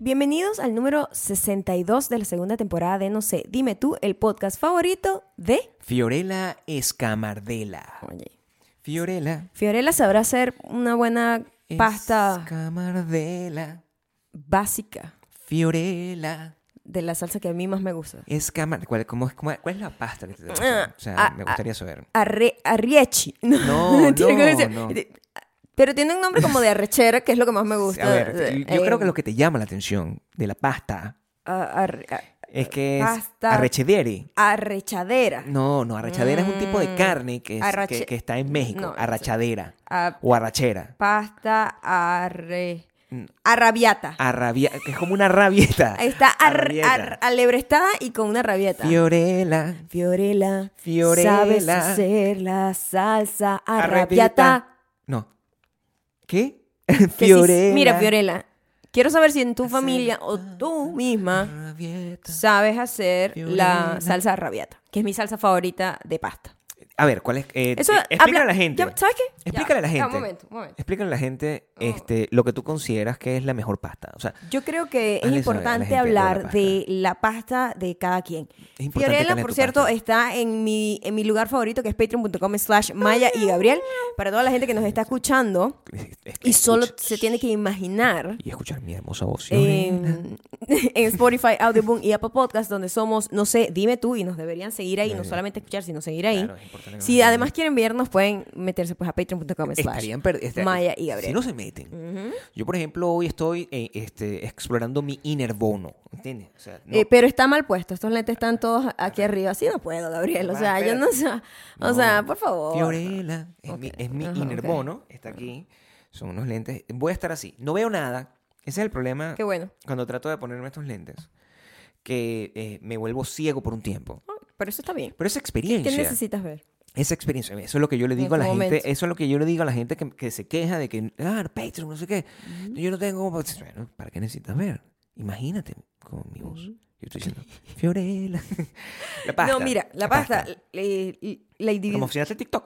Bienvenidos al número 62 de la segunda temporada de No sé, dime tú, el podcast favorito de... Fiorella Escamardela. Oye, Fiorella Fiorella sabrá hacer una buena pasta Escamardela. básica Fiorella de la salsa que a mí más me gusta. Escamar... ¿Cuál, cómo es, cómo- ¿Cuál es la pasta que te te gusta? O sea, Ah, me gustaría saber. Arre, arriechi. No, Tiene que no, decir- no. Pero tiene un nombre como de arrechera, que es lo que más me gusta. A ver, yo Eh, creo que lo que te llama la atención de la pasta a- arre- a- es que es Pasta. arrechedere. arrechadera. No, no, arrachadera es un tipo de carne que, es- Mm, Arrache- que, que está en México. No, arrachadera A- o arrachera. pasta arre... Mm. Arrabiata. Ah, Arrabia... que es como una rabieta. Ahí Está ar- Arrabieta. ar- alebrestada y con una rabieta. Fiorella. Fiorella, Fiorella. sabes hacer la salsa arrabiata. Arrabiata. No. ¿Qué? Que si- Fiorella. mira, Fiorella, quiero saber si en tu familia o tú misma Rabieta. sabes hacer la Fiorella. salsa arrabiata, que es mi salsa favorita de pasta. A ver, ¿cuál es? Eh, Eso eh, habla- explícale a la gente. ya, ¿Sabes qué? Ya, Explícale a la ya, gente. un momento, un momento. Explícale a la gente Oh. este, lo que tú consideras que es la mejor pasta. O sea, Yo creo que es Hazle saber a la importante gente lo de la hablar pasta. de la pasta de cada quien. Es importante Fiorella, cuál es por tu cierto, pasta. está en mi, en mi lugar favorito, que es patreon.com slash maya y gabriel. Para toda la gente que nos está escuchando este, y solo escucha- se Eh, tiene que imaginar Y escuchar mi hermosa voz. en, en Spotify, Audioboom y Apple Podcast, donde somos, no sé, dime tú, y nos deberían seguir ahí, no solamente escuchar, sino seguir ahí. Claro, es importante que nos si sigan. además quieren vernos, pueden meterse pues a patreon.com slash Estarían per- esta- Maya y Gabriel. este, Si no se meten. Yo, por ejemplo, hoy estoy eh, este, explorando mi inner bono. ¿Entiendes? O sea, no- Eh, pero está mal puesto, estos lentes están todos aquí arriba. Así no puedo, Gabriel. O Bueno, sea, yo no sé. O No. sea, por favor. Fiorella, es mi, es mi ajá, inner ok. bono, está aquí, son unos lentes. Voy a estar así, no veo nada. Ese es el problema Qué bueno. cuando trato de ponerme estos lentes, que eh, me vuelvo ciego por un tiempo. Pero eso está bien. Pero esa ¿Qué experiencia, necesitas ver? esa experiencia, eso es lo que yo le digo a En la tu momento. gente, eso es lo que yo le digo a la gente que, que se queja de que, ah, no, Patreon, no sé qué, yo no tengo, pues, bueno, ¿para qué necesitas ver? Imagínate con mi voz. Yo estoy diciendo, Fiorella. la pasta. no, mira, la pasta, eh, la Como individual. de TikTok.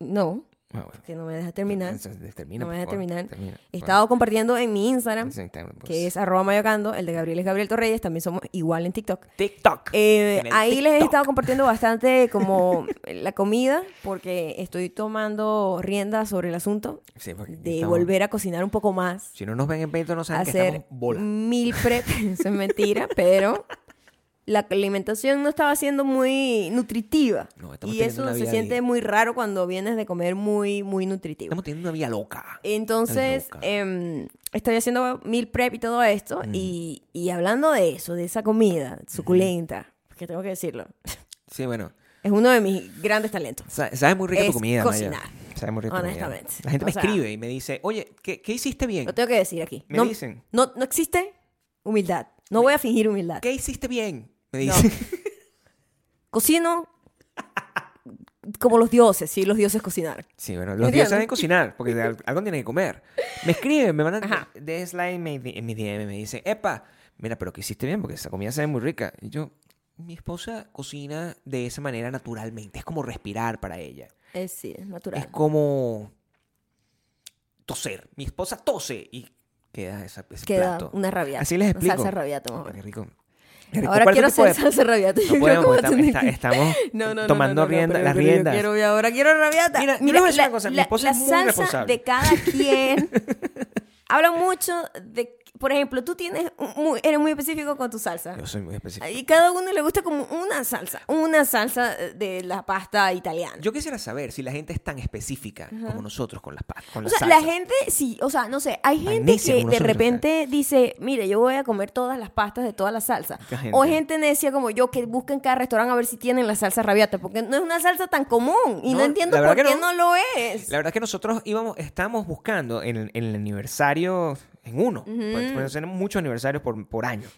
No, Ah, bueno. que no me deja terminar. Entonces, termina, No por me deja favor, terminar. termina. He estado compartiendo en mi Instagram, Bueno, sí, está bien, pues. que es arroba mayocando, el de Gabriel es Gabriel Torreyes, también somos igual en TikTok. TikTok. Eh, En el ahí les he TikTok. estado compartiendo bastante como la comida, porque estoy tomando rienda sobre el asunto Sí, porque aquí de estamos- volver a cocinar un poco más. Si no nos ven en Patreon, no saben que hacer estamos bola. mil prep, eso es mentira, pero la alimentación no estaba siendo muy nutritiva. No, estamos y teniendo eso una se vida siente ahí. muy raro cuando vienes de comer muy, muy nutritivo. Estamos teniendo una vida loca. Eh, Entonces, Estás loca. Mm. em, estoy haciendo meal prep y todo esto. Y, y hablando de eso, de esa comida suculenta, que tengo que decirlo, sí, bueno. es uno de mis grandes talentos. sa- Sabe muy rica Es tu comida, Maya. cocinar, Sabe muy rica tu comida. honestamente. La gente O me sea- escribe y me dice, oye, ¿qué, qué hiciste bien? Lo tengo que decir aquí. Me no, dicen. No, no existe humildad. No voy a fingir humildad. ¿Qué hiciste bien? Me No. dice. Cocino como los dioses, si los dioses cocinar. Sí, bueno, los Entiendo. días saben cocinar, porque de al- algo tienen que comer. Me escriben, me mandan de slide me di- en mi DM, me dicen, epa, mira, pero que hiciste bien, porque esa comida se ve muy rica. Y yo, mi esposa cocina de esa manera naturalmente, es como respirar para ella. Es, sí, es natural. Es como toser. Mi esposa tose y queda esa, ese Queda plato. una rabiata. Así les una explico. salsa rabiata, más o Ah, menos. qué rico. Qué rico. Ahora ¿Cuál es quiero tu tipo hacer de- salsa rabiata. Yo No creo podemos, que voy a porque tener está- que- está- estamos No, no, no, tomando no, no, rienda- pero- las pero riendas. Yo quiero, yo ahora quiero rabiata. Mira, yo les voy a decir una cosa, mi esposa la es muy salsa responsable. de cada quien habla mucho de, por ejemplo, tú tienes un- muy- eres muy específico con tu salsa. Yo soy muy específico. Y cada uno le gusta como una salsa, una salsa de la pasta italiana. Yo quisiera saber si la gente es tan específica como nosotros con las pa- con o las sea, la salsas. gente, sí, o sea, no sé, hay gente Magnesia, que como de nosotros, repente dice, mire, yo voy a comer todas las pastas de todas las salsas. Mucha gente. O gente necia como yo que busca en cada restaurante a ver si tienen la salsa rabiata, porque no es una salsa tan común y no, No, entiendo la por verdad qué que no. no. lo es. La verdad es que nosotros íbamos, estábamos buscando en, el- en el aniversario, en uno, pues, pues, tenemos muchos aniversarios por, por año.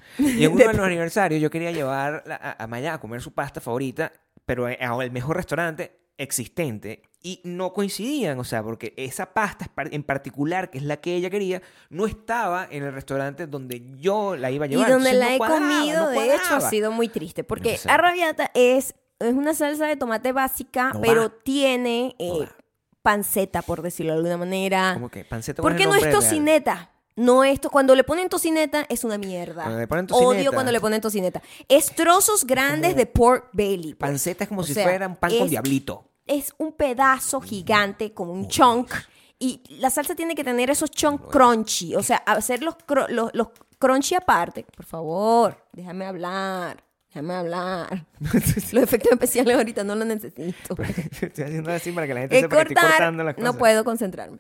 Y en uno de los aniversarios yo quería llevar la- a, a Maya a comer su pasta favorita, pero al mejor restaurante existente. Y no coincidían, o sea, porque esa pasta es par- en particular, que es la que ella quería, no estaba en el restaurante donde yo la iba a Y llevar. donde Entonces, la no he cuadraba, comido, no de hecho, ha cuadraba. sido muy triste, porque No sé. la rabiata es, es una salsa de tomate básica, No pero va. tiene eh, va. panceta, por decirlo de alguna manera. Como que panceta ¿Por con el qué no es nombre real. tocineta? No esto, cuando le ponen tocineta es una mierda. Cuando le ponen Odio tocineta. cuando le ponen tocineta. Es trozos grandes de pork belly. pues. Panceta es como O si sea, fuera un pan es- con diablito. Es un Mm. pedazo gigante como un chunk y la salsa tiene que tener esos chunk crunchy, o sea, hacer los, cro- los, los crunchy aparte. Por favor, déjame hablar, déjame hablar. los efectos especiales ahorita no los necesito. Estoy haciendo así para que la gente Es sepa que estoy cortar, cortando las cosas. no puedo concentrarme.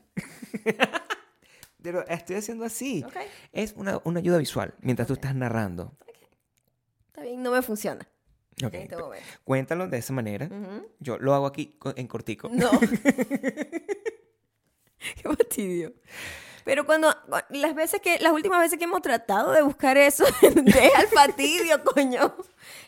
Pero estoy haciendo así. Ok. Es una, una ayuda visual mientras tú estás narrando. Está bien, no me funciona. Ok, En este pe- momento. Cuéntalo de esa manera. Yo lo hago aquí co- en cortico. No. Qué fastidio. Pero cuando las veces que las últimas veces que hemos tratado de buscar eso, deja el fastidio, coño.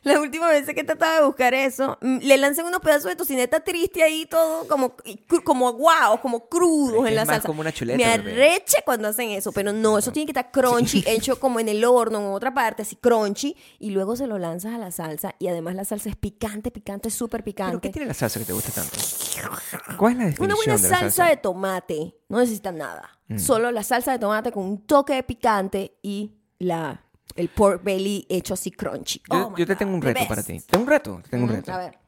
Las últimas veces que he tratado de buscar eso, mm, le lanzan unos pedazos de tocineta triste ahí todo como y cru- como aguados, como Pero crudos es que en la es más salsa. como una chuleta, Me bebé. arrecha cuando hacen eso, pero no, eso tiene que estar crunchy, hecho como en el horno en otra parte, así crunchy y luego se lo lanzas a la salsa y además la salsa es picante, picante, súper picante. ¿Pero qué tiene la salsa que te gusta tanto? ¿Cuál es la definición Una buena de la Mm. salsa, de tomate no necesita nada. Solo la salsa de tomate con un toque de picante y la, el pork belly hecho así crunchy. Yo, Oh my yo te God, tengo un the reto best. para ti. Tengo un reto. Tengo un Mm, reto. A ver.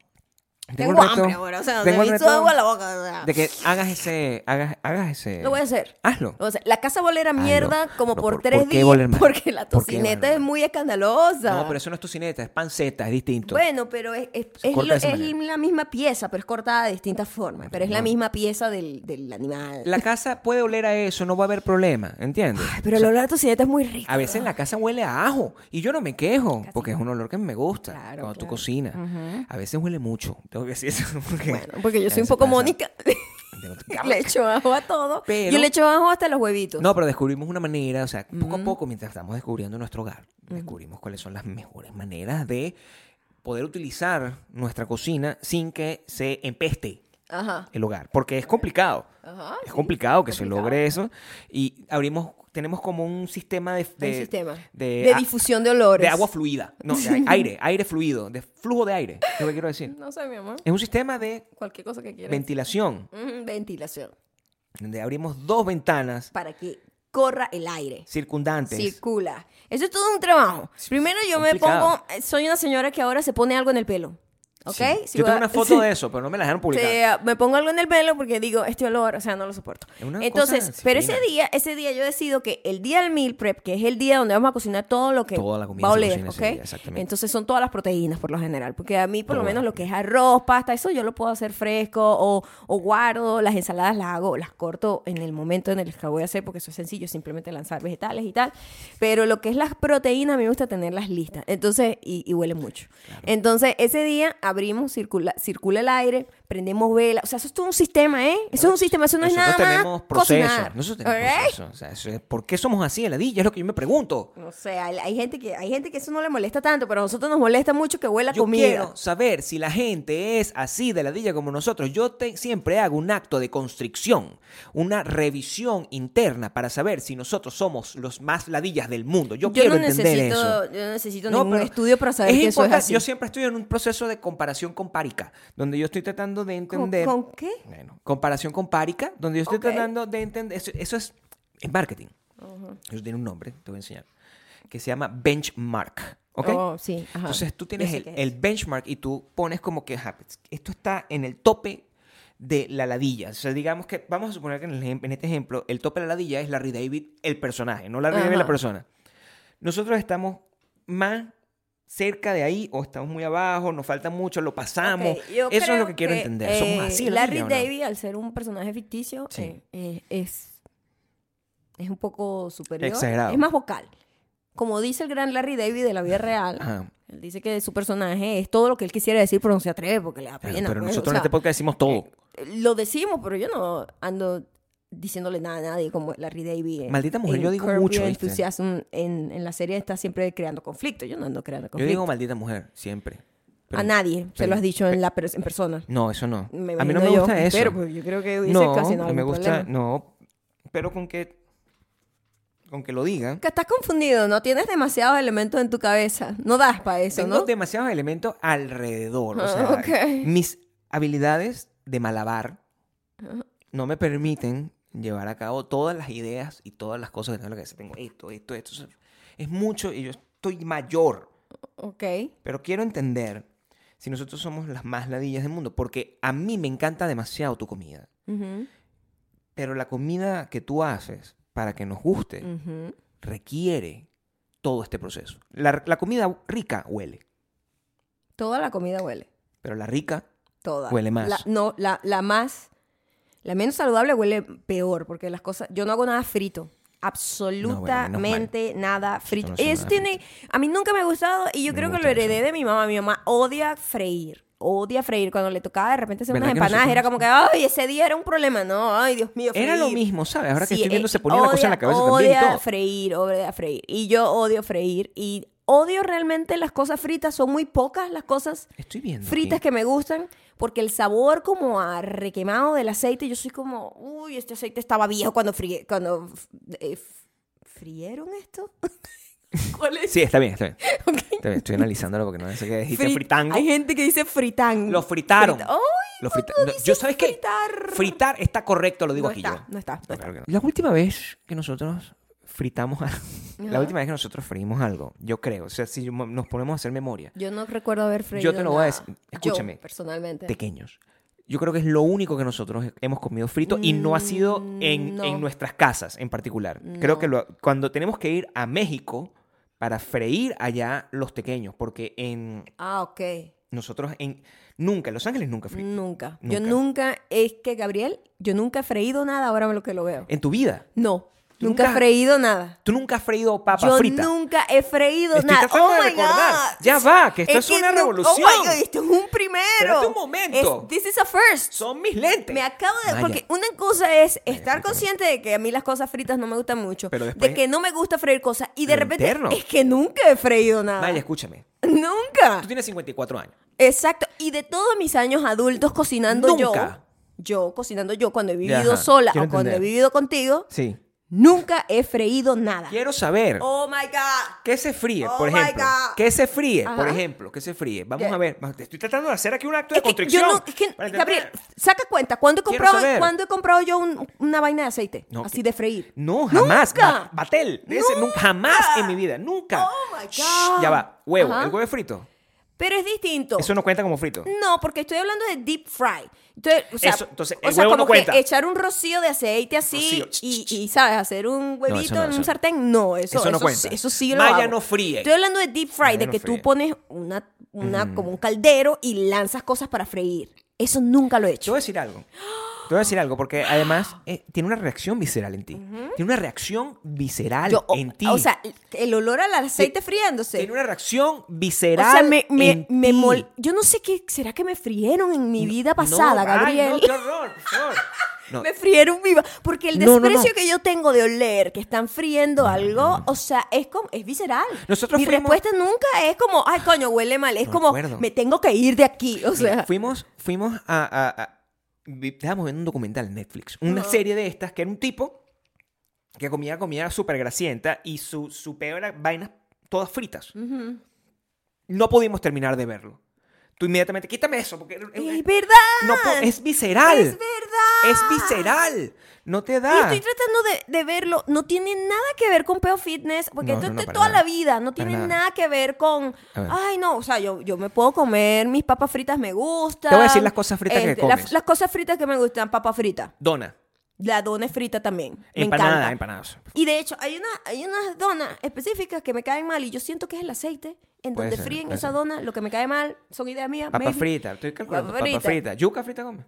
un Tengo, hambre ahora. O sea, tengo me un hizo reto agua la boca. o sea. de que hagas ese, hagas, hagas ese. Lo voy a hacer. Hazlo. O sea, la casa bolera no. mierda como No, por, ¿por- tres por qué días voler mal? porque la ¿Por qué tocineta voler es mal? muy escandalosa. No, pero eso no es tocineta, es panceta, es distinto. Bueno, pero es, es- Se es corta lo- de esa es manera. la misma pieza, pero es cortada de distintas formas. Pero es la misma pieza del, del animal. La casa puede oler a eso, no va a haber problema, ¿entiendes? Ay, pero el olor a tocineta es muy rico. A veces la casa huele a ajo y yo no me quejo porque es un olor que me gusta Claro, cuando tú claro. cocinas. A veces huele mucho, tengo que decir eso porque, Bueno, porque yo a soy un veces poco pasa. Mónica. le echo ajo a todo. Pero- Yo le echo ajo hasta los huevitos. No, pero descubrimos una manera, o sea, poco a poco mientras estamos descubriendo nuestro hogar, descubrimos cuáles son las mejores maneras de poder utilizar nuestra cocina sin que se empeste Ajá. el hogar, porque es complicado. Ajá, es sí, complicado que se complicado. logre eso y abrimos tenemos como un sistema de de, un sistema. de- De, a- difusión de olores. Eh, ah, de agua fluida, no, de aire, aire fluido, de flujo de aire, es lo que quiero decir. No sé, mi amor. Es un sistema de Cualquier cosa que quieras. ventilación, Mm, ventilación. donde abrimos dos ventanas Para que corra el aire. circundantes. Circula. Eso es todo un trabajo. Primero yo me complicado. pongo... eh, Soy una señora que ahora se pone algo en el pelo. ¿Ok? Sí. Si Yo voy a- tengo una foto de eso, pero no me la dejaron publicar. Sí, me pongo algo en el pelo porque digo, este olor, o sea, no lo soporto. Es una Entonces, cosa pero disciplina. ese día, ese día yo decido que el día del meal prep, que es el día donde vamos a cocinar todo lo que Toda la comida va a se oler, cocina ¿ok? ese día, exactamente. Entonces son todas las proteínas por lo general, porque a mí por lo Todas. menos lo que es arroz, pasta, eso yo lo puedo hacer fresco o, o guardo, las ensaladas las hago, las corto en el momento en el que voy a hacer, porque eso es sencillo, simplemente lanzar vegetales y tal. Pero lo que es las proteínas, a mí me gusta tenerlas listas, entonces, y, y huele mucho. Entonces, ese día abrimos, circula, circula el aire, prendemos vela, o sea, eso es todo un sistema, ¿eh? Eso es un sistema, eso no es nada Nosotros tenemos más procesos, cocinar. nosotros tenemos ¿ok? procesos. O sea, eso es- ¿Por qué somos así, Eladilla? Es lo que yo me pregunto. No sé, hay, hay gente que, hay gente que eso no le molesta tanto, pero a nosotros nos molesta mucho que huela Yo comida. quiero saber si la gente es así de ladilla como nosotros. Yo te- siempre hago un acto de constricción, una revisión interna para saber si nosotros somos los más ladillas del mundo. Yo, quiero entender eso. Yo no necesito No, ningún pero estudio para saber que eso es importante. así. Yo siempre estoy en un proceso de comparación compárica, donde yo estoy tratando de entender. ¿Con- con qué? Bueno, comparación compárica, donde yo estoy Ok. tratando de entender. Eso, eso es en marketing. Eso tiene un nombre, te voy a enseñar, que se llama benchmark. ¿ok? Oh, sí, ajá. Entonces tú Yo tienes sé el, qué es. el benchmark y tú pones como que ajá, pues, esto está en el tope de la ladilla. O sea, digamos que vamos a suponer que en, el ejem- en este ejemplo el tope de la ladilla es Larry David, el personaje, no Larry David, Ajá. la persona. Nosotros estamos más cerca de ahí o estamos muy abajo, nos falta mucho, lo pasamos. Ok, yo Eso es creo lo que quiero entender. Somos eh, así. en la Larry ladilla, ¿o no? David, al ser un personaje ficticio, Sí. eh, eh, es, es un poco superior. Exagerado. Es más vocal. Como dice el gran Larry David de la vida real, Ajá. él dice que su personaje es todo lo que él quisiera decir, pero no se atreve porque le da Claro, pena. pero pues, o nosotros en sea, este podcast decimos todo. Lo decimos, pero yo no ando diciéndole nada a nadie como Larry David. en- Maldita mujer, en yo digo Curb Your mucho, ¿viste? Enthusiasm, en, en la serie está siempre creando conflicto. Yo no ando creando Yo conflicto. digo maldita mujer, siempre. Pero- a nadie se pero- lo has dicho en, la per- en persona. No, eso no. Me a mí imagino no me yo, gusta eso. Pero pues, yo creo que dice no, casi no no. me gusta, problema. no, pero con que con que lo digan. Que estás confundido, no tienes demasiados elementos en tu cabeza. No das para eso, Tengo ¿no? demasiados elementos alrededor, o Ah, sea, ok. mis habilidades de malabar no me permiten llevar a cabo todas las ideas y todas las cosas que tengo en la cabeza. Tengo esto, esto, esto. Es- Es mucho y yo estoy mayor. Ok. Pero quiero entender si nosotros somos las más ladillas del mundo, porque a mí me encanta demasiado tu comida. Ujú, Pero la comida que tú haces para que nos guste ujú. requiere todo este proceso. La, la comida rica huele, Toda la comida huele. pero la rica Toda. Huele más. La- no, la, la más. La menos saludable huele peor, porque las cosas. Yo no hago nada frito. Absolutamente nada frito. no hace Eso nada tiene. A mí nunca me ha gustado y yo Me creo que lo gusta eso. heredé de mi mamá. Mi mamá odia freír. Odia freír. Cuando le tocaba de repente hacer ¿Verdad unas que no sé empanadas, cómo era se- como que, ay, ese día era un problema. No, ay, Dios mío. Era lo freír. mismo, ¿sabes? Ahora que Sí, estoy viendo, eh, se ponía la cosa en la odia- cabeza también y odia todo. freír, odia freír. Y yo odio freír. Y odio realmente las cosas fritas. Son muy pocas las cosas Estoy viendo. fritas aquí. que me gustan porque el sabor como a requemado del aceite, yo soy como, uy, este aceite estaba viejo cuando fríe, cuando eh, f- frieron esto. ¿Cuál es? Sí, está bien, está bien. Está bien, Estoy analizándolo porque no sé qué dijiste. Fri- fritango. Hay gente que dice fritango. Lo fritaron. Frita- ¡Ay! Lo frita- cuando no, dicen yo, ¿sabes qué? fritar. Fritar está correcto, lo digo no aquí está, yo. no está, no está. Claro que no. La última vez que nosotros fritamos algo, la última vez que nosotros freímos algo, yo creo, o sea, si mo- nos ponemos a hacer memoria, Yo no recuerdo haber freído Yo te lo voy a nada. decir, Yo, escúchame. personalmente. pequeños. Yo creo que es lo único que nosotros hemos comido frito y no ha sido en, Mm, no. en nuestras casas en particular. Creo que lo- cuando tenemos que ir a México para freír allá los pequeños, porque en Ah, ok. nosotros en nunca, en Los Ángeles nunca freí. Nunca. Yo Nunca. nunca, es que Gabriel, yo nunca he freído nada, ahora lo que lo veo. En tu vida, No, ¿Tú nunca he Eh, nunca- freído nada. tú nunca has freído papa Yo frita. nunca he freído Estoy nada. tratando oh de my recordar. God. Ya va, que esto es una no- revolución. Oh my God, esto es un primero. Espérate un momento. Es- this is a first. Son mis lentes. Me acabo de. Maya. Porque una cosa es estar escúchame. consciente de que a mí las cosas fritas no me gustan mucho. Pero después- de que no me gusta freír cosas. Y de Lo repente. interno. Es que nunca he freído nada. Maya, escúchame. Nunca. Tú tienes 54 años. Exacto. Y de todos mis años adultos cocinando Nunca. yo. Yo cocinando yo cuando he vivido Ajá, sola o quiero cuando he entender. vivido contigo. Sí. Nunca he freído nada. Quiero saber Oh my God. qué se fríe, Oh por my ejemplo. God. ¿Qué se fríe, por Ajá. ejemplo? ¿Qué se fríe? Vamos ¿Qué? a ver. Te estoy tratando de hacer aquí un acto Es de que yo constricción. no, es que, para entender. Gabriel, saca cuenta, ¿cuándo he Quiero comprado, saber. ¿cuándo he comprado yo un- una vaina de aceite? No, Así que- de freír. No, jamás. ¡Nunca! Ba- Batel. de ese, nunca. Jamás en mi vida. Nunca. Oh, my God. Shh, ya va. Huevo. Ajá. El huevo es frito. Pero es distinto. Eso no cuenta como frito. No, porque estoy hablando de deep fry. Entonces, o sea, Eso, entonces, o el sea, huevo como no cuenta. que echar un rocío de aceite así Rocío, ch, y, ch, ch. y, ¿sabes? Hacer un huevito no, en eso un no. sartén. No, eso, Eso no cuenta. sí- Eso sí lo Maya hago. no fríe. Estoy hablando de deep fry, Maya de no que tú fríe. Mm. pones una, una, como un caldero y lanzas cosas para freír. Eso nunca lo he Te hecho. voy a decir algo. Te voy a decir algo, porque además eh, tiene una reacción visceral en ti. Tiene una reacción visceral Yo- o- en ti. O sea, el olor al aceite friéndose. tiene una reacción O visceral. sea, me, me- en me ti. mol- Yo no sé qué. ¿Será que me frieron en mi vida No, pasada, ay, Gabriel? no, qué horror, por favor. No, me frieron viva. Porque el No, no, no. desprecio que yo tengo de oler, que están friendo algo, o sea, es como, es visceral. Nosotros mi fuimos- respuesta nunca es como, ay, coño, huele mal. Es No como, recuerdo. me tengo que ir de aquí. O mira, sea, fuimos, fuimos a, a- a- vi- Estábamos viendo un documental en Netflix. Una serie de estas que era un tipo que comía comida súper grasienta y su, su peor era vainas todas fritas. No pudimos terminar de verlo. Tú inmediatamente, quítame eso, porque es verdad. No, po- es visceral. Es verdad. Es visceral. No te Y da. estoy tratando de, de verlo. No tiene nada que ver con peo fitness, porque No, esto no, no, es de para toda la nada. vida. No Para tiene nada. nada. que ver con. A ver. Ay, no. O sea, yo, yo me puedo comer mis papas fritas, me gustan. Te voy a decir las cosas fritas que Este, las- Las, comes. cosas fritas que me gustan, papa frita. Dona. La dona es frita también. Me Empanada, em- encanta. empanadas. Y de hecho, hay, una, hay unas donas específicas que me caen mal y yo siento que es el aceite en Puede donde ser, fríen puede esa ser. dona. Lo que me cae mal son ideas mías. Papa maybe. frita. Estoy calculando. Papa Papa frita. frita. Yuca frita come.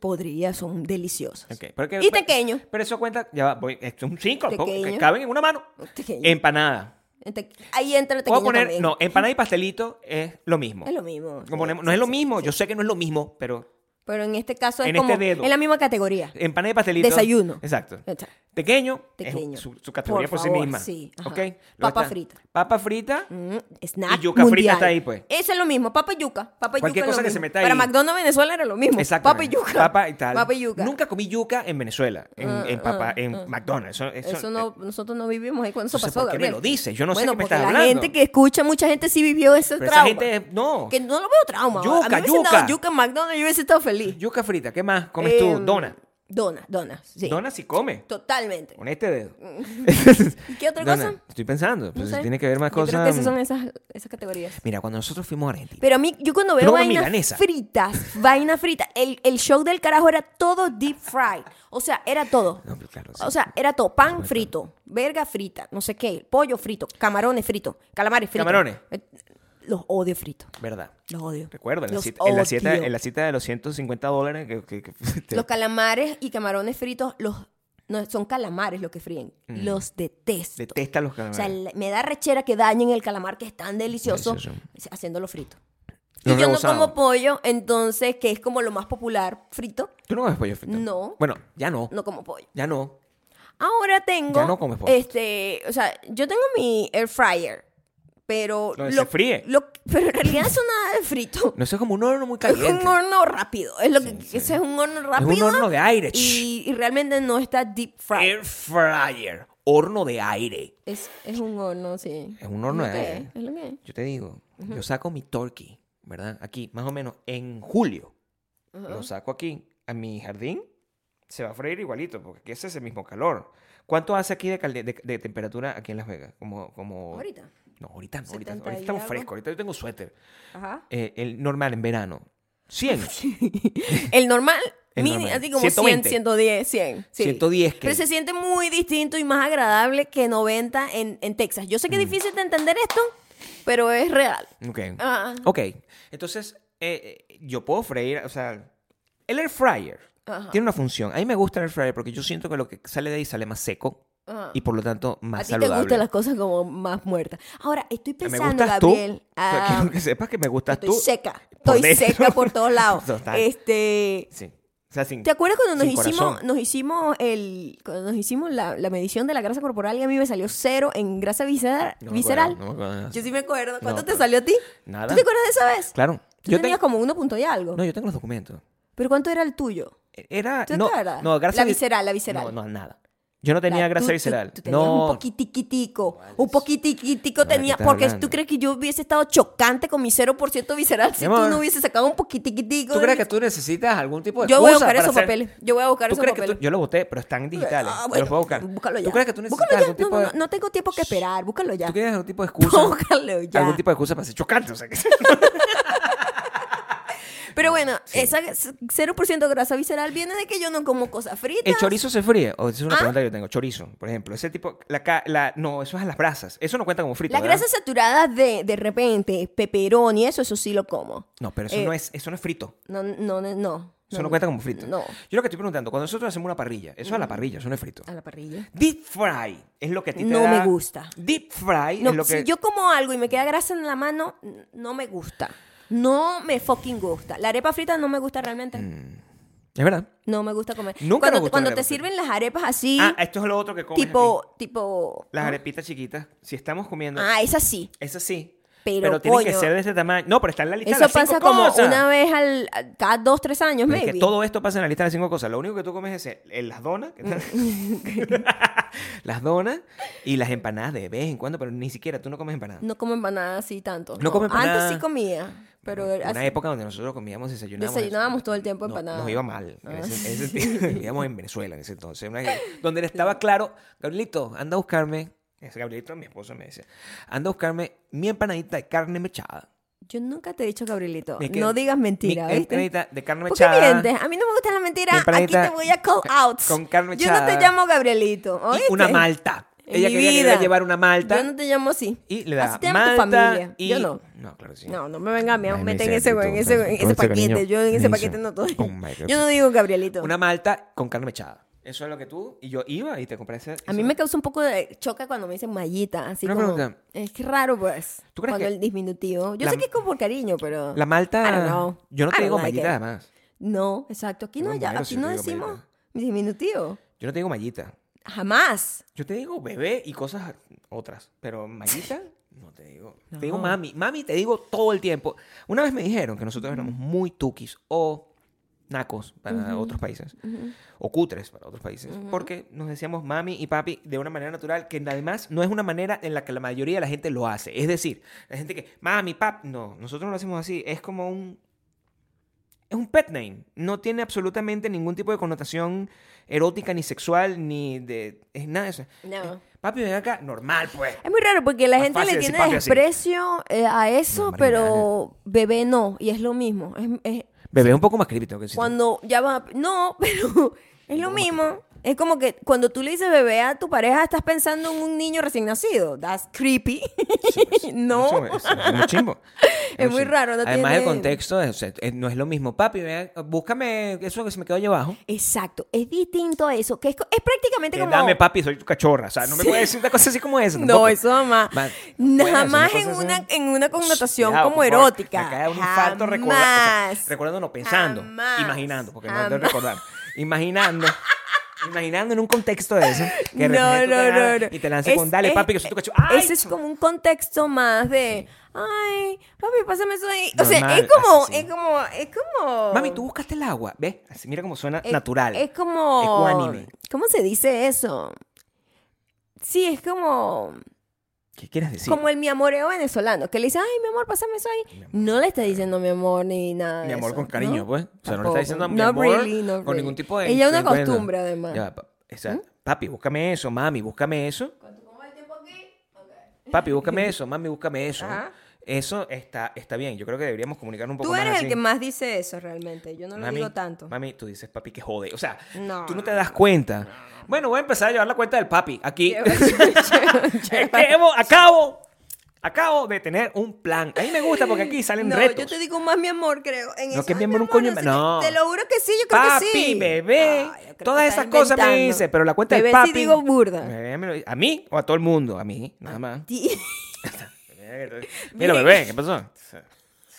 Podría, son deliciosas. Ok, pero que- Y pequeño. Pero eso cuenta, ya va, voy, es un cinco, po- Pequeño. que caben en una mano. Pequeño. Empanada. Ente- Ahí entra el em, Puedo pequeño poner, también. no, empanada y pastelito es lo mismo. Es lo mismo. Lo sí, ponemos- sí, no es lo sí. mismo, yo sé que no es lo mismo, pero Pero en este caso es En como. este dedo. Es la misma categoría. empanada y pastelito. Desayuno. Exacto. O sea, Pequeño, Pequeño. es su, su categoría Por por, favor, sí misma. sí, ajá. ¿ok? Luego Papa está frita. Papa frita. mm, snack Y yuca frita mundial. está ahí, pues. Eso es lo mismo. Papa y yuca. Papa y Cualquier yuca es cosa lo que se mismo. meta ahí. Para McDonald's Venezuela era lo mismo. Exacto. Papa y yuca. Papa y tal. Papa y yuca. Nunca comí yuca en Venezuela, en, Ah, en, papa- ah, en ah. McDonald's. Eso, eso- Eso no, nosotros no vivimos ahí cuando eso Entonces, pasó, eh, ¿por qué me Gabriel. lo dices? Yo no sé Bueno, qué me porque estás la hablando. gente que escucha, mucha gente sí vivió ese pero esa trauma. gente, no. Que no lo veo trauma. Yuca, a mí me hubiesen dado yuca. yuca en McDonald's yo hubiese estado feliz. Yuca frita, ¿qué más comes tú? Em, Dona. Donas, donas, sí. Dona sí come. Totalmente. Con este dedo. ¿Y qué otra Dona, cosa? Estoy pensando. Pues sé. tiene que ver más Yo creo que cosas. mm. esas son esas, esas categorías. Mira, cuando nosotros fuimos a Argentina. Pero a mí, yo cuando no veo comes vainas milanesa. fritas, vainas fritas, el, el show del carajo era todo deep fry. O sea, era todo. No, pues, pero claro, sí. O sea, era todo. Pan frito, verga frita, no sé qué, pollo frito, camarones frito, calamares fritos. Camarones. Eh, Los odio fritos. ¿Verdad? Los odio. Recuerda, en la, Los cita, en, la odio. cita, en la cita de los 150 dólares que, que- que- te- Los calamares y camarones fritos, los no, son calamares los que fríen. Mm. Los detesto. detesta los O calamares. sea, le- me da rechera que dañen el calamar que es tan delicioso Delicioso. haciéndolo frito. Y Los yo no rebozados. como pollo, entonces, que es como lo más popular, frito, ¿Tú no comes pollo frito? No. Bueno, ya no. no como pollo. Ya no. Ahora tengo. Ya no comes pollo. Este, o sea, yo tengo mi air fryer, pero. Lo que se fríe. lo- pero en realidad es nada de frito. No sé, es como un horno muy Es caliente. un horno rápido. Es lo que ese es un horno rápido. horno de aire, Y, y realmente no está deep fried. Air fryer. Horno de aire. Es, es un horno, sí. Es un horno lo de que aire. es, es lo que es. Yo te digo, yo saco mi turkey, ¿verdad? Aquí, más o menos, en julio. Lo saco aquí, a mi jardín. Se va a freír igualito, porque aquí es ese mismo calor. ¿Cuánto hace aquí de, calde- de- de temperatura aquí en Las Vegas? Como, como... Ahorita. No, ahorita no. Ahorita, 70 ahorita y estamos algo. frescos. Ahorita yo tengo suéter. Ajá. Eh, el normal en verano. 100. El normal, El mini, normal. así como 120. 100, 110, 100. sí. 110 que- Pero se siente muy distinto y más agradable que 90 en, en Texas. Yo sé Mm. que es difícil de entender esto, pero es real. Ok. Ah. Ok. Entonces, eh, eh, yo puedo freír, o sea, el air fryer Ajá. tiene una función. A mí me gusta el air fryer porque yo siento que lo que sale de ahí sale más seco Ajá. y por lo tanto más Ah. a ti saludable. Ah, te gustan las cosas como más muertas. Ahora, estoy me pensando, gustas Gabriel. tú. O sea, ah, quiero que sepas que me gustas estoy tú. seca. por Estoy dentro. seca por todos lados. Total. Este. Sí. O sea, sin- ¿Te acuerdas cuando nos sin hicimos, corazón. nos hicimos el, cuando nos hicimos la, la medición de la grasa corporal y a mí me salió cero en grasa visceral? No me acuerdo, visceral? no me acuerdo. Yo sí me acuerdo. ¿Cuánto te No, pero- salió a ti? Nada. ¿Tú te acuerdas de esa vez? Claro. Tú Yo tenías tengo- como uno punto y algo. No, yo tengo los documentos. E-, ¿Pero cuánto era el tuyo? Era. ¿Tú te no, acuerdas? no, grasa La vi- visceral, la visceral. No, no, nada. Yo no tenía La- grasa tú- tú- visceral. tú tenías no. un poquitiquitico. Un poquitiquitico ¿de qué tenía. estás Porque hablando? tú crees que yo hubiese estado chocante con mi 0% visceral si Mi amor, tú no hubiese sacado un poquitiquitico. ¿Tú de- crees que tú necesitas algún tipo de Yo voy a excusa buscar para esos hacer- papeles. Yo voy a buscar ¿Tú esos crees que papeles. tú- Yo los boté, pero están digitales. Ah, Yo bueno, los voy a buscar. Búscalo ya. ¿Tú crees que tú Búscalo necesitas ya. algún No, tipo no, de... no, no tengo tiempo que esperar. Búscalo ya. ¿Tú quieres algún tipo de excusa? Búscalo ya. Algún tipo de excusa para ser chocante. O sea, que... Pero bueno, esa 0% grasa visceral viene de que yo no como cosas fritas. ¿El chorizo se fríe? O esa es una ¿Ah? pregunta que yo tengo. Chorizo, por ejemplo. Ese tipo... La, ca- la- No, eso es a las brasas. Eso no cuenta como frito, Las ¿verdad? grasas saturadas de, de repente, peperón y eso, eso sí lo como. No, pero eso, Eh, no es, eso no es frito. No, no, no. no Eso no, cuenta como frito. No. Mm. Yo lo que estoy preguntando, cuando nosotros hacemos una parrilla, eso es a la parrilla, eso no es frito. A la parrilla. Deep fry es lo que a ti te No da- me gusta. Deep fry No, es lo que... Si yo como algo y me queda grasa en la mano, n- no me gusta. No me fucking gusta. La arepa frita no me gusta realmente. Es verdad. No me gusta comer. Mm. Nunca cuando nos gustó la cuando arepa te frita. sirven las arepas así, Ah, esto es lo otro que comes tipo, aquí. tipo. Las arepitas chiquitas. Si estamos comiendo... Ah, es así. Eso sí. Pero, Pero, tiene que coño, ser de este tamaño. No, pero está en la lista de Eso las cinco pasa como cosas. una vez al, a- cada dos, tres años, Pero es maybe. que todo esto pasa en la lista de las cinco cosas. Lo único que tú comes es el- las donas. que- las donas y las empanadas de vez en cuando, pero ni siquiera tú no comes empanadas. No como empanadas así tanto. No come empanadas. Antes sí comía, pero Una así- época donde nosotros comíamos, desayunábamos. Desayunábamos todo el tiempo No, empanadas. Ah, Nos iba mal. En ese, en ese tiempo. vivíamos en Venezuela en ese entonces. Una- donde le estaba claro, Gabrielito, anda a buscarme. Ese Gabrielito, mi esposo, me decía, anda a buscarme mi empanadita de carne mechada. Yo nunca te he dicho, Gabrielito, Es que no digas mi mentira, ¿viste? empanadita de carne ¿Por qué mechada. mientes? A mí no me gusta la mentira. Mi Aquí empanadita te voy a call out. con carne Yo no te mechada. llamo Gabrielito. y ¿oíste? una malta. En Ella mi quería que yo vida. le llevar una malta. Yo no te llamo así. Y le da así te llama tu malta familia. y... Yo no. claro que sí. No, no me venga a mí, Ay, me meten dice ese, en Gabrielito, ese, en ese con ese paquete. cariño, Yo en me ese dice, paquete no estoy. "Oh my God". Yo no digo Gabrielito. Una malta con carne mechada. Eso es lo que tú y yo iba y te compré ese. A mí me causa un poco de choca cuando me dicen mallita, así Una como... pregunta. Es que raro, pues. ¿Tú crees cuando que el disminutivo... Yo la- sé que es como por cariño, pero... La I don't malta. know. Yo no te I digo don't like mallita, it. además. No, exacto. Aquí Yo no, me ya- muero aquí si no te digo decimos mallita. diminutivo. Yo no te digo mallita. Jamás. Yo te digo bebé y cosas otras. Pero mallita, no te digo. No. Te digo mami. Mami te digo todo el tiempo. Una vez me dijeron que nosotros éramos muy tukis o nacos para otros países. O cutres para otros países. Porque nos decíamos mami y papi de una manera natural que además no es una manera en la que la mayoría de la gente lo hace. Es decir, la gente que mami, pap, no. Nosotros no lo hacemos así. Es como un... Es es un pet name. No tiene absolutamente ningún tipo de connotación erótica, ni sexual, ni de. Es nada de eso. No. Papi, ven acá, normal, pues. Es muy raro porque la Más gente le fácil decir tiene papi así. desprecio eh, a eso, Hombre, pero bebé no. Y es lo mismo. Es, es- Bebé es un poco más críptico que si tú- cuando ya va. No, pero es lo mismo. Es como que cuando tú le dices bebé a tu pareja, estás pensando en un niño recién nacido. That's creepy. no. Eso pues. es, es muy chimbo. Es muy muy chimbo. raro, no Además, tiene- el contexto es- o sea, es- no es lo mismo. Papi, ven, búscame eso que se me quedó allá abajo. Exacto. Es distinto a eso. Que es, co- es prácticamente Eh, como. Dame, papi, soy tu cachorra. O sea, no me puedes decir una cosa así como esa. No, tampoco. eso jamás. Man, bueno, Nada es más cosa en así. una, en una connotación Cuidado, como por favor, erótica. Me cae un infarto recorda- o sea, Jamás. recordándonos, pensando, Jamás. imaginando, porque no debo Jamás. recordar. Imaginando. Imaginando en un contexto de eso. Que de no, no, repente tú te no, agarras no. Y te lanzas Es- con dale, es- papi, que soy tu cachorra. ¡Ay! Ese es como un contexto más de. Ay, papi, pásame eso ahí. O sea, es Normal, como, así, sí. es como, es como. Mami, tú buscaste el agua. ¿Ves? Así, mira cómo suena es- natural. Es como. Ecuánime. ¿Cómo se dice eso? Sí, es como. ¿Qué quieres decir? Como el mi amoreo venezolano, que le dice, ay, mi amor, pásame eso ahí. Mi amor. No le está diciendo mi amor ni nada. de Mi amor eso, con cariño, ¿no? pues. O sea, no le Tampoco. está diciendo mi Not amor really, not con really. ningún tipo de. Ella es una de- bueno, costumbre, además. ¿Mm? ya, pa- o sea, Papi, búscame eso, mami, búscame eso. Cuando tú pongas el tiempo aquí, ok. Papi, búscame eso, mami, búscame eso. Ajá. Eso está, está bien. Yo creo que deberíamos comunicar un poco Tú más. eres así. el que más dice eso realmente. Yo no lo Mami, digo tanto. Mami, tú dices papi que jode. O sea, No. tú no te das cuenta. Bueno, voy a empezar a llevar la cuenta del papi aquí. Es que no, hemos- acabo, acabo de tener un plan. A mí me gusta porque aquí salen retos. yo te digo más mi amor, creo. En No, eso, que mi ay, amor, un amor, coño, sé no. qué. Te lo juro que sí, yo creo Papi, que sí. bebé, Ay, yo creo que todas estás esas cosas me inventando. dice, pero la cuenta Bebé del sí papi. digo burda. Bebé me lo- a mí o a todo el mundo, a mí, nada más. Ti- Mira, bebé, ¿qué pasó? O sea,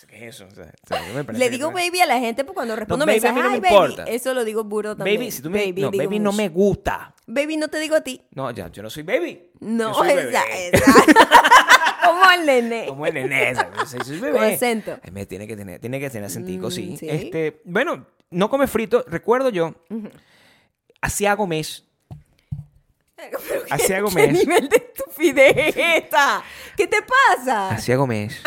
¿Qué es eso? O sea, o sea, yo me parece Le que- digo baby a la gente pues, cuando respondo baby, mensajes. a mí no me "Ay, baby", importa. Eso lo digo burdo también. Baby, si tú me no, digo baby no mucho. me gusta. Baby, no te digo a ti. No, ya, yo no soy baby. Yo No, soy bebé. esa, esa. Como el nene. Como el nene, esa, yo soy- soy bebé. Con acento. Ay, me tiene que tener, tiene que tener acentico, Mm, sí. sí. Este, bueno, no come frito, recuerdo yo. Hacía Gómez, Pero qué- Hacía ¿Qué Gómez. nivel de estupidez es esta? ¿Qué te pasa? hacía Gómez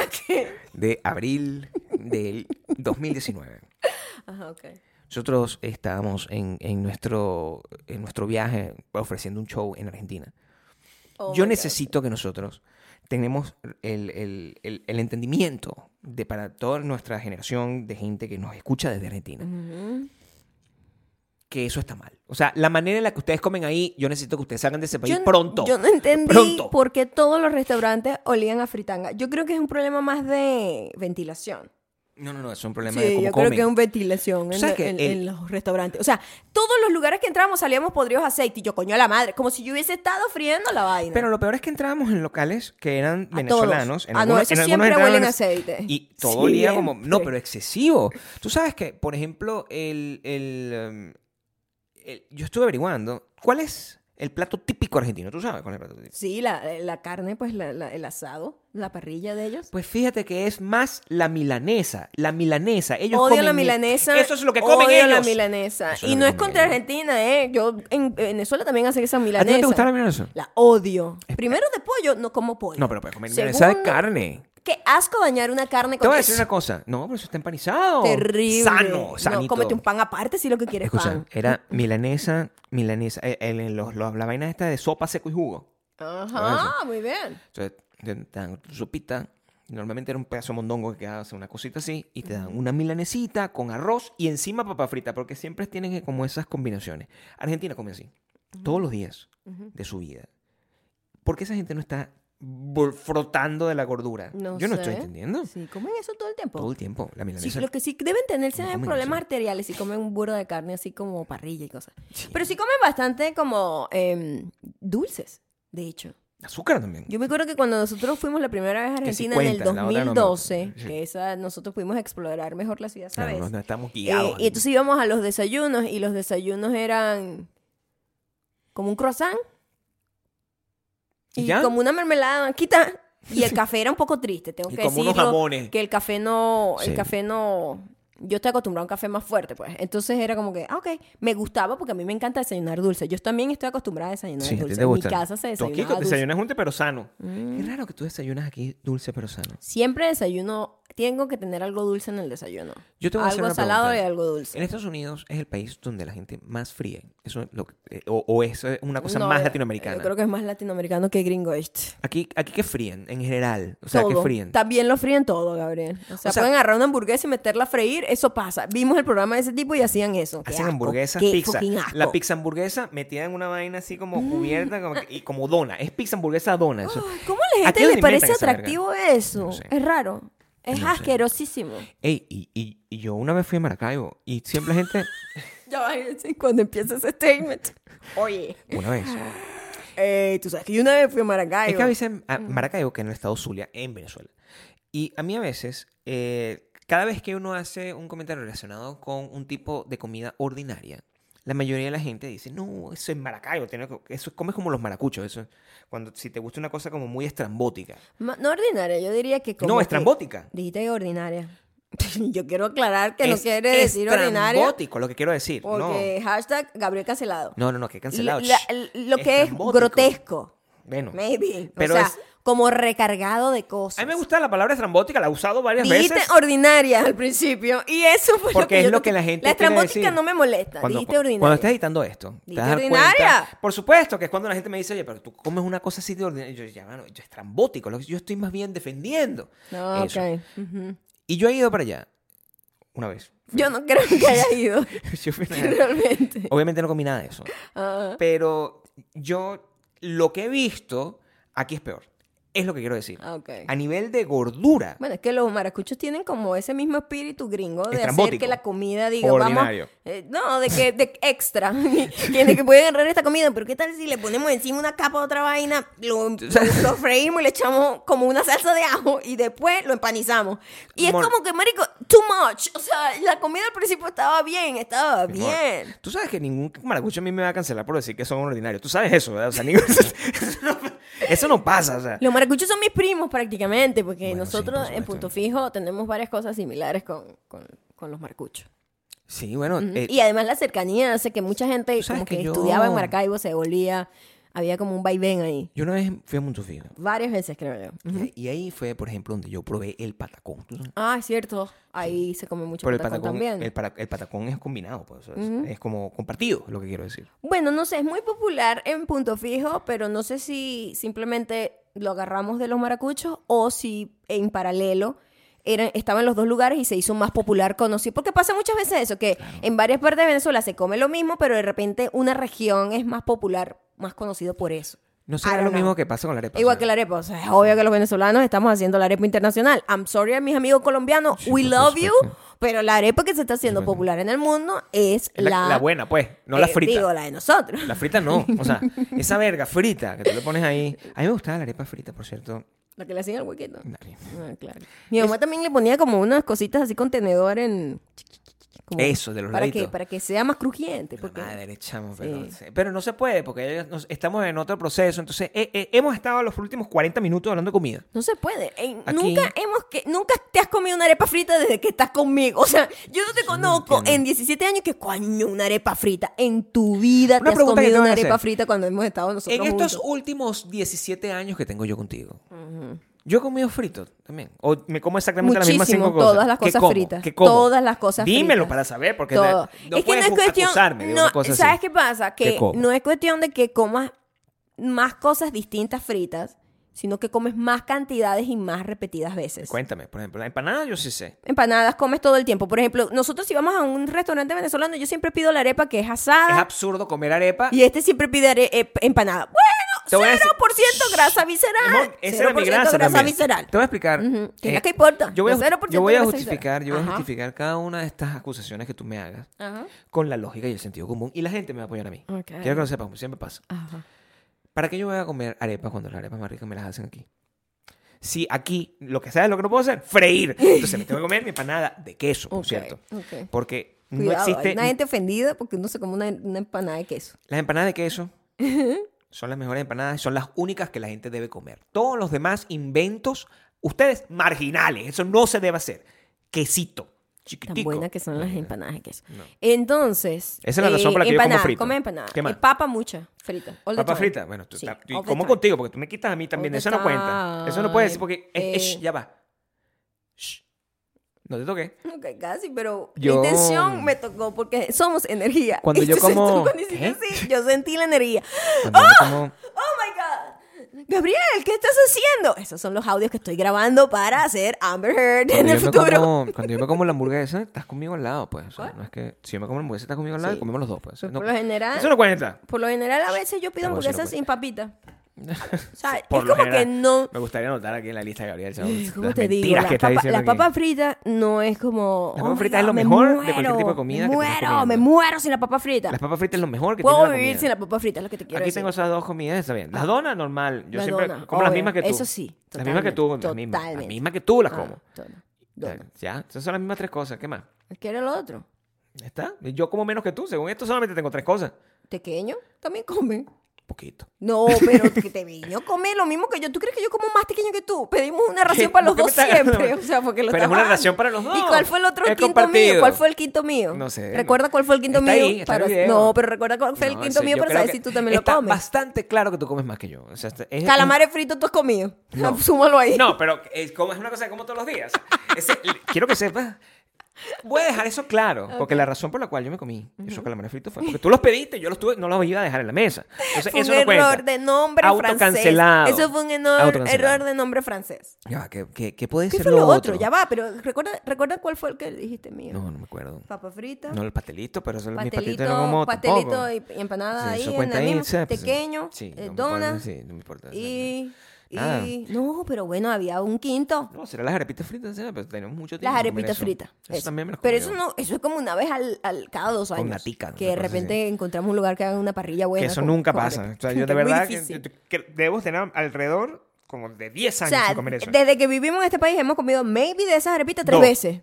de abril del 2019. Ajá, ok. Nosotros estábamos en, en nuestro, en nuestro viaje ofreciendo un show en Argentina. Oh Yo my God. necesito que nosotros tenemos el, el- el- el entendimiento de para toda nuestra generación de gente que nos escucha desde Argentina, que eso está mal. O sea, la manera en la que ustedes comen ahí, yo necesito que ustedes salgan de ese país Yo- pronto. Yo no entendí Pronto. por qué todos los restaurantes olían a fritanga. Yo creo que es un problema más de ventilación. No, no, no, es un problema de Sí, cómo yo creo comen. que es un ventilación en, ¿Sabes la- qué? en- El- en los restaurantes. O sea, todos los lugares que entramos salíamos podridos de aceite y yo coño a la madre, como si yo hubiese estado friendo la vaina. Pero lo peor es que entrábamos en locales que eran A venezolanos. todos. En Ah, no, algunos- esos en algunos siempre entraban huelen en- aceite. Y todo olía como... No, Siempre. pero excesivo. Tú sabes que, por ejemplo, el, el, um, el- Yo estuve averiguando cuál es el plato típico argentino. ¿Tú sabes cuál es el plato típico? Sí, la, la carne, pues la- la- el asado, la parrilla de ellos. Pues fíjate que es más la milanesa. La milanesa. Ellos odio comen la mi- milanesa. Eso es lo que comen odio ellos. la milanesa. Eso es Y lo no que es comen contra ellos. Argentina, ¿eh? Yo en Venezuela también hacen esa ¿A ti milanesa. no te gusta la milanesa? La odio. Primero de pollo, no como pollo. No, pero puedes comer milanesa de Segundo, carne. Qué asco dañar una carne con Te voy a eso. decir una cosa. No, pero eso está empanizado. Terrible. Sano, No, sanito. cómete un pan aparte si lo que quieres es Escucha, pan. era milanesa, milanesa, eh, el- el- los- los- la vaina esta de sopa seco y jugo. Ajá, muy bien. Entonces, te dan tu sopita, normalmente era un pedazo de mondongo que quedaba o sea, una cosita así, y te dan una milanesita con arroz y encima papa frita, porque siempre tienen como esas combinaciones. Argentina come así, todos los días de su vida. ¿Por qué esa gente no está bol- frotando de la gordura? No Yo no estoy sé. entendiendo. Sí, comen eso todo el tiempo. Todo el tiempo, la Sí, milanesa. lo que sí deben tener ¿Cómo serán comen problemas eso? arteriales si comen un burro de carne así como parrilla y cosas. Sí. Pero sí comen bastante como em, dulces, de hecho. Azúcar también. Yo me acuerdo que cuando nosotros fuimos la primera vez a Que sí Argentina cuentan, en la el otra no me- 2012, Sí. que esa nosotros pudimos explorar mejor la ciudad, Claro, ¿sabes? no, no estamos Eh, guiados. y entonces íbamos a los desayunos y los desayunos eran como un croissant ¿Y y ya? como una mermelada de banquita y el café era un poco triste, tengo Y que como unos decirlo, jamones. que el café no el Sí. café no yo estoy acostumbrado a un café más fuerte, pues. Entonces era como que, ah, ok, me gustaba porque a mí me encanta desayunar dulce. Yo también estoy acostumbrada a desayunar Sí, dulce. te en mi gusta. casa se Tú aquí desayunaba dulce. Mm. desayunas junto pero sano. Qué raro que tú desayunas aquí dulce pero sano. Siempre desayuno, tengo que tener algo dulce en el desayuno. Yo te voy a hacer algo una salado pregunta. y algo dulce. En Estados Unidos es el país donde la gente más fría. Eso es lo que- eh, o, o eso es una cosa No, más yo- latinoamericana. Yo creo que es más latinoamericano que gringo este. Aquí, aquí que fríen, en general. O sea, que Todo. fríen. También lo fríen todo, Gabriel. O sea, sea- pueden agarrar una hamburguesa y meterla a freír. Eso pasa. Vimos el programa de ese tipo y hacían eso. Qué Hacen asco, hamburguesas, qué pizza. fucking asco. Mm. La pizza hamburguesa metida en una vaina así como cubierta como que- y como dona. Es pizza hamburguesa dona. Eso. Ay, ¿Cómo a la ¿A gente qué hora le inventan parece esa verga? atractivo eso? No sé. Es raro. Es No sé. asquerosísimo. Ey, y, y- y yo una vez fui a Maracaibo y siempre la gente... Ya va, sí, cuando empieza ese statement. Oye. Una vez. eh, tú sabes que yo una vez fui a Maracaibo. Es que a veces a Mm. Maracaibo, que en el estado Zulia, en Venezuela. Y a mí a veces, eh, cada vez que uno hace un comentario relacionado con un tipo de comida ordinaria, la mayoría de la gente dice, no, eso es Maracaibo, tiene que- eso comes como los maracuchos, eso es- cuando si te gusta una cosa como muy estrambótica. Ma- No ordinaria, yo diría que como No, que- estrambótica. Dijiste que ordinaria. yo quiero aclarar que no Es quiere decir ordinaria. estrambótico, lo que quiero decir. Porque hashtag Gabriel Cancelado. No, no, no, no, que he cancelado. La- Shh. l- lo que es Estrambótico. grotesco. Bueno, Maybe. Pero o sea, es- como recargado de cosas. a mí me gusta la palabra estrambótica, la he usado varias Dijiste veces. ordinaria al principio. Y eso fue Porque lo que es yo lo no- que la gente La quiere estrambótica decir. no me molesta. Cuando, Dijiste cu- ordinaria. cuando estás editando esto, te Dijiste vas a dar ordinaria. cuenta- Por supuesto que es cuando la gente me dice, oye, pero tú comes una cosa así de ordinaria. Yo, ya, mano, yo estrambótico, lo que- yo estoy más bien defendiendo. No, eso. Ah, ok. Ujú. Y yo he ido para allá una vez. Yo no creo que haya ido. Yo fui para allá. realmente. Obviamente no comí nada de eso. Ah. Pero yo, lo que he visto, aquí es peor. Es lo que quiero decir. Ah, ok. A nivel de gordura, Bueno, es que los maracuchos tienen como ese mismo espíritu gringo de hacer Estrambótico. que la comida diga, Ordinario. vamos, eh, no, de que de extra, tiene que pueden agarrar esta comida, pero qué tal si le ponemos encima una capa de otra vaina, lo, lo- lo freímos y le echamos como una salsa de ajo y después lo empanizamos. Y es Mon- como que, marico, too much, o sea, la comida al principio estaba bien, estaba Mi amor, bien. Tú sabes que ningún maracucho a mí me va a cancelar por decir que son ordinarios. Tú sabes eso, ¿verdad? O sea, ningún- eso, no, eso no pasa. O sea, Los maracuchos son mis primos prácticamente, porque Bueno, sí, por nosotros en supuesto. Punto Fijo tenemos varias cosas similares con, con- con los maracuchos. sí, bueno. eh, Y además la cercanía hace que mucha gente Tú sabes como que, que yo- estudiaba en Maracaibo, se volvía, había como un vaivén ahí. Yo una vez fui a Montofino. Varias veces creo yo. Y ahí fue, por ejemplo, donde yo probé el patacón. ¿Tú sabes? Ah, es cierto. Ahí se come mucho Pero el patacón patacón, también. el, para- el patacón es combinado, pues, o sea, es- es, como compartido, es lo que quiero decir. Bueno, no sé, es muy popular en Punto Fijo, pero no sé si simplemente lo agarramos de los maracuchos o si en paralelo eran, estaban los dos lugares y se hizo más popular conocido. Porque pasa muchas veces eso, que en varias partes de Venezuela se come lo mismo, pero de repente una región es más popular, más conocido por eso. No I será don't lo know. mismo que pasa con la arepa. Igual ¿sabes? que la arepa, o sea, es obvio que los venezolanos estamos haciendo la arepa internacional. I'm sorry a mis amigos colombianos, we por love you, supuesto. pero la arepa que se está haciendo popular en el mundo es Es la, la, la buena, pues, no la eh, frita. Digo, la de nosotros. La frita no, o sea, esa verga frita que tú le pones ahí. A mí me gustaba la arepa frita, por cierto. La que le hacían al huequito. Dale. Ah, claro. Mi mamá también le ponía como unas cositas así con tenedor en... como- Eso, de los para laditos. que, para que sea más crujiente. La Porque... Madre, chamo, pero, Sí. se- pero no se puede porque ya nos- estamos en otro proceso. Entonces, eh, eh, hemos estado los últimos 40 minutos hablando de comida. No se puede. En- Aquí- nunca hemos que nunca te has comido una arepa frita desde que estás conmigo. O sea, yo no te conozco entiendo. en 17 años que coño una arepa frita en tu vida Una te has pregunta que te comido voy una a arepa hacer. frita cuando hemos estado nosotros En estos juntos. últimos 17 años que tengo yo contigo, yo he comido frito también. O me como exactamente las mismas Muchísimo, cinco cosas. todas las ¿Qué cosas como? fritas, ¿Qué como? todas las cosas Dímelo fritas. para saber, porque Todo. no, no puedes acusarme de no, una cosa así. ¿Sabes qué pasa? Que ¿Qué como? no es cuestión de que comas más cosas distintas fritas, sino que comes más cantidades y más repetidas veces. Cuéntame, por ejemplo, la empanada yo sí sé. Empanadas comes todo el tiempo. Por ejemplo, nosotros si vamos a un restaurante venezolano, yo siempre pido la arepa que es asada. Es absurdo comer arepa. Ah. Y este siempre pide are- eh, empanada. Te Bueno, voy a decir- 0% grasa visceral. Amor, esa era mi 0% grasa también. visceral. Te voy a explicar. Ujú, que eh, la que importa, Yo voy a, el 0% yo voy a grasa justificar, visceral. yo voy a Ajá. justificar cada una de estas acusaciones que tú me hagas Ajá. con la lógica y el sentido común. Y la gente me va a apoyar a mí. Ok. Quiero que lo sepas, como siempre pasa. Ajá. ¿Para qué yo voy a comer arepas cuando las arepas más ricas me las hacen aquí? Si aquí lo que sabes lo que no puedo hacer, freír. Entonces me tengo que comer mi empanada de queso, por Ok, cierto. ok. Porque Cuidado, eh, no existe. hay una gente ofendida porque uno se come una, una empanada de queso. Las empanadas de queso son las mejores empanadas y son las únicas que la gente debe comer. Todos los demás inventos, ustedes marginales. Eso no se debe hacer. Quesito. Tan chiquitico. buenas que son las empanadas de queso. No. Entonces. eh, Esa es la razón por la que yo como empanada, frito. Come empanada. ¿Qué más? Y papa mucha, frita. all the Papa time. frita, bueno, tú, Sí, ta- y all the como time. contigo, porque tú me quitas a mí también, the eso no cuenta. Eso no puedes decir porque, eh, eh, Eh. shh, ya va. Shh. No te toques. Ok, casi, pero Yo- mi intención me tocó porque somos energía. Este Cuando yo Entonces, como- ¿Eh? tú cuando hiciste ¿Qué? así, yo sentí la energía. Cuando ¡Ah! yo como- ¡Oh, my God! Gabriel, ¿qué estás haciendo? Esos son los audios que estoy grabando para hacer Amber Heard en Cuando el yo me futuro. como- cuando yo me como la hamburguesa, estás conmigo al lado, pues. O sea, no es que si yo me como la hamburguesa, estás conmigo al lado Sí. y comemos los dos, pues. Pero No- por lo general- Eso no cuenta. Por lo general, a veces yo pido Perdón, sí, no hamburguesas puede. sin papita. O sea, Por es lo como que general, no... Me gustaría anotar aquí en la lista, Gabriel. esas- ¿Cómo las te digo? mentiras Las que estás papas- diciendo las aquí. papas fritas no es como. Las oh papas my fritas es God, lo me mejor de muero, cualquier tipo de comida Me que tú estés muero, me comiendo. muero sin la papa frita. Las papas fritas es lo mejor que Puedo tiene la vivir comida. sin la papa frita, es lo que te quiero Aquí decir. Ah. tengo esas dos comidas, está bien. Las donas, normal. Yo Las siempre donas, como las obvio. mismas que tú. Eso sí, Las mismas que tú, las mismas. Las totalmente. mismas que tú las Ah, como. dona, Ya, dona. Ya, esas son las mismas tres cosas. ¿Qué más? ¿Qué era lo otro? Ya ¿Está? Yo como menos que tú. Según esto, solamente tengo tres cosas. Tequeño también come. Poquito. No, pero que tequeño come lo mismo que yo. ¿Tú crees que yo como más tequeño que tú? Pedimos una ración para los ¿Por dos qué me estás- siempre. O sea, porque lo Pero es estamos una dando. ración para los dos. ¿Y cuál fue el otro Es quinto mío? compartido. ¿Cuál fue el quinto mío? No sé, ¿Recuerda no. cuál fue el quinto Está mío? ahí, está en el Para- video. No, pero recuerda cuál fue el No, quinto eso mío yo para creo saber que si tú también lo está comes. bastante claro que tú comes más que yo. O sea, este- es- Calamares fritos tú has comido. No. Súmalo ahí. No, pero es, como, es una cosa que como todos los días. Ese- quiero que sepas. Voy a dejar eso claro, porque la razón por la cual yo me comí esos calamares fritos fue porque tú los pediste, yo los tuve, no los iba a dejar en la mesa. Entonces, Fue un eso no error cuenta. de nombre francés. Autocancelado. Eso fue un enor- Autocancelado. error de nombre francés. Ya va, ¿qué, qué, qué puede ¿Qué ser fue lo, lo otro? Ya va, pero recuerda, recuerda cuál fue el que dijiste mío. No, no me acuerdo. Papa frita. No, el pastelito, pero eso mis Pastelito, pastelitos no como pastelito tampoco. y y empanada Sí, ahí, eso en cuenta la ahí, misma, sí, pues, sí. pequeño, Sí, eh, no me dona acuerdo, sí, no me importa. y, Ah. y- No, pero bueno, había un quinto. No, será las arepitas fritas, ¿sí? pero tenemos mucho tiempo. Las sin comer arepitas eso. fritas. Eso, eso. también me las Pero comí eso yo. no, eso es como una vez al, al- cada dos años. natica, que una de cosa así. repente encontramos un lugar que haga una parrilla Que buena. eso con- nunca con pasa. arepa. O sea, yo Que de es muy verdad que, difícil. que debo tener alrededor como de 10 O años sea, sin comer eso. desde que vivimos en este país hemos comido maybe de esas arepitas tres Dos. veces.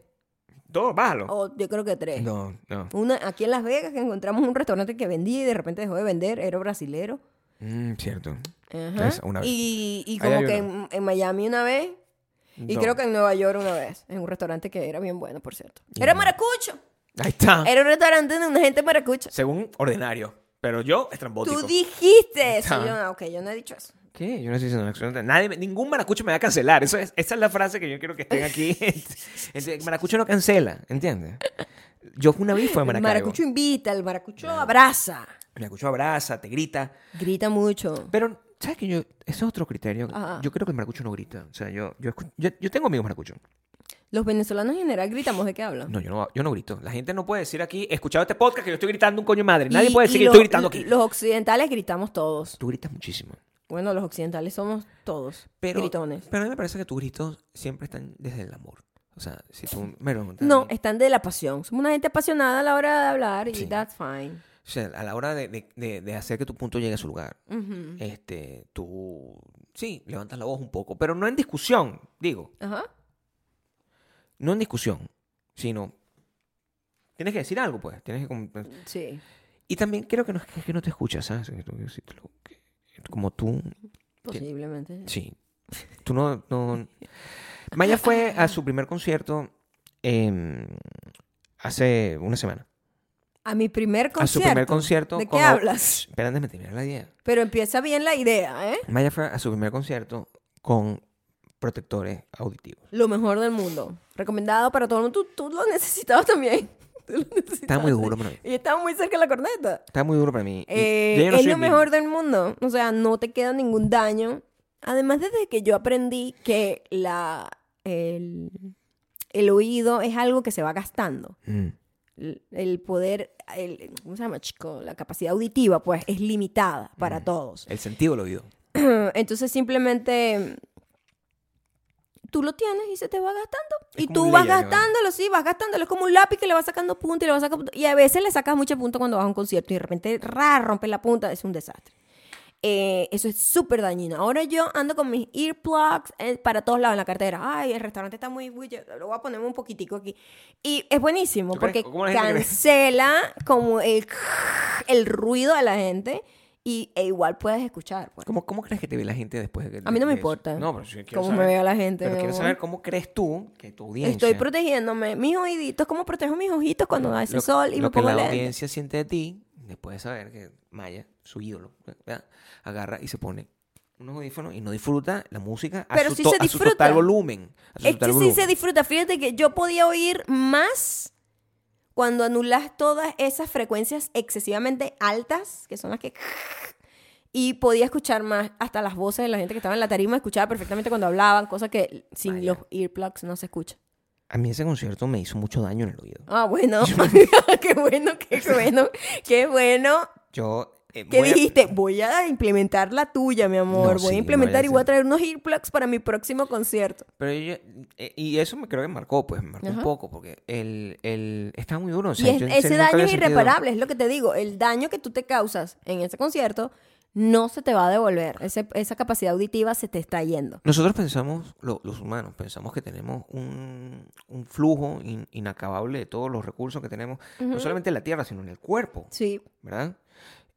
Todo, bájalo. O yo creo que tres. No, no. Una aquí en Las Vegas que encontramos un restaurante que vendía y de repente dejó de vender, era brasilero. Mm, cierto. Ajá. Esa, una vez. Y, y Ahí como hay que una. en, en Miami una vez. Y No. creo que en Nueva York una vez. En un restaurante que era bien bueno, por cierto. Y Era no. maracucho. Ahí está. Era un restaurante de una gente maracucha. Según ordinario. Pero yo, estrambótico. Tú dijiste eso. Está. Y yo, "Ah, ok, yo no he dicho eso. ¿Qué? Yo no estoy diciendo absolutamente nadie, me- Ningún maracucho me va a cancelar. Eso es, esa es la frase que yo quiero que estén aquí. El maracucho no cancela, ¿entiendes? Yo una vez fue a el Maracaibo. maracucho invita, el maracucho abraza. maracucho abraza, te grita. Grita mucho. Pero, ¿sabes qué? Yo, ese es otro criterio. Ajá. Yo creo que el maracucho no grita. O sea, yo, yo, escu- yo, yo tengo amigos maracuchos. Los venezolanos en general gritamos de qué hablan. No yo, no, yo no grito. La gente no puede decir aquí, he escuchado este podcast que yo estoy gritando un coño de madre. Nadie Y- puede decir y que los- estoy gritando aquí. Los occidentales gritamos todos. Tú gritas muchísimo. Bueno, los occidentales somos todos Pero, gritones. pero a mí me parece que tus gritos siempre están desde el amor. O sea, si tú me preguntas. a No, mí- están de la pasión. Somos una gente apasionada a la hora de hablar y Sí. that's fine. O sea, a la hora de, de- de- de hacer que tu punto llegue a su lugar, Ujú. este, tú, sí, levantas la voz un poco, pero no en discusión, digo, Ajá. no en discusión, sino tienes que decir algo, pues, tienes que... como- Sí. Y también creo que no es que, que no te escuchas, ¿sabes? Que tú- que si te lo- que- como tú, Posiblemente. sí, tú no... no... Maya fue a Ah. su primer concierto em, hace una semana. A mi primer A su primer concierto. concierto... ¿De qué con- hablas? Espera, déjame terminar la idea. Pero empieza bien la idea, ¿eh? Maya fue a su primer concierto con protectores auditivos. Lo mejor del mundo. Recomendado para todo el mundo. Tú, tú lo necesitabas también. Tú lo Estaba necesitabas. muy duro para mí. Y estaba muy cerca de la corneta. Estaba muy duro para mí. Y- Eh, ya yo no es soy lo el mismo. mejor del mundo. O sea, no te queda ningún daño. Además, desde que yo aprendí que la, el, el oído es algo que se va gastando. Mm. El- El poder, el, ¿cómo se llama, chico? La capacidad auditiva, pues, es limitada para todos. El sentido del oído. Entonces, simplemente tú lo tienes y se te va gastando. Es y como tú un vas layer que va- gastándolo, sí, vas gastándolo. Es como un lápiz que le vas sacando punta y le vas sacando punta. Y a veces le sacas mucha punta cuando vas a un concierto y de repente, ra, rompes la punta. Es un desastre. Eh, eso es súper dañino. Ahora yo ando con mis earplugs eh, para todos lados en la cartera. Ay, el restaurante está muy... muy- yo Lo voy a poner un poquitico aquí. Y es buenísimo ¿Tú crees? porque ¿Cómo la gente cree? cancela como el, el ruido de la gente y, e igual puedes escuchar. pues. ¿Cómo, cómo crees que te ve la gente después de, A mí no me de eso? importa. No, pero sí quiero ¿Cómo me saber. vea la gente? Pero mi quiero amor? saber cómo crees tú que tu audiencia. Estoy protegiéndome. Mis oíditos, ¿cómo protejo mis ojitos cuando hace lo- sol y lo me que pongo la lentes? audiencia siente de ti, después de saber que Maya, su ídolo, ¿verdad? agarra y se pone unos audífonos y no disfruta la música a, Pero su, sí to- se a su disfruta. total volumen. a su Es total que sí volumen. se disfruta. Fíjate que yo podía oír más cuando anulas todas esas frecuencias excesivamente altas, que son las que... Y podía escuchar más hasta las voces de la gente que estaba en la tarima, escuchaba perfectamente cuando hablaban, cosa que sin Vaya. los earplugs no se escucha. A mí ese concierto me hizo mucho daño en el oído. Ah, bueno. qué bueno, qué bueno, qué bueno. Yo. eh, ¿Qué voy a- dijiste? Voy a implementar la tuya, mi amor. No, voy sí, a implementar no, ya y voy sé. a traer unos earplugs para mi próximo concierto. Pero yo- eh, y eso me creo que me marcó, pues, me marcó un Ajá. poco, porque el, el, está muy duro. o Y sea, es- yo en ese serio nunca daño había es sentido- irreparable, es lo que te digo. El daño que tú te causas en ese concierto no se te va a devolver. Ese- esa capacidad auditiva se te está yendo. Nosotros pensamos, lo- los humanos, pensamos que tenemos un, un flujo in- inacabable de todos los recursos que tenemos, no solamente en la tierra, sino en el cuerpo, Sí. ¿verdad?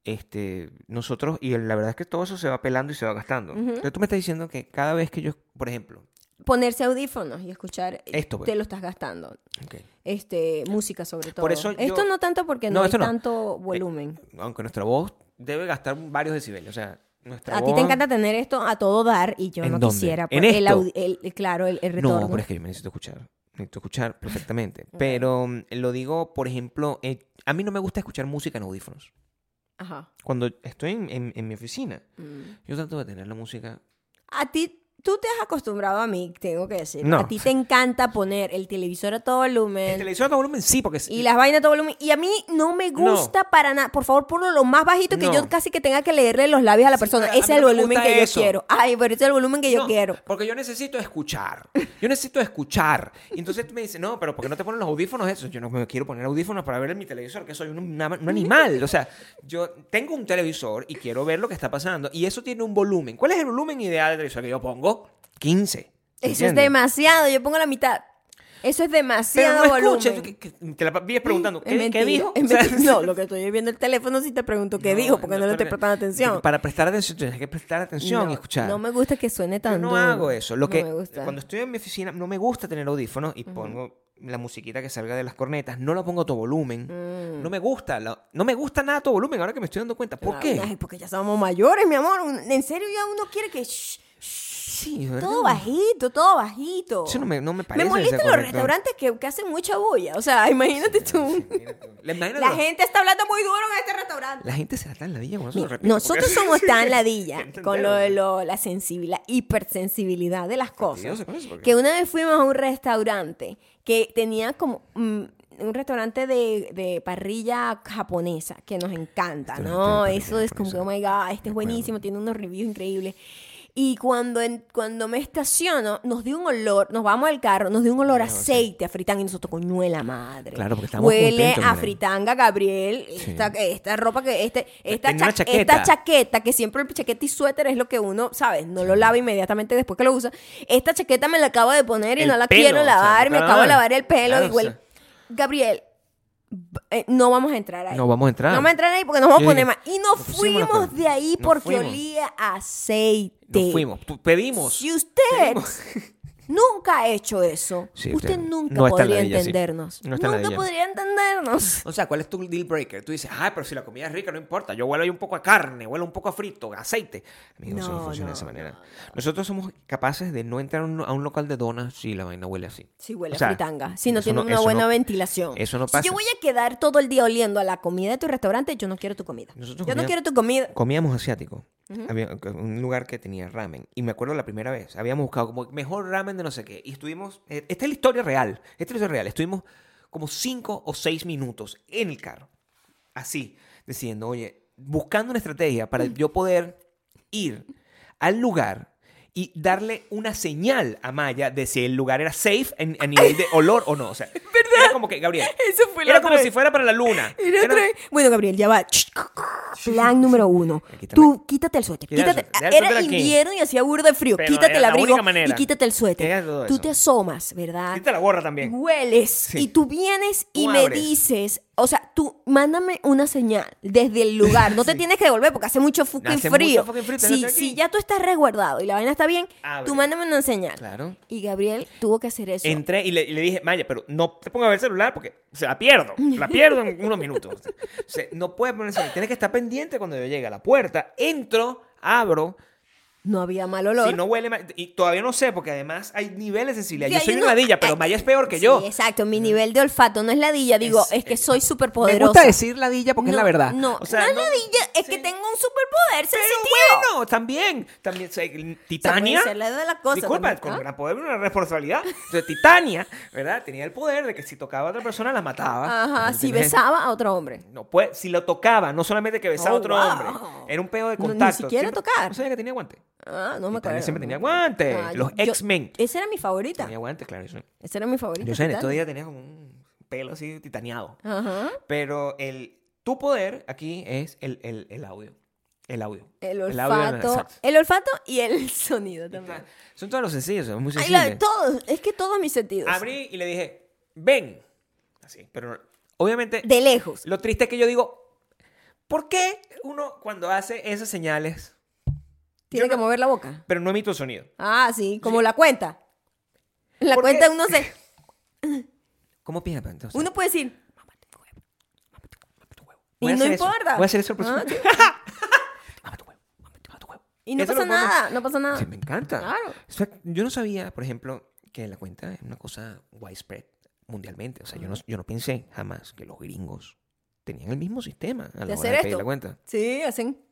Este, nosotros, y la verdad es que todo eso se va pelando y se va gastando. Entonces tú me estás diciendo que cada vez que yo, por ejemplo, Ponerse audífonos y escuchar, eh, Esto, pues. te lo estás gastando. ok, Este, música sobre todo. eso yo- Esto no tanto porque No, no, hay esto no. Eh, tanto volumen. aunque nuestra voz debe gastar varios decibelios, o sea, nuestra a ti voz... te encanta tener esto a todo dar y yo ¿En no dónde? quisiera. ¿En pues, el esto? audi- el- el- claro, el, el retorno. No, pero es que yo me necesito escuchar. Necesito escuchar perfectamente. Pero mm, lo digo, por ejemplo, eh, a mí no me gusta escuchar música en audífonos. Ajá. Cuando estoy en, en- en mi oficina, Mm. yo trato de tener la música. A ti, tú te has acostumbrado a mí, tengo que decir. No. A ti te encanta poner el televisor a todo volumen. El televisor a todo volumen sí, porque Y las vainas a todo volumen. Y a mí no me gusta para nada. Por favor, ponlo lo más bajito que No. yo casi que tenga que leerle los labios a la Sí, persona. pero a ese mí es el no me volumen gusta que eso. yo quiero. Ay, pero ese es el volumen que yo No, quiero. Porque yo necesito escuchar. Yo necesito escuchar. Y entonces tú me dices, no, pero ¿por qué no te pones los audífonos esos? Yo no me quiero poner audífonos para ver en mi televisor, que soy un, una- un animal. O sea, yo tengo un televisor y quiero ver lo que está pasando. Y eso tiene un volumen. ¿Cuál es el volumen ideal del televisor que yo pongo? 15. Eso es ¿entiendes? demasiado. Yo pongo la mitad. Eso es Pero demasiado no volumen. escuchas. que- que- Te la vienes preguntando, Es ¿qué, qué mentira, dijo? es O sea, mentira. no, lo que estoy viendo el teléfono si te pregunto qué dijo, porque no, le estoy porque- prestando atención. Para prestar atención, tienes que prestar atención no, y escuchar. no me gusta que suene Yo tan no duro. hago eso. Lo No que me gusta. cuando estoy en mi oficina no me gusta tener audífonos y pongo la musiquita que salga de las cornetas, no la pongo a todo volumen. Mm. No me gusta, la- no me gusta nada a todo volumen, ahora que me estoy dando cuenta. ¿Por qué? Ay, porque ya somos mayores, mi amor. Un- En serio, ya uno quiere que... shh, sí, ¿verdad? todo bajito, todo bajito. Eso no me, no me parece. me que sea molestan los correcto. restaurantes que, que hacen mucha bulla. O sea, imagínate tú. La, imagínate La los- gente está hablando muy duro en este restaurante. la gente se la está en la villa cuando se lo repite, Nosotros porque- somos tan ladilla Entendemos. con lo de lo- la sensibilidad, hipersensibilidad de las cosas. Fastidioso con eso, porque- Que una vez fuimos a un restaurante que tenía como mm, un restaurante de, de parrilla japonesa que nos encanta, Restaurante ¿no? de parrilla Eso es como que, oh japonesa. my god, este Me es acuerdo. buenísimo, tiene unos reviews increíbles. Y cuando, en- cuando me estaciono, nos dio un olor, nos vamos al carro, nos dio un olor a aceite, a fritanga, y nosotros, coñuela madre. Claro, porque estamos Huele contentos, a madre. fritanga, Gabriel, Sí. esta, esta ropa que, este, esta, Tenía una cha- chaqueta. esta chaqueta, que siempre el chaqueta y suéter es lo que uno, ¿sabes? No lo lava inmediatamente después que lo usa. Esta chaqueta me la acabo de poner y El no la pelo, o quiero sea, lavar, me no, acabo de no. lavar el pelo Claro, y huele. o sea. Gabriel, b- eh, no vamos a entrar ahí. No vamos a entrar. No vamos a entrar ahí porque nos vamos a Yo poner dije, más. Y no nos pusimos la fuimos pena. de ahí Nos porque fuimos. olía a aceite. Nos fuimos. Tú- pedimos. Si usted nunca ha hecho eso, Sí, usted claro. nunca No está en la podría villa, sí. entendernos. No está en la nunca villa. podría entendernos. O sea, ¿cuál es tu deal breaker? Tú dices, ah, pero si la comida es rica, no importa. Yo huelo ahí un poco a carne, huelo un poco a frito, a aceite. Amigos, eso no No, funciona de no, esa no, manera. Nosotros somos capaces de no entrar a un- a un local de donas si la vaina huele así. Si huele O sea, a fritanga, si no eso tiene una eso buena no- ventilación. eso no Si pasa. yo voy a quedar todo el día oliendo a la comida de tu restaurante, yo no quiero tu comida. yo Nosotros comíamos- no quiero tu comida. Comíamos asiático. Había un lugar que tenía ramen. Y me acuerdo la primera vez. Habíamos buscado como mejor ramen de no sé qué. Y estuvimos. eh, Esta es la historia real. Esta es la historia real. Estuvimos como cinco o seis minutos en el carro. Así. Diciendo, oye, buscando una estrategia para yo poder ir al lugar y darle una señal a Maya de si el lugar era safe en, a nivel de olor o no. O sea, era como que, Gabriel. Eso fue la Era como otra si vez. fuera para la luna. Y la Era- otra vez- Bueno, Gabriel, ya va. Plan número uno. Quítame. Tú quítate el suéter. Quítame el Quítate. suéter. Ah, Ya el Era suéter aquí. invierno y hacía burda de frío. Pero quítate era el la abrigo única manera. y quítate el Era suéter. todo Tú eso. te asomas, ¿verdad? Quítate la gorra también. Hueles Sí. y tú vienes y Tú me abres. dices, o sea, tú mándame una señal desde el lugar. No te tienes que devolver porque hace mucho fucking Hace mucho frío. fucking frío, te si, dejaste si aquí. ya tú estás resguardado y la vaina está bien, Abre. tú mándame una señal. Claro. Y Gabriel tuvo que hacer eso. Entré y le, y le dije, Maya, pero no te pongas a ver el celular porque se la pierdo. La pierdo en unos minutos. O sea, o sea, no puedes ponerse. Tienes que estar pendiente cuando yo llegue a la puerta. Entro, abro. No había mal olor. Si no huele mal- Y todavía no sé, porque además hay niveles de sensibilidad. Sí, yo hay soy uno- una ladilla, pero ay, Maya es peor que sí, yo. exacto, mi nivel de olfato no es ladilla, digo, Es- es, que soy súper Me poderosa. gusta decir ladilla porque es la verdad. No, O sea, no es no- ladilla, es que sí. tengo un superpoder sensitivo. Pero bueno, también. también o sea, Titania. Se puede ser la de la cosa Disculpa, también, con ¿ah? gran poder viene una responsabilidad. Entonces, Titania, ¿verdad? Tenía el poder de que si tocaba a otra persona la mataba. Ajá, si ¿Entiendes? besaba a otro hombre. No puede, si lo tocaba, no solamente que besaba a Oh, otro wow. hombre, era un pedo de No, ni contacto. siquiera Siempre- tocar. No sabía que tenía guante. Ah, no me Titania acuerdo. siempre tenía guantes, los yo- X-Men. Esa era mi favorita. Tenía guante, claro. Yo, Esa era mi favorita. yo sé, en estos Titania. días tenía como un pelo así titaneado. Ajá. Pero el, tu poder aquí es el, el, el audio. El audio. El audio era- olfato. exacto. El olfato y el sonido también. Son todos los sencillos, son muy Ay, sencillos. la de todos. Es que todos mis sentidos. Abrí y le dije, ven. Así, pero obviamente De lejos. lo triste es que yo digo, ¿por qué uno cuando hace esas señales, Tiene yo que no- mover la boca. pero no emito sonido? Ah, sí, como la cuenta. La Porque- cuenta uno se... ¿Cómo piensas? pues, entonces? Uno puede decir... "Mámate un huevo, mámate un huevo, mámate un huevo". Voy a Y no hacer eso. importa. Voy a hacer eso el próximo. Ah, sí. Mama tu huevo, mama tu- mama tu huevo. Y no Eso pasa lo podemos- nada, no pasa nada. Sí, me encanta. Claro. O sea, yo no sabía, por ejemplo, que la cuenta es una cosa widespread mundialmente. O sea, yo no, yo no pensé jamás que los gringos tenían el mismo sistema a ¿De la hora hacer de pedir esto? la cuenta. Sí, hacen...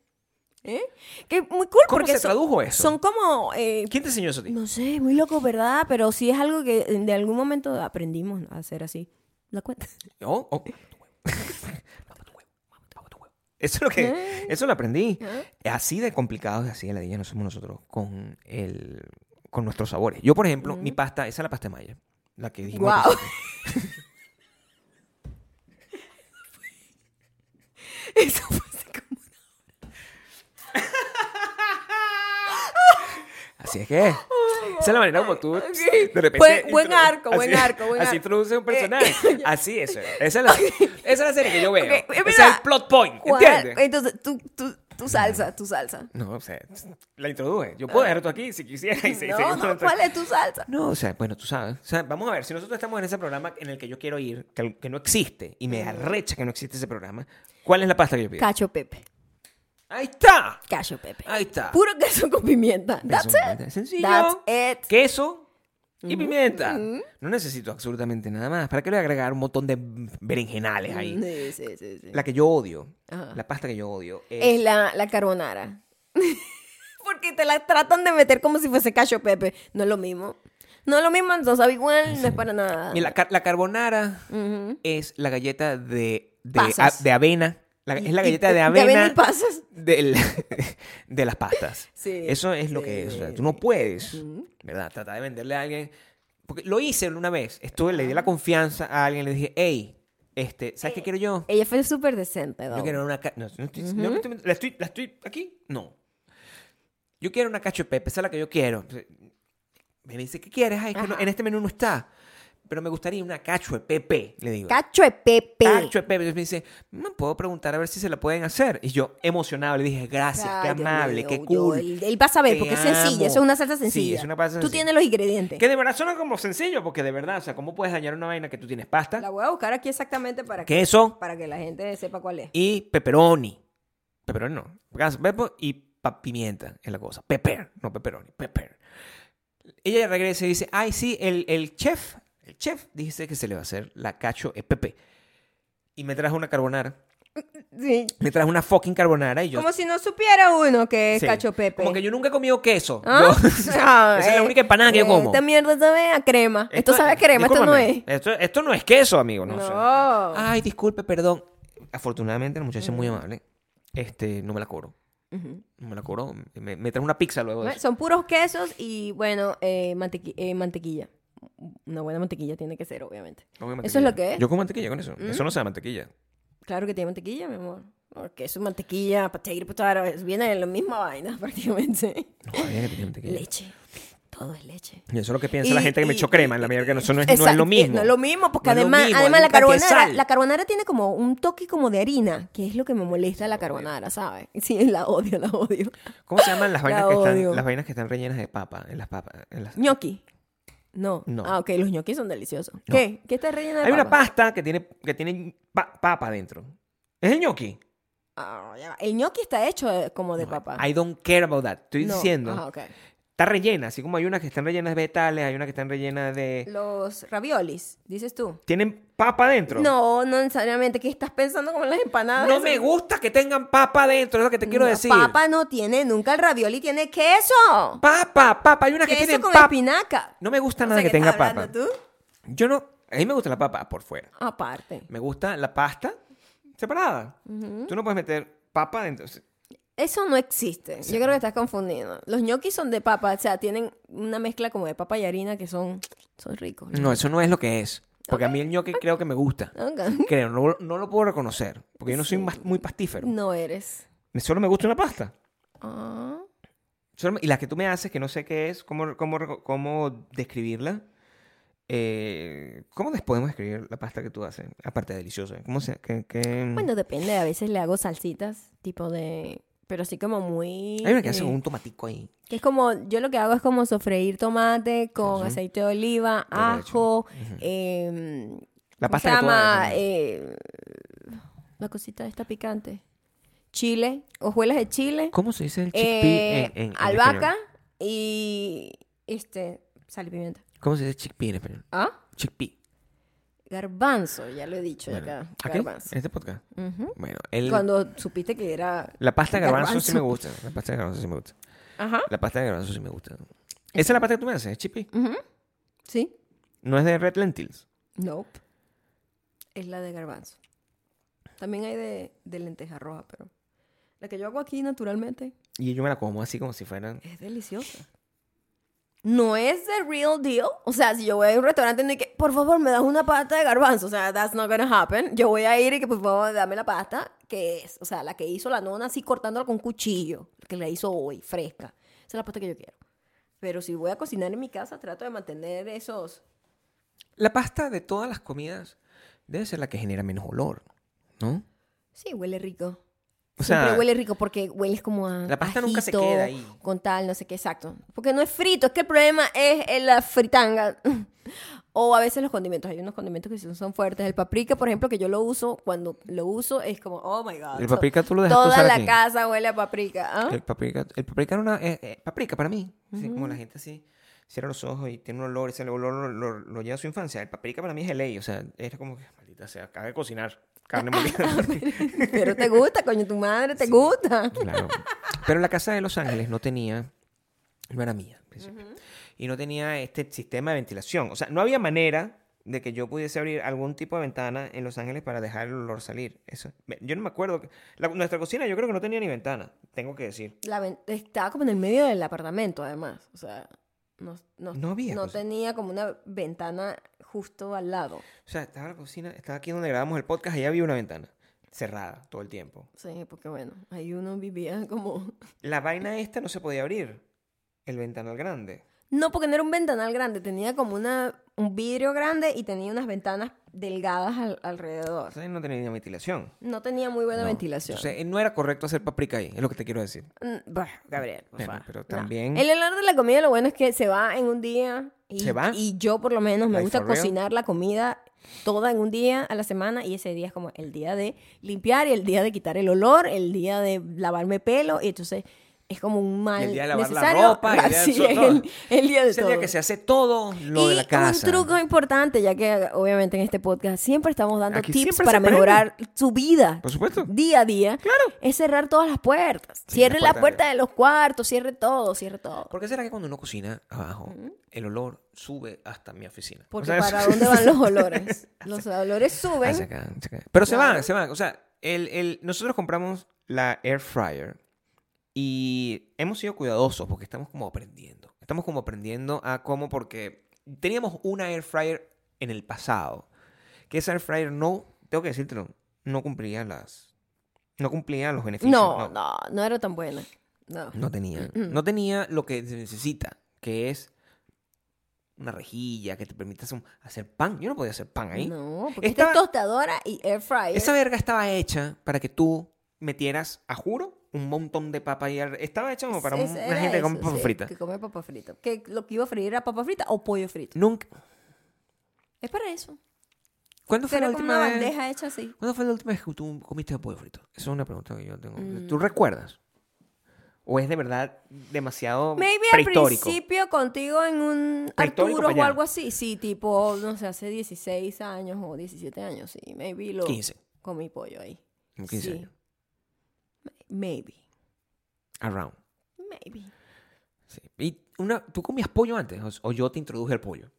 ¿Eh? Que es muy cool ¿Cómo porque se son- tradujo eso? Son como... eh, ¿Quién te enseñó eso a ti? no sé, muy loco, ¿verdad? Pero sí es algo que eh, de algún momento aprendimos a hacer así. La cuenta. Oh, oh. Mama tu huevo, mama tu huevo. Eso es lo que, ¿Eh? eso lo aprendí. Así de complicados y así de ladilla no somos nosotros con el, con nuestros sabores. Yo, por ejemplo, mi pasta, esa es la pasta de Maya, la que dijimos. al Mm. Guau. principio. Eso fue así como... Así es que esa es la manera como tú de repente Buen- buen introdu- arco, buen así- arco, Eh. buen así arco. introduce un personaje. así es. Esa es la, esa es la serie que yo veo. Ok, es Ese es el verdad. plot point, ¿Cuál? Eh. ¿entiendes? Entonces, tú, tú, tu salsa, tu salsa. No, o sea, la introduje. Yo puedo dejar esto aquí si quisiera y se- y No, seguimos no, con- ¿cuál es tu salsa? No, o sea, bueno, tú sabes. O sea, vamos a ver, si nosotros estamos en ese programa en el que yo quiero ir, que, que no existe, y me Mm. arrecha que no existe ese programa, ¿cuál es la pasta que yo pido? Cacho Pepe. ¡Ahí está! Cacho Pepe. Ahí está. Puro queso con pimienta. That's Eso, it. Sencillo. That's it. Queso y pimienta. No necesito absolutamente nada más. ¿Para qué le voy a agregar un montón de berenjenales ahí? Sí, Mm, sí, sí, sí. La que yo odio, Ajá. la pasta que yo odio es... Es la, la carbonara. Porque te la tratan de meter como si fuese cacho Pepe. No es lo mismo. No es lo mismo, no sabe igual, no es para nada. Mira, la, car- la carbonara es la galleta de, de, Pasas. a- de avena. La- es la Y- galleta y- de De avena avena. y pasas. del- de las pastas. Sí, Eso es lo que es. O sea, tú no puedes, ¿verdad? Tratar de venderle a alguien. Porque lo hice una vez. Estuve, le di la confianza a alguien. Le dije, hey, este, ¿sabes Eh, qué quiero yo? Ella fue súper decente, ¿no? Yo quiero una... ca- No, no estoy- no me estoy- ¿La estoy, la estoy aquí? No. Yo quiero una cacho de pepe. Esa es la que yo quiero. Me dice, ¿qué quieres? Ay, es que no- Ajá. en este menú no está. Pero me gustaría una cacho de pepe, le digo. Cacho de Pepe. Cacho de Pepe. Entonces me dice, me puedo preguntar a ver si se la pueden hacer. Y yo, emocionado, le dije, gracias, Ay, qué Dios amable, mío, qué yo- cool. él, él va a saber, Te porque es amo. sencilla. Eso es una salsa Sí, sencilla. es una salsa Tú sencilla. tienes los ingredientes. Que de verdad suena como sencillo, porque de verdad, o sea, ¿cómo puedes dañar una vaina que tú tienes pasta, La voy a buscar aquí exactamente para que, queso para que la gente sepa cuál es. y pepperoni? Pepperoni no. Gas, pepo y pa- pimienta es la cosa. Pepper, no pepperoni, pepper. Ella regresa y dice, ay, sí, el, el chef, el chef dice que se le va a hacer la cacho e pepe. Y me trajo una carbonara. Sí. Me trajo una fucking carbonara y yo... Como si no supiera uno que es Sí. Cacho Pepe. Como que yo nunca he comido queso. ¿Ah? Yo- esa es la eh, única empanada que yo eh, como. Esta mierda sabe a crema. Esto, sabe a crema, esto no es. discúlpame, Esto, esto no es queso, amigo. No. Ah, No. o sea, Ay, disculpe, perdón. Afortunadamente, la muchacha Mm. es muy amable. Este, no me la cobró. Ujú. No me la cobró. Me, me trajo una pizza luego de Bueno, eso. Son puros quesos y, bueno, eh, mantequi- eh, mantequilla. una buena mantequilla tiene que ser, obviamente. No con Eso es mantequilla. lo que es. Mm. Yo como mantequilla con eso. Eso no sabe a mantequilla. Claro que tiene mantequilla, mi amor. Porque es mantequilla, potato, potato, es- viene en la misma vaina prácticamente. No sabía que tenía mantequilla. Leche. Todo es leche. Y eso es lo que piensa Y- la gente que me y- echó crema en la medida que no, eso no es, no es Exacto, lo eh, mismo. No es lo mismo, porque No es lo además, mismo, además hay la un cantidad de carbonara, sal. la carbonara tiene como un toque como de harina, que es lo que me molesta de la carbonara, ¿sabes? Sí, la odio, la odio. ¿Cómo se llaman las La vainas, que odio. están, las vainas que están rellenas de papa? En las papas. en las- Ñoqui. No. No. Ah, ok, los ñoquis son deliciosos. ¿Qué? ¿Qué está rellena de Hay una papa? pasta que tiene, que tiene pa- papa dentro. ¿Es el ñoqui? Ah, ya va. El ñoqui está hecho de- como de papa. I don't care about that. Estoy No. diciendo. Ah, ok. Está rellena. Así como hay unas que están rellenas de vegetales, hay unas que están rellenas de... Los raviolis, dices tú. ¿Tienen papa dentro? No, no necesariamente. ¿Qué estás pensando como en las empanadas? No me gusta que tengan papa dentro, es lo que te quiero No, decir. Papa no tiene nunca el ravioli, tiene queso. Papa, papa. Hay unas que Queso tienen con papa. espinaca. No me gusta No nada sé que qué tenga estás papa. hablando tú. Yo no... A mí me gusta la papa por fuera. Aparte. Me gusta la pasta separada. Tú no puedes meter papa dentro. Eso no existe. Yo creo que estás confundiendo. Los ñoquis son de papa, o sea, tienen una mezcla como de papa y harina que son, son ricos. No, eso no es lo que es. Porque a mí el ñoque creo que me gusta. Ok. Creo, no, no lo puedo reconocer. Porque yo no soy mas- muy pastífero. No eres. Me- Solo me gusta una pasta. Ah. Solo me- y la que tú me haces, que no sé qué es, cómo, cómo, reco- cómo describirla. Eh, ¿Cómo les podemos describir la pasta que tú haces? Aparte de deliciosa. ¿Cómo se.? qué- qué- Mm. Bueno, depende. A veces le hago salsitas, tipo de. Pero así como muy. Hay una que hace eh, con un tomatico ahí. Que es como, yo lo que hago es como sofreír tomate con Ujú. aceite de oliva, Ya lo he ajo, hecho. Ujú. em, ¿cómo Mm. La se pasta que tú llama? haces. Eh, la cosita esta picante. Chile, hojuelas de chile, ¿Cómo se dice el chickpea eh, en- en- en albahaca español? y este, sal y pimienta. ¿Cómo se dice chickpea en español? ¿Ah? Chickpea. Garbanzo, ya lo he dicho Bueno, acá. ¿a qué? Garbanzo. ¿En este podcast? Ujú. Bueno, el, Cuando supiste que era... la pasta de garbanzo, sí garbanzo. me gusta. La pasta de garbanzo sí me gusta. Ajá. La pasta de garbanzo sí me gusta. Esa es la pasta que tú me haces, es chickpea. ¿Sí? No es de red lentils. Nope. Es la de garbanzo. También hay de, de lenteja roja, pero la que yo hago aquí naturalmente Y yo me la como así como si fueran. es deliciosa. No es the real deal. O sea, si yo voy a un restaurante y que, por favor, me das una pasta de garbanzo. O sea, that's not gonna happen. Yo voy a ir y que, por favor, dame la pasta, que es, o sea, la que hizo la nona así cortándola con cuchillo, que la hizo hoy, fresca. Esa es la pasta que yo quiero. Pero si voy a cocinar en mi casa, trato de mantener esos. La pasta de todas las comidas debe ser la que genera menos olor, ¿no? Sí, huele rico. O sea, Siempre huele rico porque hueles como a. La pasta nunca se ajito, queda ahí. Con tal, no sé qué, exacto. Porque no es frito, es que el problema es en la fritanga. o a veces los condimentos. Hay unos condimentos que sí son fuertes. El paprika, por ejemplo, que yo lo uso, cuando lo uso es como, oh my god. El so- paprika tú lo dejas Toda usar la aquí. casa huele a paprika. ¿ah? el paprika, el paprika era una eh, eh, paprika para mí, Así como la gente así cierra los ojos y tiene un olor, ese olor lo, lo- lo lleva a su infancia. El paprika para mí es el ley, o sea, era como que maldita sea, acaba de cocinar carne molida. Pero te gusta, coño, tu madre, te gusta. Claro. Pero la casa de Los Ángeles no tenía, no era mía, al principio. y no tenía este sistema de ventilación. O sea, no había manera de que yo pudiese abrir algún tipo de ventana en Los Ángeles para dejar el olor salir. Eso, me- yo no me acuerdo. que- la- nuestra cocina yo creo que no tenía ni ventana, tengo que decir. La ven- estaba como en el medio del apartamento, además. O sea, no, no, No había pues. no cosa. tenía como una ventana justo al lado. O sea, estaba la cocina, estaba aquí donde grabamos el podcast, allá había una ventana cerrada todo el tiempo. Sí, porque bueno, ahí uno vivía como... La vaina esta no se podía abrir, el ventanal grande. No, porque no era un ventanal grande, tenía como una, un vidrio grande y tenía unas ventanas delgadas al- alrededor. O sea, no tenía ni ventilación. No tenía muy buena No. ventilación. Entonces, eh, no era correcto hacer paprika ahí, es lo que te quiero decir. Mm, bah, Gabriel, por Bueno, favor. pero No. también- El olor de la comida, lo bueno es que se va en un día. Y, ¿Se va? Y yo, por lo menos, me Like, gusta for real? cocinar la comida toda en un día a la semana. Y ese día es como el día de limpiar, y el día de quitar el olor, el día de lavarme pelo. Y entonces es como un mal el día de lavar la necesario. ropa, y el día de Así so- es, todo. el, el día de Ese día todo. que se hace todo lo y de la casa. un truco importante, ya que obviamente en este podcast siempre estamos dando Aquí tips siempre para se aprende. mejorar su vida. Por supuesto. Día a día. Claro. Es cerrar todas las puertas. Sí, cierre las la puertas puerta de los cuartos, cierre todo, cierre todo. ¿Por qué será que cuando uno cocina abajo, el olor sube hasta mi oficina? O Porque sea, para dónde van los olores. Los olores hacia suben. acá, hacia acá. Pero se Claro. van, se van. O sea, el, el- nosotros compramos la air fryer y hemos sido cuidadosos porque estamos como aprendiendo. Estamos como aprendiendo a cómo, porque teníamos una air fryer en el pasado. Que esa air fryer no, tengo que decírtelo, no cumplía las. No cumplía los beneficios. No, no, no era tan buena. No. No tenía. Mm. No tenía lo que se necesita, que es una rejilla que te permita hacer un- hacer pan. Yo no podía hacer pan ahí. No, porque esta Estaba- es tostadora y air fryer. Esa verga estaba hecha para que tú metieras, a juro, un montón de papa y ar- Estaba hecha como para Sí, un- sí, una era gente que come eso, papa sí, frita. Que come papa frita. Que lo que iba a freír era papa frita o pollo frito. Nunca. Es para eso. ¿Cuándo fue Era Mm. la como una última vez? bandeja hecha así. ¿Cuándo fue la última vez que tú comiste pollo frito? Esa es una pregunta que yo tengo. Mm. ¿Tú recuerdas? ¿O es de verdad demasiado Maybe al prehistórico? principio contigo en un Prehistórico pues, Arturo para o allá. algo así. Sí, tipo, no sé, hace 16 años o 17 años, sí. Maybe lo 15. comí pollo ahí. Como 15 Sí. años. Maybe. Around. Maybe. Sí. ¿Y una, tú comías pollo antes o, o yo te introduje el pollo?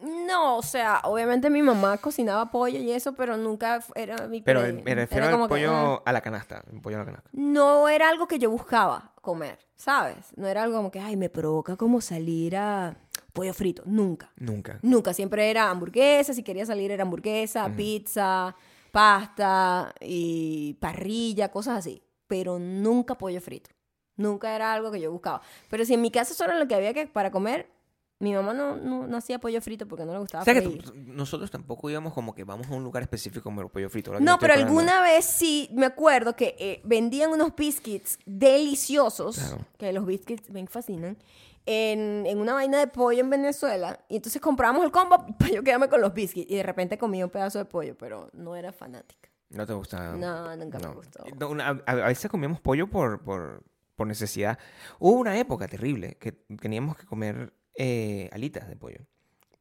No, o sea, obviamente mi mamá cocinaba pollo y eso, pero nunca f- era mi Pero pre- eh, me era refiero al como que, ah, pollo a la canasta. el pollo a la canasta. no era algo que yo buscaba comer, ¿sabes? No era algo como que, ay, me provoca como salir a pollo frito. Nunca. Nunca. Nunca. Siempre era hamburguesa. Si quería salir era hamburguesa, pizza, pasta y parrilla, cosas así. Pero nunca pollo frito. Nunca era algo que yo buscaba. Pero si en mi casa solo lo que había que para comer, mi mamá no, no, no hacía pollo frito porque no le gustaba O sea que freír. tú- nosotros tampoco íbamos como que vamos a un lugar específico como el pollo frito. ahora que me No, estoy pero acordando. alguna vez sí me acuerdo que eh, vendían unos biscuits deliciosos, Claro. que los biscuits me fascinan, en, en una vaina de pollo en Venezuela. Y entonces compramos el combo para yo quedarme con los biscuits. Y de repente comí un pedazo de pollo, pero no era fanática. No te gustaba. No, nunca me gustó. Ah, No, una- a, a veces comíamos pollo por, por, por necesidad. Hubo una época terrible que teníamos que comer eh, alitas de pollo.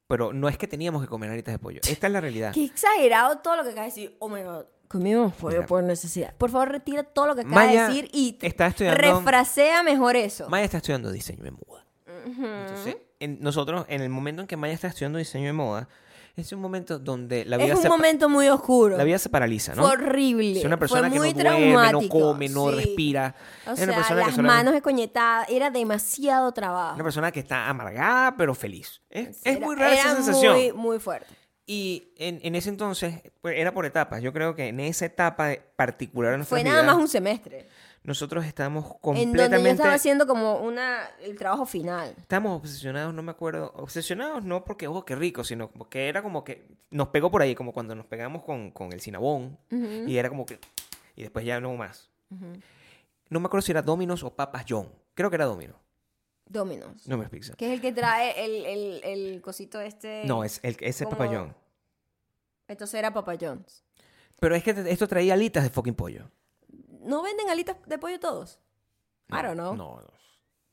Pero no es que teníamos que comer alitas de pollo. Esta es la realidad. Qué exagerado todo lo que acabas de decir. Oh my god. Comimos pollo Mira. por necesidad. Por favor, retira todo lo que acabas Maya de decir y t- está estudiando- refrasea mejor eso. Maya está estudiando diseño de moda. Entonces, en- nosotros, en el momento en que Maya está estudiando diseño de moda, es un momento donde la vida, es un se, pa- momento muy oscuro. la vida se paraliza, ¿no? Fue horrible. Es una persona Fue muy que no duerme, no traumático. come, no Sí. respira. O es sea, una persona las que solamente- manos escoñetadas, era demasiado trabajo. Una persona que está amargada, pero feliz. Es, es Era- muy rara esa era sensación. Muy, muy fuerte. Y en, en ese entonces, pues, era por etapas. Yo creo que en esa etapa de- particular de nuestra Fue nada vida, más un semestre. nosotros estamos En donde yo completamente... estaba haciendo como una, el trabajo final. Estamos obsesionados, no me acuerdo. Obsesionados no porque, oh, qué rico, sino porque era como que nos pegó por ahí, como cuando nos pegamos con, con el Cinnabon. Y era como que... Y después ya no más. No me acuerdo si era Domino's o Papas John. Creo que era Domino's. Dominos. No me pizza. Que es el que trae el, el, el cosito este. No, es el, ese es como- Papa John. Entonces era Papa John's. Pero es que te- esto traía alitas de fucking pollo. ¿No venden alitas de pollo todos? I don't know. No, no.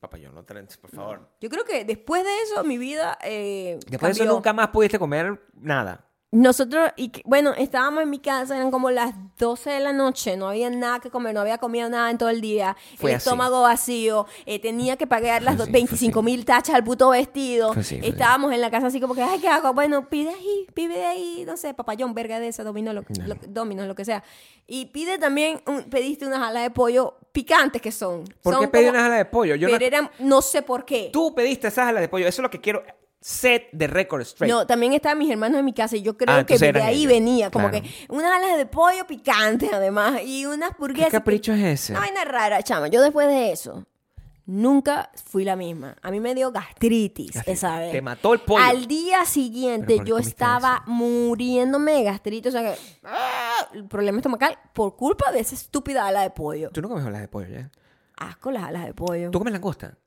Papá, yo no traen, por favor. Yo creo que después de eso, mi vida. eh, Después de eso cambió. nunca más pudiste comer nada. Nosotros, y que- bueno, estábamos en mi casa, eran como las 12 de la noche, no había nada que comer, no había comido nada en todo el día, Fue el así. estómago vacío, eh, tenía que pagar las Fue do- así, fue 25 mil tachas al puto vestido, Fue así, fue estábamos en la casa así como que, ay, ¿qué hago? Bueno, pide ahí, pide ahí, no sé, papayón, verga de esa, domino, lo, No. lo- dominos, lo que sea. Y pide también, un- pediste unas alas de pollo picantes que son. ¿Por Son qué pedí como- unas alas de pollo? Yo pero no- eran, no sé por qué. Tú pediste esas alas de pollo. Eso es lo que quiero. Set de record straight. No, también estaban mis hermanos en mi casa y yo creo Ah, que entonces de eran ahí ellos. venía, como Claro. que unas alas de pollo picantes además y unas ¿Qué hamburguesas. capricho es ese? Una vaina rara, chama. Yo después de eso nunca fui la misma. A mí me dio gastritis, Gastritis. esa vez. Te mató el pollo. Al día ¿Pero siguiente por qué yo comiste estaba muriéndome de gastritis, o sea que ¡ah! el problema estomacal por culpa de esa estúpida ala de pollo. Tú no comes alas de pollo, ¿ya? Asco las alas de pollo. ¿Tú comes langosta?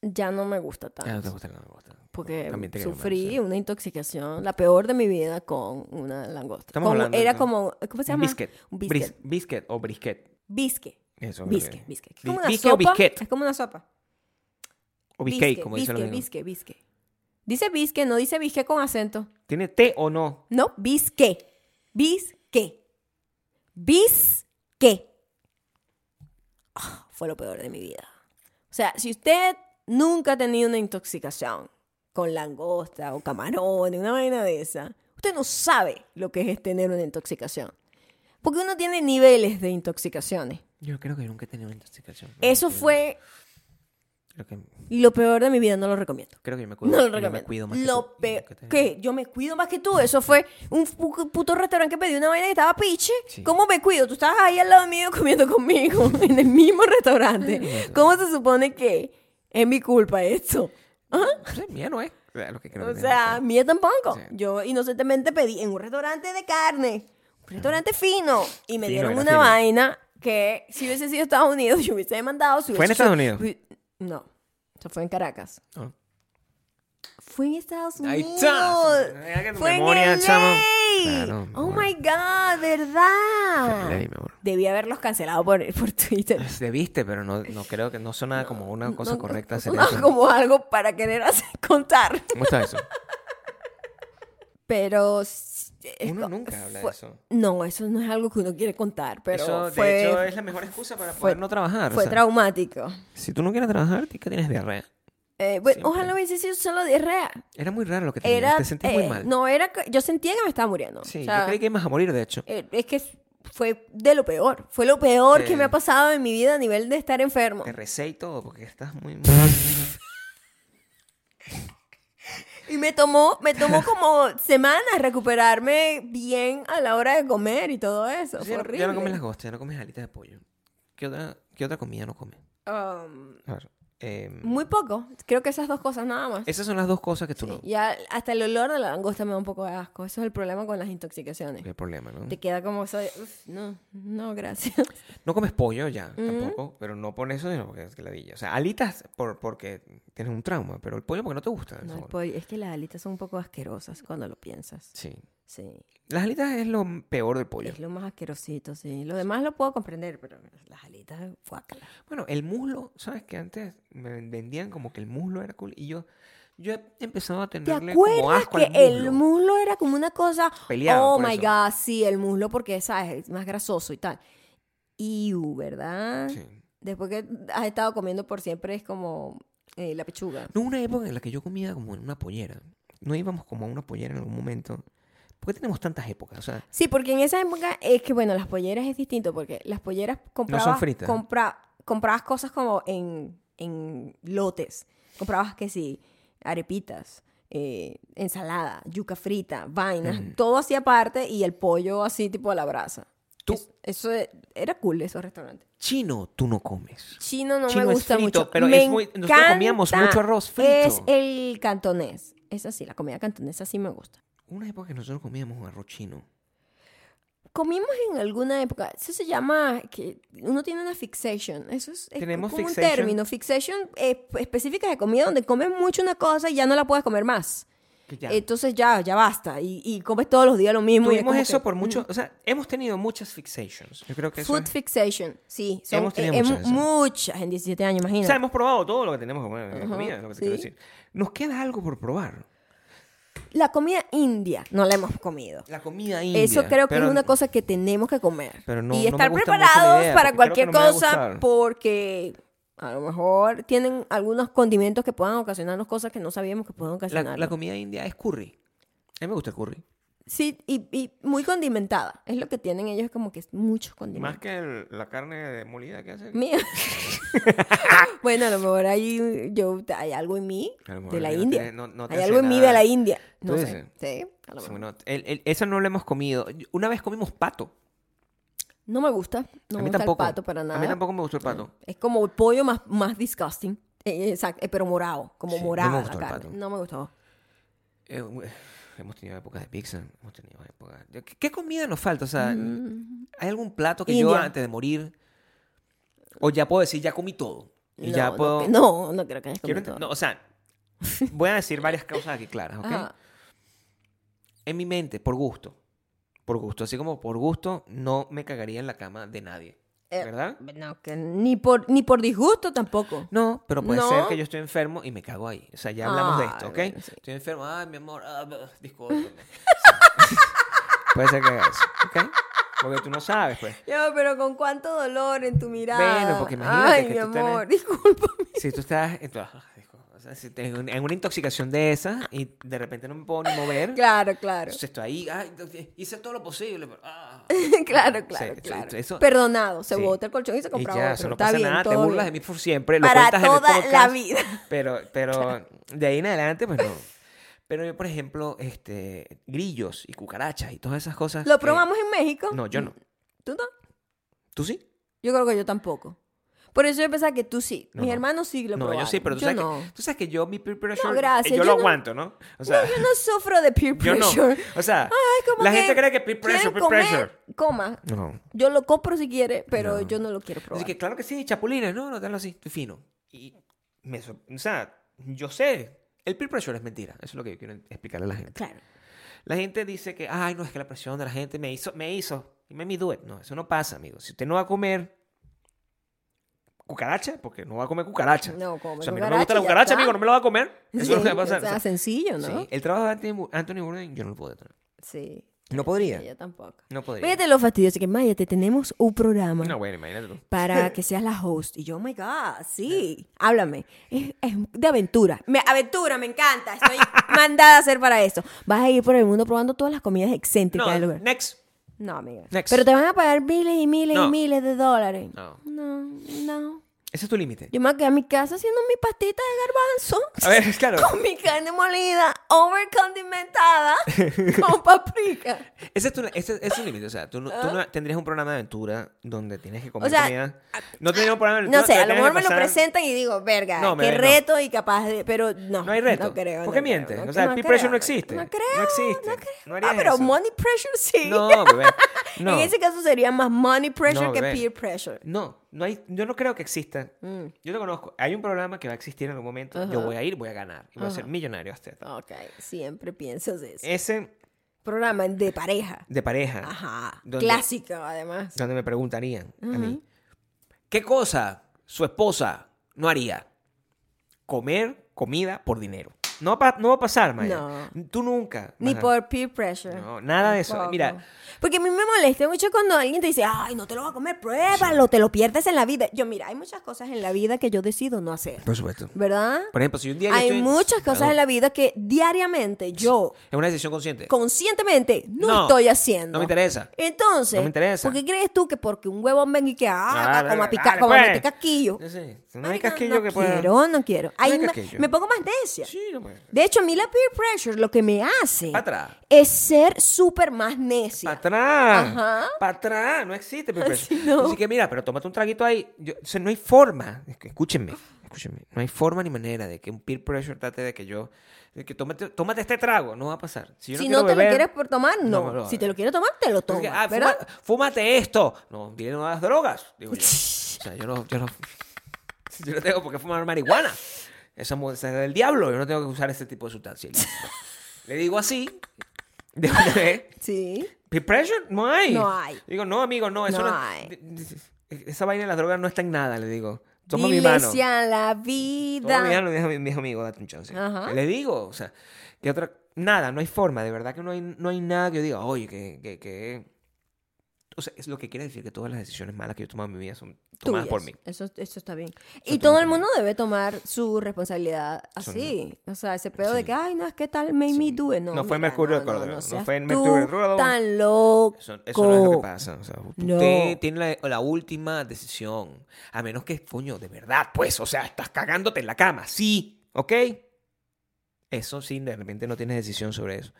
Ya no me gusta Ah, no tanto. te gusta la langosta. Porque También te quiero sufrí comer, una intoxicación, la peor de mi vida, con una langosta. Estamos Como- hablando, era ¿no? como, ¿cómo se sí. llama? Biscuit. Un Bris- biscuit. Biscuit. o brisket. Bisque. Eso. creo Bisque, que- bisque. Es Bis- como una bisque o sopa. bisquet. Es como una sopa. O biscate, como dicen los bisque, gringos. bisque, bisque. Dice bisque, no dice bisque con acento. ¿Tiene té o no? No, bisque. Bisque. Bisque. Ah, fue lo peor de mi vida. O sea, si usted nunca ha tenido una intoxicación con langosta o camarón, una vaina de esa, usted no sabe lo que es tener una intoxicación. Porque uno tiene niveles de intoxicaciones. Yo creo que nunca he tenido una intoxicación. Eso fue Creo que- Y lo peor de mi vida, no lo recomiendo. Creo que yo me cuido, No lo yo me recomiendo. cuido más. que lo tú. peor. Que te- ¿Qué? Yo me cuido más que tú. Eso fue un pu- puto restaurante que pedí una vaina que estaba piche. Sí. ¿Cómo me cuido? Tú estabas ahí al lado mío comiendo conmigo en el mismo restaurante. ¿Cómo se supone que es mi culpa esto? Sí, mía no Ah, pues es. O sea, lo que creo O que sea, mía tampoco. Sí. Yo inocentemente pedí en un restaurante de carne, un restaurante fino, y me Fino, dieron era una fino. vaina que si hubiese sido Estados Unidos, yo hubiese demandado. si ¿Fue en hubiese- Estados Unidos? hu- No, eso fue en Caracas. tengo. Fue en Estados Ahí Unidos. está. Mira que tu Fue memoria, en LA. chamo. Claro, mi oh amor. my God, ¿verdad? Ley, mi amor. Debí haberlos cancelado por, por Twitter. Debiste, pero no, no creo que no sonaba como una cosa No, correcta hacer no, eso. como algo para querer hacer- contar. ¿Cómo está eso? Pero. s- es Uno co- nunca habla de fue- eso. No, eso no es algo que uno quiere contar, pero eso, fue, de hecho, es la mejor excusa para poder no trabajar. o fue sea, traumático. si tú no quieres trabajar, ¿qué tienes diarrea? Eh, bueno, Siempre. ojalá hubiese sido solo diarrea. Era muy raro lo que tenías. Era, Te sentías eh, muy mal. No, era, que- yo sentía que me estaba muriendo. sí, O sea, yo creí que ibas a morir, de hecho. eh, es que fue de lo peor. Fue lo peor Sí. que me ha pasado en mi vida a nivel de estar enfermo. Te recé y todo porque estás muy... Y me tomó, me tomó como semanas recuperarme bien a la hora de comer y todo eso. ya, fue no, horrible. ya no comes langostas, ya no comes alitas de pollo. ¿Qué otra, qué otra comida no comes? Um, A ver, eh, muy poco. Creo que esas dos cosas nada más. Esas son las dos cosas que tú no... Ya hasta el olor de la langosta me da un poco de asco. Eso es el problema con las intoxicaciones. El problema, ¿no? Te queda como eso de, "Uf, no, no, gracias. No comes pollo ya, tampoco, pero no por eso, sino porque es que ladilla. O sea, alitas por, porque tienes un trauma, pero el pollo porque no te gusta. el No, el sabor. pollo- es que las alitas son un poco asquerosas cuando lo piensas. Sí. Sí, Las alitas es lo peor del pollo. es lo más asquerosito, sí. Lo demás lo puedo comprender, pero las alitas, guácala. Bueno, el muslo, ¿sabes que Antes me vendían como que el muslo era cool y yo, yo he empezado a ¿Te tenerle como acuerdas asco que al el muslo. muslo era como una cosa? Peleaban oh por my eso. god, sí, el muslo porque, ¿sabes? Es más grasoso y tal. Iu, ¿verdad? Sí. Después que has estado comiendo por siempre es como eh, la pechuga. No, una época en la que yo comía como en una pollera. No íbamos como a una pollera en algún momento. ¿Por qué tenemos tantas épocas? O sea, Sí, porque en esa época es que, bueno, las polleras es distinto, porque las polleras comprabas, fritas. compra- comprabas cosas como en, en lotes. Comprabas que sí, arepitas, eh, ensalada, yuca frita, vainas, todo así aparte y el pollo así tipo a la brasa. Tú- Es- eso e- era cool, esos restaurantes. chino tú no comes. Chino no Chino me es gusta frito, mucho. pero Me es muy- nosotros encanta comíamos mucho arroz frito. Es el cantonés. Esa sí, la comida cantonesa sí me gusta. Una época que nosotros comíamos arroz chino. Comimos en alguna época, eso se llama, que uno tiene una fixation, eso es, es Tenemos como fixation. un término, fixation eh, específica de comida donde comes mucho una cosa y ya no la puedes comer más. Que ya. Entonces ya, ya basta, y, y comes todos los días lo mismo. y es Tuvimos Eh, como eso que- mm. por mucho, o sea, hemos tenido muchas fixations. Yo creo que eso Food es- fixation, sí, son Hemos tenido eh, eh, muchas de esas. muchas en 17 años, O imagínate. sea, hemos probado todo lo que tenemos que comer en la comida, es lo que te quiero sí. decir. Nos queda algo por probar. la comida india no la hemos comido. La comida india. eso creo que pero- es una cosa que tenemos que comer. pero no- y no me estar gusta mucho la preparados idea, para porque creo que cualquier no me va a cosa gustar. porque a lo mejor tienen algunos condimentos que puedan ocasionarnos cosas que no sabíamos que pueden La, ocasionar. la comida india es curry. A mí me gusta el curry. Sí, y, y muy condimentada. Es lo que tienen ellos como que es muchos condimentos. que la carne de molida que hace. Mía. bueno, a lo mejor hay, yo, hay algo en mí A lo mejor de la no te- India. no- no te hay hace algo en mí nada. de la India. No ¿Tú sé. Sí, a lo mejor. eso no lo hemos comido. Una vez comimos pato. No me gusta. No me a mí gusta tampoco. el pato para nada. A mí tampoco me gustó el pato. Es como el pollo más, más disgusting. Eh, exacto, eh, pero morado, como Sí, no me morada la gustó el carne. pato. No me gustó. Eh, eh, hemos tenido épocas de pizza. Hemos tenido épocas. de- ¿Qué, qué comida nos falta? O sea, ¿hay algún plato que yo Mm. India. antes de morir. O ya puedo decir, ya comí todo. Y no, ya no puedo. que- No, no, creo que hayas Quiero comido ent- todo. no, o sea, voy a decir varias cosas aquí claras, ¿ok? Ajá. En mi mente, por gusto. Por gusto. Así como por gusto, no me cagaría en la cama de nadie. Eh, ¿Verdad? No, que ni por, ni por disgusto tampoco. No, pero puede ser No. que yo estoy enfermo y me cago ahí. O sea, ya hablamos de esto, Ay, ¿ok? bueno, sí. Estoy enfermo, ay, mi amor, ah, bah, discúlpame. Sí. puede ser que haga eso, ¿ok? Porque tú no sabes, pues. Yo, pero con cuánto dolor en tu mirada. Bueno, porque imagínate Ay, que mi tú tenés- amor, disculpa. Si tú estás en tu... ah, discúlpame. O sea, si tengo en una intoxicación de esas y de repente no me puedo ni mover. Claro, claro. Entonces estoy ahí, ay, hice todo lo posible. Pero, ah. claro, Sí, claro, sí, claro. eso- Perdonado, se sí. botó el colchón y se Y compraba ya, otro. eso no Está pasa bien, nada, te todo burlas de bien. mí por siempre, lo Para cuentas en el toda la podcast, vida. Pero, pero de ahí en adelante, pues no. Pero yo, por ejemplo, este, grillos y cucarachas y todas esas cosas. ¿Lo que- probamos en México? No, yo no. ¿Tú no? ¿Tú sí? Yo creo que yo tampoco. Por eso yo pensaba que tú sí. No, Mis no. hermanos sí lo no, probaron. yo sí, pero tú yo sabes, no. Que, tú sabes que yo, mi peer pressure, gracias, yo, yo lo no- aguanto, ¿no? O sea, Yo no sufro de peer yo no. pressure. O sea, como la que gente cree que peer pressure, ¿Quieren peer comer? pressure. Coma. No. Yo lo compro si quiere, pero No. yo no lo quiero probar. Así que claro que sí, chapulines, no, no, dalo así, tú fino. Y me sor- o sea, yo sé, el peer pressure es mentira, eso es lo que yo quiero explicarle a la gente. Claro. La gente dice que, ay, no, es que la presión de la gente me hizo, me hizo, me me do it. No, eso no pasa, amigo. Si usted no va a comer cucaracha, porque no va a comer cucaracha. No, come o sea, a mí no me cucaracha gusta la y ya cucaracha, está. amigo, no me la va a comer. Eso Sí, es lo que va a pasar. o sea, O sea, sencillo, ¿no? sí, el trabajo de Anthony Bu- Anthony Bourdain, yo no lo puedo detener. Sí. No podría. Yo tampoco. No podría. Fíjate lo fastidioso que, Maya, te tenemos un programa No, bueno, imagínate tú. para que seas la host. Y yo, oh my God, sí, háblame. Es, es de aventura. Me, aventura, me encanta. Estoy mandada a hacer para eso. Vas a ir por el mundo probando todas las comidas excéntricas del No, lugar. next. No, amiga. Next. Pero te van a pagar miles y miles y No. miles de dólares. No. No, no. Ese es tu límite. Yo me voy a quedar en mi casa haciendo mi pastita de garbanzo. A ver, claro. Con mi carne molida, overcondimentada, con paprika. Ese es tu, ese es tu límite. O sea, tú no, tú no tendrías un programa de aventura donde tienes que comer Ah. sea, comida. No tendrías un programa de aventura. No sé, a donde lo tienes mejor que me lo pasar- presentan y digo, verga, No, qué bebé, no. reto y capaz de... Pero no, No hay reto. No creo. no ¿Por creo, qué mientes? no O sea, el no peer creo, pressure no no existe. No creo. No existe. No No creo. harías ah, pero eso. money pressure sí. No, bebé. No. En ese caso sería más money pressure No, que bebé. peer pressure. No, no hay, yo no creo que exista. Mm. Yo lo conozco. Hay un programa que va a existir en algún momento. Yo voy a ir, voy a ganar. Y voy a ser millonario hasta. Ok, siempre piensas eso. Ese Programa de pareja. de pareja, Ajá. ¿Dónde? Clásico, además. donde me preguntarían a mí, ¿qué cosa su esposa no haría? Comer comida por dinero. No, va a pa- no va a pasar, Maya. Tú nunca. Ni vas a- por peer pressure. No, nada de eso. Tampoco. Mira. Porque a mí me molesta mucho cuando alguien te dice, ay, no te lo vas a comer, pruébalo, te lo pierdes en la vida. Yo, mira, hay muchas cosas en la vida que yo decido no hacer, Por supuesto. ¿verdad? Por ejemplo, si un día yo Hay estoy- muchas cosas Perdón. en la vida que diariamente yo, Es una decisión consciente. conscientemente, no, No, estoy haciendo. no me interesa. Entonces, No me interesa. ¿por qué crees tú que porque un huevón venga y que, ah, Ah, como a ah, picar, ah, como a pues. meter casquillo? No sé, No hay Marica, casquillo no que pueda. quiero, no quiero. Ahí hay me, casquillo. me pongo más necia. Sí, no puede. De hecho, a mí la peer pressure lo que me hace Pa' atrás. es ser súper más necia. Para atrás. Ajá. Para atrás. No existe. Pepe. Así no. Así que mira, pero tómate un traguito ahí. Yo- o sea, no hay forma. es que Escúchenme. Escúchenme. No hay forma ni manera de que un peer pressure trate de que yo. De que tómate, tómate este trago. No va a pasar. Si, yo si quiero no te beber- lo quieres por tomar, no. No, no, si no. te lo quieres tomar, te lo Entonces, tomas, que, ah, ¿verdad? fuma- fúmate esto. No, dile no a las drogas. Digo yo. O sea, yo no, yo no, yo no tengo por qué fumar marihuana. Esa mu- esa es del diablo. Yo no tengo que usar ese tipo de sustancias. Le digo así. De una vez. Sí. Peer pressure no hay. No hay. Digo, no, amigo, no. Eso No no, hay. d- d- Esa vaina de las drogas no está en nada, le digo. Toma mi Dile mano. sí a la Toma mi vida. mano, mi mi amigo, date un chance. Ajá. Le digo, o sea, que otra. Nada, no hay forma, de verdad que no hay, no hay nada que yo diga, oye, que, que, que. O sea, es lo que quiere decir que todas las decisiones malas que yo he tomado en mi vida son tomadas Tuyas. por mí. Eso, eso está bien. Y todo el mundo debe tomar su responsabilidad así. O sea, ese pedo de que, ay, no, es que tal, made me do it. No, No fue mira, Mercurio no, no, de Córdoba, No, no seas fue en tú Mercurio de Córdoba. tan loco. Eso, eso no es lo que pasa. O sea, usted No. tiene la, la última decisión. A menos que, coño, de verdad, pues, o sea, estás cagándote en la cama. Sí, ¿ok? Eso sí, de repente no tienes decisión sobre eso.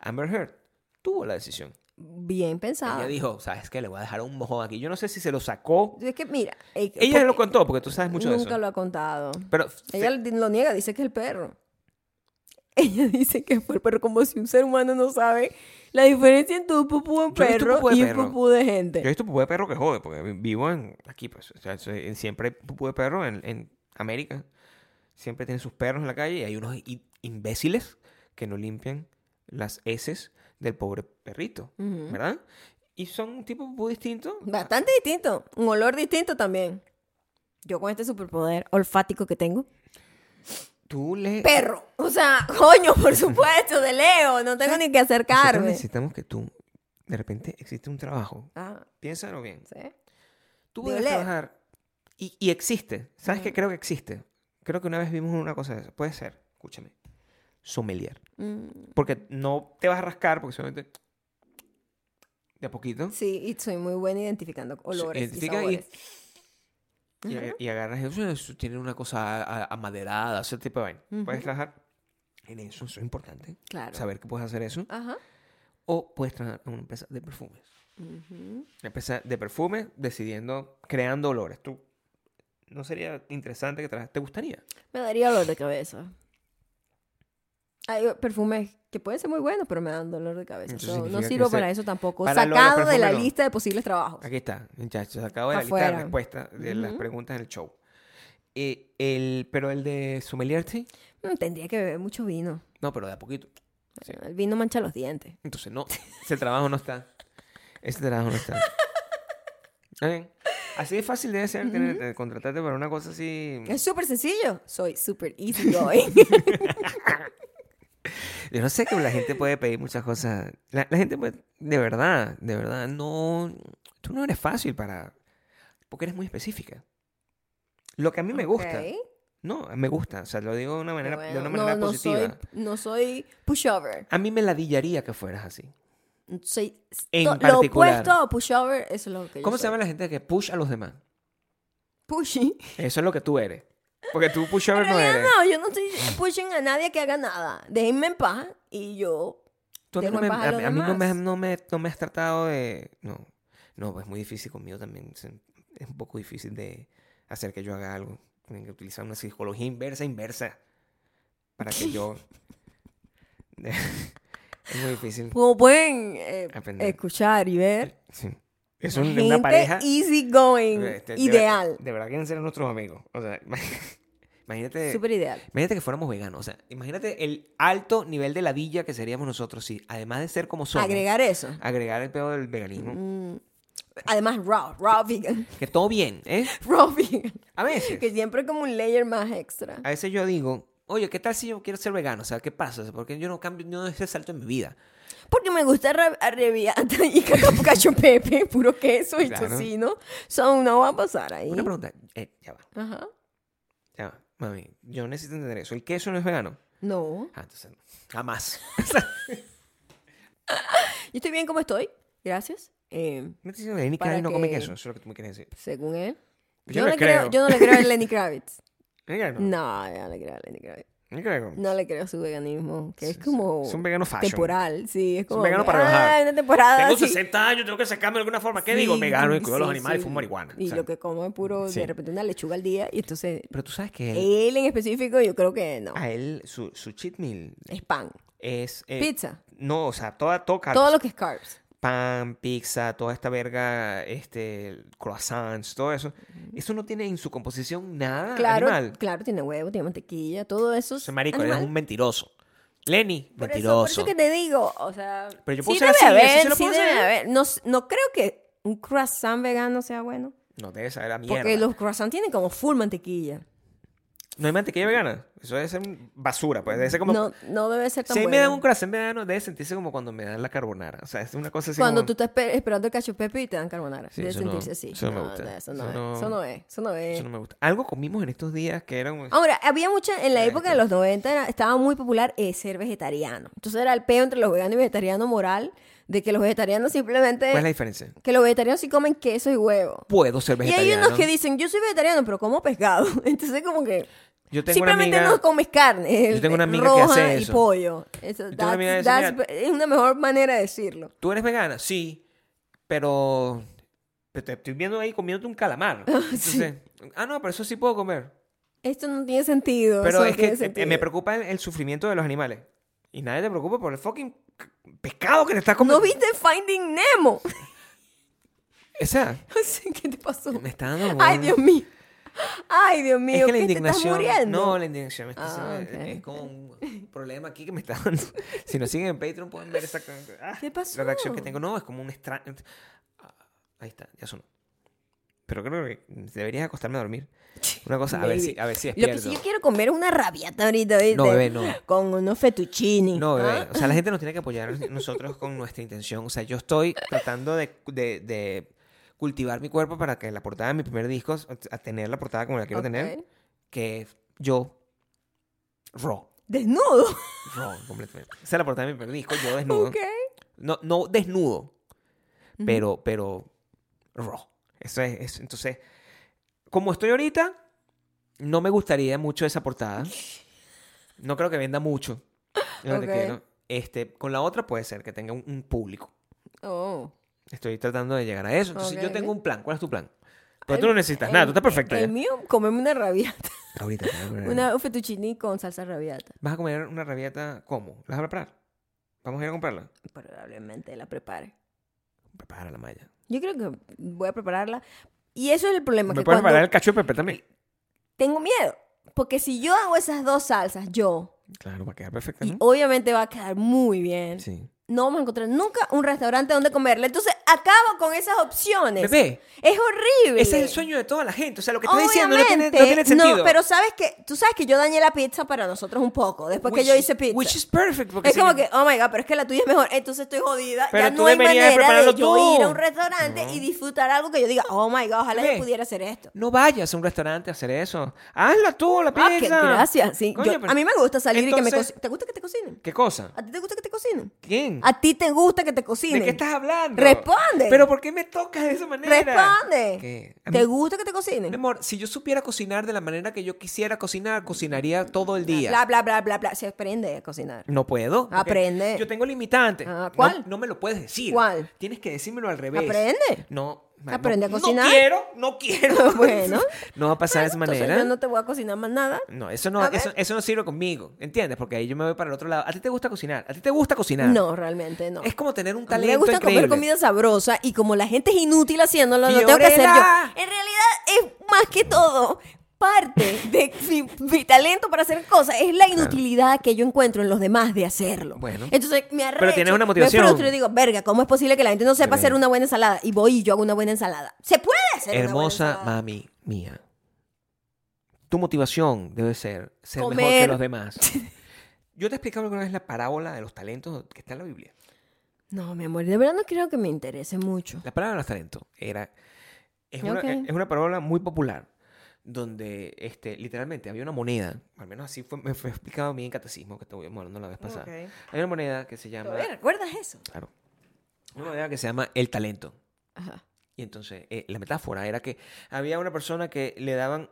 Amber Heard tuvo la decisión. Bien pensado. Ella dijo, ¿sabes qué? Le voy a dejar un mojón aquí. Yo no sé si se lo sacó. Es que, mira, eh, Ella lo porque contó, porque tú sabes mucho de nunca eso. lo ha contado. Pero Ella fe- lo niega, dice que es el perro. Ella dice que fue el perro, como si un ser humano no sabe la diferencia entre un pupú de un Yo he visto perro pupú de y un perro. pupú de yo he gente. visto pupú de perro que jode, porque vi- vivo en aquí, pues. O sea, soy- en- siempre hay pupú de perro en, en América. Siempre tienen sus perros en la calle y hay unos i- imbéciles que no limpian las heces del pobre perrito, ¿verdad? Y son un tipo de pupú distinto. Bastante distinto, un olor distinto también. Yo con este superpoder olfático que tengo. Tú le... Perro, o sea, coño, por supuesto, de Leo, no tengo ni que Nosotros acercarme. necesitamos que tú... De repente existe un trabajo. Ah, Piénsalo bien. ¿sí? Tú De puedes oler. trabajar y, y existe. ¿Sabes qué creo que existe? Creo que una vez vimos una cosa de eso. Puede ser, escúchame. Sommelier. Mm, Porque no te vas a rascar, porque solamente. De a poquito. Sí, y soy muy buena identificando olores y identifica y- sabores. Y, eh, aga- y agarras eso, eso tiene una cosa a- a- amaderada, ese tipo de vaina. Puedes trabajar en eso, eso es importante. Claro. Saber que puedes hacer eso. Ajá. O puedes trabajar en una empresa de perfumes. Ujú. Una empresa de perfumes decidiendo, creando olores. ¿Tú no sería interesante que trabajes? ¿Te gustaría? Me daría dolor de cabeza. Hay perfumes que pueden ser muy buenos, pero me dan dolor de cabeza. Eso No- no significa que sirvo se- para eso tampoco. para lo de Sacado de la perfume no. lista de posibles trabajos. Aquí está, muchachos. Acabo de la lista de Afuera. respuestas de las Ujú. preguntas del show. Eh, el, pero el de sommelier, sí. Mm, tendría que beber mucho vino. No, pero de a poquito. Sí. Ah, El vino mancha los dientes. Entonces, no, ese trabajo no está. Ese trabajo no está. Está bien. Así de fácil debe ser tener- eh, contratarte para una cosa así. Es súper sencillo. Soy súper easy going. Yo no sé que la gente puede pedir muchas cosas. La, la gente puede, de verdad, de verdad, no. Tú no eres fácil para. Porque eres muy específica. Lo que a mí me gusta. Ok. No, me gusta. O sea, lo digo de una Qué manera, de bueno. una manera no, positiva. No soy, no soy pushover. A mí me ladillaría que fueras así. Soy En to- lo particular. opuesto a pushover, eso es lo que yo ¿Cómo se soy. llama la gente que push a los demás? Pushy. Eso es lo que tú eres. Porque tú pushover no No, eres. no, yo no estoy pushing a nadie que haga nada. Déjenme en paz y yo. Tú a mí, Dejo en no me, paz a a- los a mí no, me, demás. no me- no me has tratado de... No, no, es muy difícil conmigo también. se- Es un poco difícil de hacer que yo haga algo. Tienen que utilizar una psicología inversa, inversa. Para que yo... es muy difícil. Como pueden eh, Aprender. escuchar y ver, Sí. Es un- gente una pareja... easy going, este, de ver- ideal, De, verdad quieren ser nuestros amigos. O sea, imagínate... súper ideal. Imagínate que fuéramos veganos. O sea, imagínate el alto nivel de ladilla que seríamos nosotros si, además de ser como somos, Agregar eso. agregar el pedo del veganismo. Mm. Además, raw, raw vegan, Que todo bien, ¿eh? raw vegan, A veces. que siempre hay como un layer más extra. A veces yo digo, oye, ¿qué tal si yo quiero ser vegano? O sea, ¿qué pasa? Porque yo no cambio, no doy ese salto en mi vida. Porque me gusta re- arrebiata y cacho- cacho pepe, puro queso y Claro. tocino. Son, no va a pasar ahí. Una pregunta, eh, ya va, Ajá. ya va. Mami, yo necesito entender eso. ¿El queso no es vegano? No. Ah, entonces, no. jamás. Yo estoy bien como estoy. Gracias. Eh, No te dicen Lenny Para Kravitz no come que- queso, eso es lo que tú me quieres decir. según él. Yo Yo, le le creo. creo. yo no le creo a Lenny Kravitz. Lenny Kravitz no. No, yo no le creo a Lenny Kravitz. Lenny Kravitz no. No le creo a su veganismo, que es como Es un vegano fashion. temporal, sí, es como vegano para ah, bajar. una temporada Tengo sí. 60 años, tengo que sacarme de alguna forma. ¿Qué Sí, digo? Vegano, y cuido a los sí, animales, sí. fumo marihuana. Y O sea, lo que como es puro, sí. de repente una lechuga al día y entonces Pero tú sabes que él- él en específico yo creo que Eh, no, a él, su, su cheat meal es pan, es... eh, pizza, No, o sea, toda toca... todo lo que es carbs. pan, pizza, toda esta verga, este, croissants, todo eso. Eso no tiene en su composición nada Claro, Ah, animal. claro, tiene huevo, tiene mantequilla, todo eso. Es Ese marico animal. eres un mentiroso. Lenny, Por eso, mentiroso. por eso que te digo, o sea, Pero yo sí puedo ser debe así, haber, eso sí lo sí puedo debe hacer. haber. No, s- no creo que un croissant vegano sea bueno, No debes saber a mierda. porque los croissants tienen como full mantequilla. No hay mantequilla vegana. Eso debe ser un- basura, pues. Debe ser como... No, no debe ser tan si a mí bueno. me dan un croissant vegano, debe sentirse como cuando me dan la carbonara. O sea, es una cosa así Cuando como- tú estás esper- esperando el cacho pepe y te dan carbonara. Sí, Debe eso no- sentirse así. eso no me No, gusta. no, Eso Eso no- no, eso no es. Eso no es. Eso no me gusta. Algo comimos en estos días que era un... Ahora, había mucha, en la época de los 90 era- estaba muy popular eh, ser vegetariano. Entonces era el peo entre los veganos y vegetarianos moral de que los vegetarianos simplemente, ¿Cuál es la diferencia? que los vegetarianos sí comen queso y huevo. Puedo ser Y vegetariano. hay unos que dicen, yo soy vegetariano, pero como pescado. Entonces como que Yo tengo una simplemente amiga... no comes carne. eh, Yo tengo una amiga que roja hace y eso. pollo. Eso, Yo tengo una amiga que that's- dice, that's- es una mejor manera de decirlo. ¿Tú eres vegana? Sí, pero, pero te estoy viendo ahí comiéndote un calamar. Entonces, Ah, no, pero eso sí puedo comer. Esto no tiene sentido. eso Pero no es que tiene eh, sentido. me preocupa el, el sufrimiento de los animales. Y nadie te preocupa por el fucking c- pescado que te estás ¿No comiendo. viste Finding Nemo? O sea, O sea, ¿Qué te pasó? me está dando... Ay, un- Dios mío. Ay, Dios mío. Es que la ¿qué, te estás indignación... muriendo? No, la indignación. este me está Ah, haciendo- ok, Es ok. como un problema aquí que me está dando. si nos siguen en Patreon pueden ver exactamente... ah, ¿Qué pasó? La reacción que tengo. No, es como un extraño... Ahí está, ya sonó. Pero creo que deberías acostarme a dormir. Una cosa, a ver Baby. si, a ver si Lo despierto. que sí yo quiero comer es una rabiata ahorita, ¿viste? No, bebé, no. Con unos fettuccini. No, bebé. ¿ah? O sea, la gente nos tiene que apoyar nosotros con nuestra intención. O sea, yo estoy tratando de, de- de cultivar mi cuerpo para que la portada de mi primer disco, a tener la portada como la quiero Ok. tener, que yo raw. Desnudo. Raw, completamente. Esa es la portada de mi primer disco, yo desnudo. Ok. No, no desnudo, pero, pero raw. Eso es, eso. entonces, como estoy ahorita, no me gustaría mucho esa portada. No creo que venda mucho. Es lo que Ok. quiero. Este, con la otra puede ser que tenga un- un público. Oh. Estoy tratando de llegar a eso. Entonces, Ok, yo ok. tengo un plan. ¿Cuál es tu plan? Pero tú no necesitas nada, tú estás perfecta. El ya. mío, comerme una rabiata. Ahorita. te voy a poner- Una fettuccini con salsa rabiata. ¿Vas a comer una rabiata cómo? ¿La vas a preparar? ¿Vamos a ir a comprarla? Probablemente la prepare. Prepara la malla. Yo creo que voy a prepararla. Y eso es el problema. ¿Me Que puedes cuando preparar el cacho de pepe también? Tengo miedo. Porque si yo hago esas dos salsas, yo, Claro, va a quedar perfecta, y ¿no? obviamente va a quedar muy bien, Sí. no vamos a encontrar nunca un restaurante donde comerla. Entonces acabo con esas opciones. Bebé, Es horrible. ese es el sueño de toda la gente. O sea, lo que estás Obviamente, diciendo no tiene, no tiene sentido. No, pero sabes que tú sabes que yo dañé la pizza para nosotros un poco después que Which yo is- hice pizza. Which is perfect. Porque es si como no- que, oh my god, pero es que la tuya es mejor. Entonces estoy jodida. Pero ya tú no hay deberías manera prepararlo de yo tú. ir a un restaurante y disfrutar algo que yo diga, oh my god, ojalá Ve. yo pudiera hacer esto. No vayas a un restaurante a hacer eso. Hazla tú, la Ah, pizza. que gracias. Sí. Coño, Yo- pero- A mí me gusta salir y que me Entonces- cocinen. ¿Te gusta que te cocinen? ¿Qué cosa? ¿A ti te gusta que te cocinen? ¿Quién? ¿A ti te gusta que te cocinen? ¿De qué estás hablando? Responde. ¿Pero por qué me tocas de esa manera? Responde. ¿Qué? A ¿Te mí- gusta que te cocinen? Mi amor, si yo supiera cocinar de la manera que yo quisiera cocinar, cocinaría todo el día. Bla, bla, bla, bla, bla. Se aprende a cocinar. No puedo. porque Aprende. Yo tengo limitantes. Ah, No- ¿cuál? No, me lo puedes decir. ¿Cuál? Tienes que decírmelo al revés. Aprende. No. ma- Aprende no- a cocinar. No quiero, no quiero. Bueno. No va a pasar de esa Entonces, manera. yo no te voy a cocinar más nada. No, eso no, A ver. eso, eso no sirve conmigo, ¿entiendes? Porque ahí yo me voy para el otro lado. ¿A ti te gusta cocinar? ¿A ti te gusta cocinar? No, realmente no. Es como tener un A mí talento me gusta increíble. comer comida sabrosa y como la gente es inútil haciéndolo, lo tengo que hacer Fiorella. yo. En realidad es más que todo parte de mi, mi talento para hacer cosas es la inutilidad que yo encuentro en los demás de hacerlo. Bueno. Entonces me arrecho, tienes una me motivación. frustro y digo, verga, ¿cómo es posible que la gente no sepa Bien. hacer una buena ensalada? Y voy y yo hago una buena ensalada. Se puede hacer una buena Hermosa ensalada. mami mía. Tu motivación debe ser ser mejor que Comer. los demás. Yo te he explicado alguna vez la parábola de los talentos que está en la Biblia. No, mi amor, de verdad no creo que me interese mucho. La parábola de los talentos era es, una, Ok. es una parábola muy popular donde este, literalmente había una moneda, al menos así fue, me fue explicado a mí en catecismo que estuvimos hablando la vez pasada. Hay una moneda que se llama ¿Todavía recuerdas eso? claro, una moneda que se llama el talento. Ajá. Y entonces eh, la metáfora era que había una persona que le daban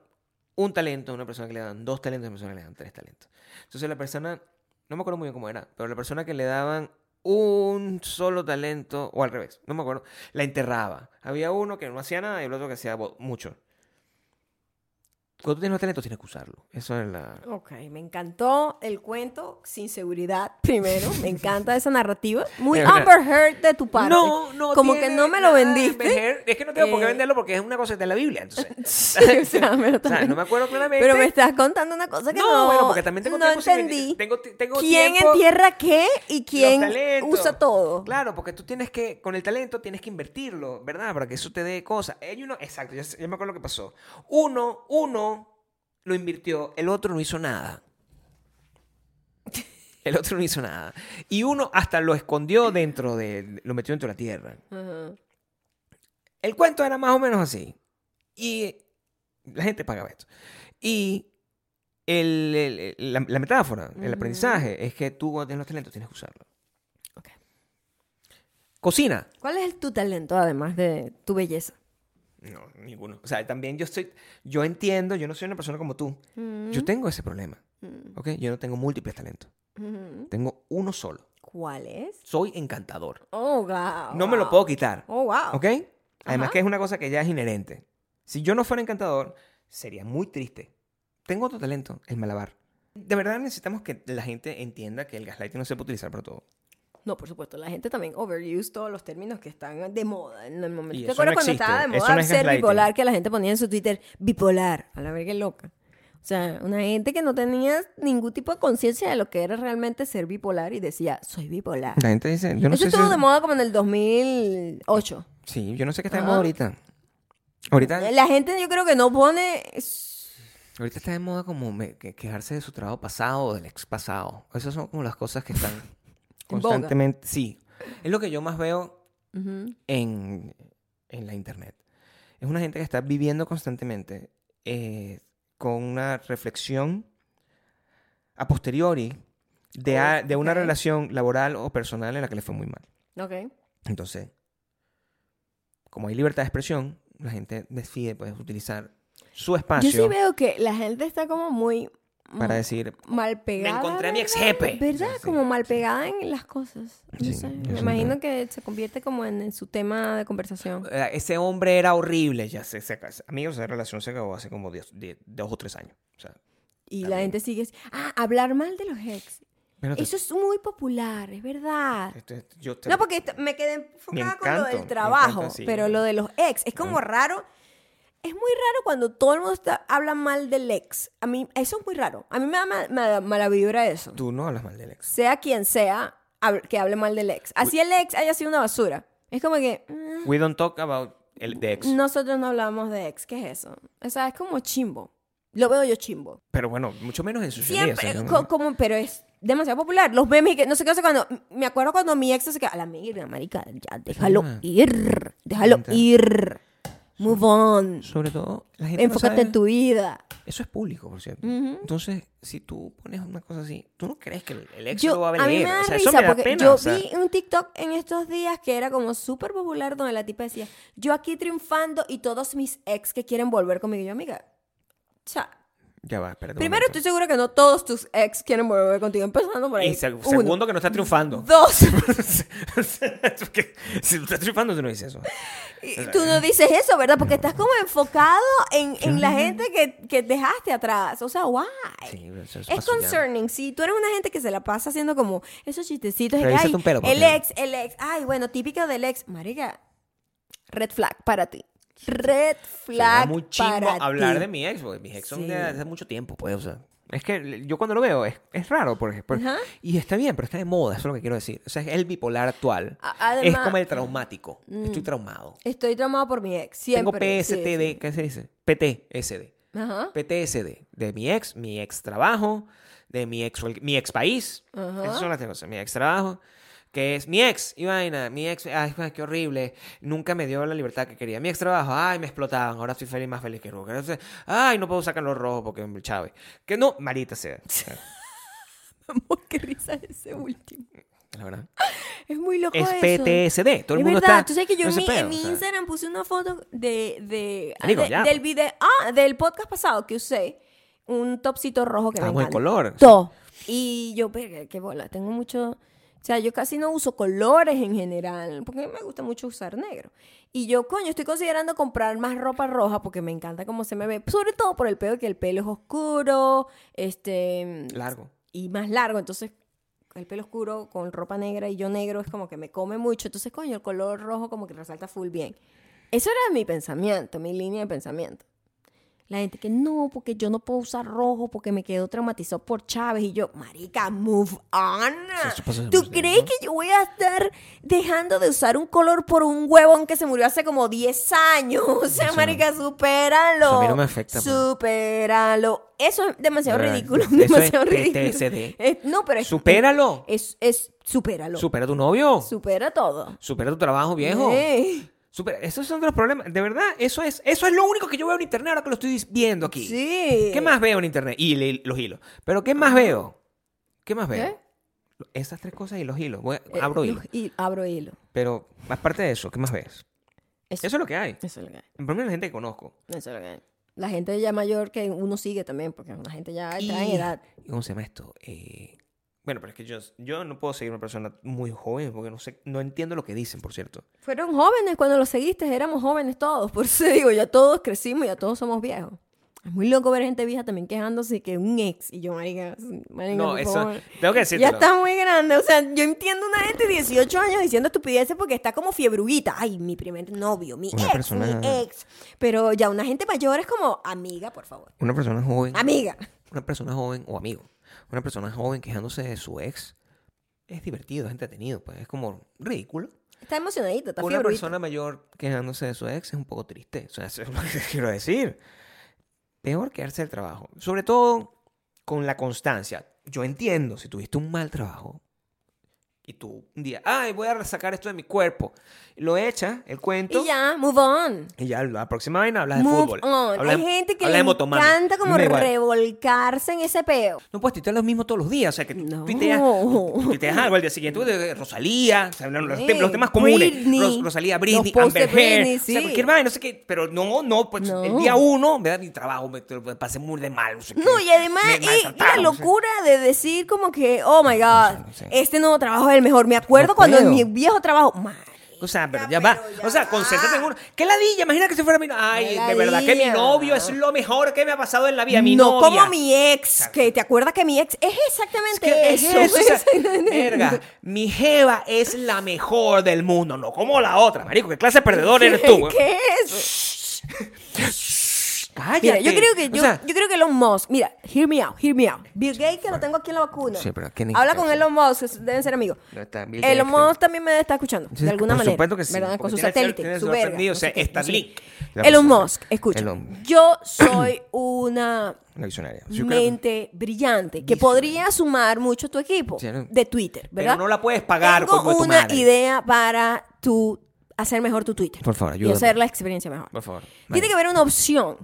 un talento, una persona que le daban dos talentos, una persona que le daban tres talentos. Entonces la persona, no me acuerdo muy bien cómo era, pero la persona que le daban un solo talento, o al revés, no me acuerdo, la enterraba. Había uno que no hacía nada y el otro que hacía bo- mucho. Cuando tú tienes los talentos tienes que usarlo. Eso es la... Ok, me encantó el cuento sin seguridad primero. Me encanta esa narrativa. Muy Es verdad. upper heart de tu parte. No, no. Como que tiene no me lo nada de vendiste. vejer- Es que no tengo por qué Eh, venderlo porque es una cosa que está en la Biblia. Entonces, Sí, o sea, me lo o sea, también- no me acuerdo claramente. Pero me estás contando una cosa que no, No, bueno, porque también tengo no tiempo sin venir. entendí. Tengo ti- tengo ¿Quién tiempo- entierra qué y quién Los talentos. usa todo? Claro, porque tú tienes que, con el talento tienes que invertirlo, ¿verdad? Para que eso te dé cosas. Hay uno, exacto, yo, yo me acuerdo lo que pasó. Uno, uno lo invirtió, el otro no hizo nada. El otro no hizo nada. Y uno hasta lo escondió dentro de, lo metió dentro de la tierra. Ajá. El cuento era más o menos así. Y la gente pagaba esto. Y el- el- el- la, la metáfora, el Ujú. aprendizaje, es que tú cuando tienes los talentos tienes que usarlos. Ok. Cocina. ¿Cuál es tu talento además de tu belleza? No, ninguno. O sea, también yo estoy, yo entiendo, yo no soy una persona como tú. Yo tengo ese problema, Mm, ¿ok? Yo no tengo múltiples talentos. mm. Tengo uno solo. ¿Cuál es? Soy encantador. Oh, wow. No me lo puedo quitar, Oh, wow. ¿ok? Además que es una cosa que ya es inherente. Si yo no fuera encantador, sería muy triste. Tengo otro talento, el malabar. De verdad necesitamos que la gente entienda que el gaslighting no se puede utilizar para todo. No, por supuesto, la gente también overuse todos los términos que están de moda en el momento. Y ¿Te eso acuerdas no cuando existe, estaba de eso moda no es ser gaslighting. bipolar que la gente ponía en su Twitter bipolar? A la verga loca. O sea, una gente que no tenía ningún tipo de conciencia de lo que era realmente ser bipolar y decía, soy bipolar. La gente dice, yo no Eso sé si- estuvo de moda como en el 2008. Sí, yo no sé qué está de Ajá. moda ahorita. Ahorita La gente yo creo que no pone... Ahorita está de moda como me- que- quejarse de su trabajo pasado o del ex pasado. Esas son como las cosas que están En boga. constantemente. Sí. Es lo que yo más veo Ujú. en, en la internet. Es una gente que está viviendo constantemente eh, con una reflexión a posteriori de, a- de una Ok. relación laboral o personal en la que le fue muy mal. Ok. Entonces, como hay libertad de expresión, la gente decide pues, utilizar su espacio Yo sí veo que la gente está como muy para mm, decir, mal pegada. encontré a mi ¿verdad? ex-jefe. ¿Verdad? Sí, sí. Como mal pegada en las cosas. No Sí, sé. yo Me siento- imagino que se convierte como en, en su tema de conversación. "Eh, ese hombre era horrible, ya se, se, amigos, esa relación se acabó hace como 10 10 dos o tres años. O sea, Y la también. gente sigue. así, Ah, hablar mal de los ex. espérate, Eso es muy popular, es verdad. esto- esto- Este, yo te- Ah. No, porque esto- me quedé enfocada con lo encanta, del me trabajo, encanta, sí. pero lo de los ex es como raro. Es muy raro cuando todo el mundo está- habla mal del ex. A mí, eso es muy raro. A mí me da ma- ma- mala vibra eso. Tú no hablas mal del ex. Sea quien sea, hab- que hable mal del ex. Así el ex haya sido una basura. Es como que. mm, We don't talk about el de ex. Nosotros no hablamos de ex. ¿Qué es eso? O sea, es como chimbo. Lo veo yo chimbo. Pero bueno, mucho menos en su Siempre, serie, o sea, co- como, pero es demasiado popular. Los memes y que no sé qué hace cuando. Me acuerdo cuando mi ex se quedó. A la mierda, marica, ya, déjalo Ah. ir. Déjalo Entiendo. ir. Move on. Sobre todo, la gente no Enfócate sabe- en tu vida. Eso es público, por cierto. Entonces, si tú pones una cosa así, tú no crees que el, el ex Yo, lo va a a, mí leer. me da o sea, risa eso me da porque pena. yo o sea, vi un TikTok en estos días que era como súper popular donde la tipa decía, yo aquí triunfando y todos mis ex que quieren volver conmigo. Y yo, amiga, cha. Ya va, espérate. un Primero momento. estoy segura que no todos tus ex quieren volver contigo, empezando por ahí. Y seg- Uno. segundo, que no está triunfando. Dos. Porque si tú estás triunfando, tú no dices eso. Y tú no dices eso, ¿verdad? Porque estás como enfocado en, en la gente que, que dejaste atrás. O sea, guay. Sí, pero eso Es pasó pues, ya. concerning. Si tú eres una gente que se la pasa haciendo como esos chistecitos. de que, Revísate ay, un pelo, el papi. ex, el ex. Ay, bueno, típico del ex. Marica, red flag para ti. Red Sería flag muy chingo para ti. hablar de mi ex, porque mis ex son de Sí. hace mucho tiempo, pues, o sea. Es que yo cuando lo veo es, es raro, por ejemplo. Ajá. Y está bien, pero está de moda, eso es lo que quiero decir. O sea, es el bipolar actual. A- además- es como el traumático. Estoy traumado. Estoy traumado por mi ex. Siempre. Tengo sí, PSTD, sí. ¿qué se dice? PTSD. Ajá. PTSD. De mi ex, mi ex trabajo, de mi ex, mi ex país. Ajá. Esas son las tres cosas. Mi ex trabajo, que es mi ex, y vaina, mi ex, ay, ay, qué horrible. Nunca me dio la libertad que quería. Mi ex trabajo, ay, me explotaban. Ahora estoy feliz, más feliz que nunca. Entonces, Ay, no puedo sacar los rojos porque el Chávez. Que no, marita sea. Amor, qué risa ese último. La verdad. Es muy loco Es eso. PTSD. Todo Ah, pues, el es mundo verdad, está. tú sabes que yo no en se mi, pega, en o mi sea. Instagram puse una foto de, de, Ya digo, de- ya, del pues. video, ah, del podcast pasado que usé, un topsito rojo que me Estamos en encanta. Ah, color. To. Y yo, verga, qué bola, tengo mucho, o sea, yo casi no uso colores en general, porque me gusta mucho usar negro. Y yo, coño, estoy considerando comprar más ropa roja porque me encanta cómo se me ve, sobre todo por el pelo, que el pelo es oscuro, este, Largo. y más largo, entonces el pelo oscuro con ropa negra y yo negro es como que me come mucho, entonces coño, el color rojo como que resalta full bien. Eso era mi pensamiento, mi línea de pensamiento. La gente que no, porque yo no puedo usar rojo, porque me quedo traumatizado por Chávez. Y yo, marica, move on. eso pasa ¿Tú demasiado, crees ¿no? que yo voy a estar dejando de usar un color por un huevón que se murió hace como 10 años? O sea, Eso no- marica, supéralo. eso a mí no me afecta, pues. Supéralo. Eso es demasiado De verdad, ridículo. eso es demasiado ridículo. PTSD. Es- no, pero es, Supéralo. Es, es, supéralo. Supera a tu novio. Supera todo. Supera tu trabajo, viejo. Ey. Super, esos son los problemas. De verdad, eso es, eso es lo único que yo veo en internet ahora que lo estoy dis- viendo aquí. Sí. ¿Qué más veo en internet? Y le- los hilos. Pero ¿qué más veo? ¿Qué más veo? ¿Qué? Esas tres cosas y los hilos. Voy a- Eh, abro los hilo. hil- abro hilo. Pero aparte de eso, ¿qué más ves? Eso. Eso es lo que hay. Eso es lo que hay. Por lo menos la gente que conozco. Eso es lo que hay. La gente ya mayor que uno sigue también, porque la gente ya está en Y- edad. ¿y ¿Cómo se llama esto? Eh, bueno, pero es que yo, yo no puedo seguir una persona muy joven porque no sé, no entiendo lo que dicen, por cierto. Fueron jóvenes cuando los seguiste, éramos jóvenes todos. Por eso digo, ya todos crecimos, ya todos somos viejos. Es muy loco ver gente vieja también quejándose que un ex. Y yo, marica, marica, No, por eso- favor. tengo que Ya decírtelo. está muy grande. O sea, yo entiendo una gente de 18 años diciendo estupideces porque está como fiebruguita. Ay, mi primer novio, mi Una ex, persona- mi ex. Pero ya una gente mayor es como, amiga, por favor. Una persona joven. Amiga. una persona joven o amigo, una persona joven quejándose de su ex, es divertido, es entretenido, pues es como ridículo. Está emocionadita, está una fiebruguita. persona mayor quejándose de su ex es un poco triste, o sea, eso es lo que quiero decir. Peor quedarse del trabajo, sobre todo con la constancia. Yo entiendo, si tuviste un mal trabajo Y tú un día, ay, voy a sacar esto de mi cuerpo. Lo echas, el cuento. Y ya, move on. Y ya la próxima vaina hablas de Move fútbol. on. Hablas- Hay gente que hablas le de motomami. encanta como Me da igual. revolcarse en ese peo. No puedes tuitear lo mismo todos los días. O sea, que tú No. tuiteas, tú tuiteas algo al día siguiente. tú de Rosalía, o sea, los, Sí, tem- los temas comunes. Eh, Britney, Ros- Rosalía, Britney, los posts de Amber Heard. Britney, o sea, sí. cualquier vaina, no sé qué. Pero no, no, pues No. el día uno me da mi trabajo, me, me pasé muy de mal. No, sé qué. No, y además, eh, Me y- y la maltrataron, o sea. locura de decir como que, oh my God, no sé. este nuevo trabajo es el mejor. Me acuerdo No cuando en puedo. mi viejo trabajo. Marica, O sea, pero ya va. pero ya o sea, va. concéntrate en uno. ¿Qué ladilla? Imagina que se fuera mi novio. Ay, Qué de verdad que mi ladilla. novio es lo mejor que me ha pasado en la vida. Mi no novia. como mi ex, que te acuerdas que mi ex es exactamente ¿Qué es eso. eso? O sea, exactamente. verga, mi jeva es la mejor del mundo, no como la otra, marico. ¿Qué clase de perdedor eres tú? güey? ¿Qué es? Cállate. Mira, yo creo que O yo, sea, yo creo que Elon Musk, mira, hear me out, hear me out. Bill Gates que lo tengo aquí en la vacuna. sí, pero ¿quién es Habla que- con Elon Musk, es- deben ser amigos. No está, Bill Elon Gates, Musk también me está escuchando, Sí, de alguna por manera. supuesto que sí, ¿verdad? porque Con su tiene que satélite, tener- su tiene verga. sorprendido, no o sé sea, qué, no sé Starlink. qué. La Elon cosa. Musk, escucha. Elon. Yo soy una una visionaria. Yo creo que- mente brillante que podría sumar mucho a tu equipo Sí, ¿no? de Twitter, ¿verdad? no la puedes pagar Tengo como tu una madre. idea para tu hacer mejor tu Twitter. Por favor, Y ayúdame. hacer la experiencia mejor. Por favor, Tiene vale. que haber una opción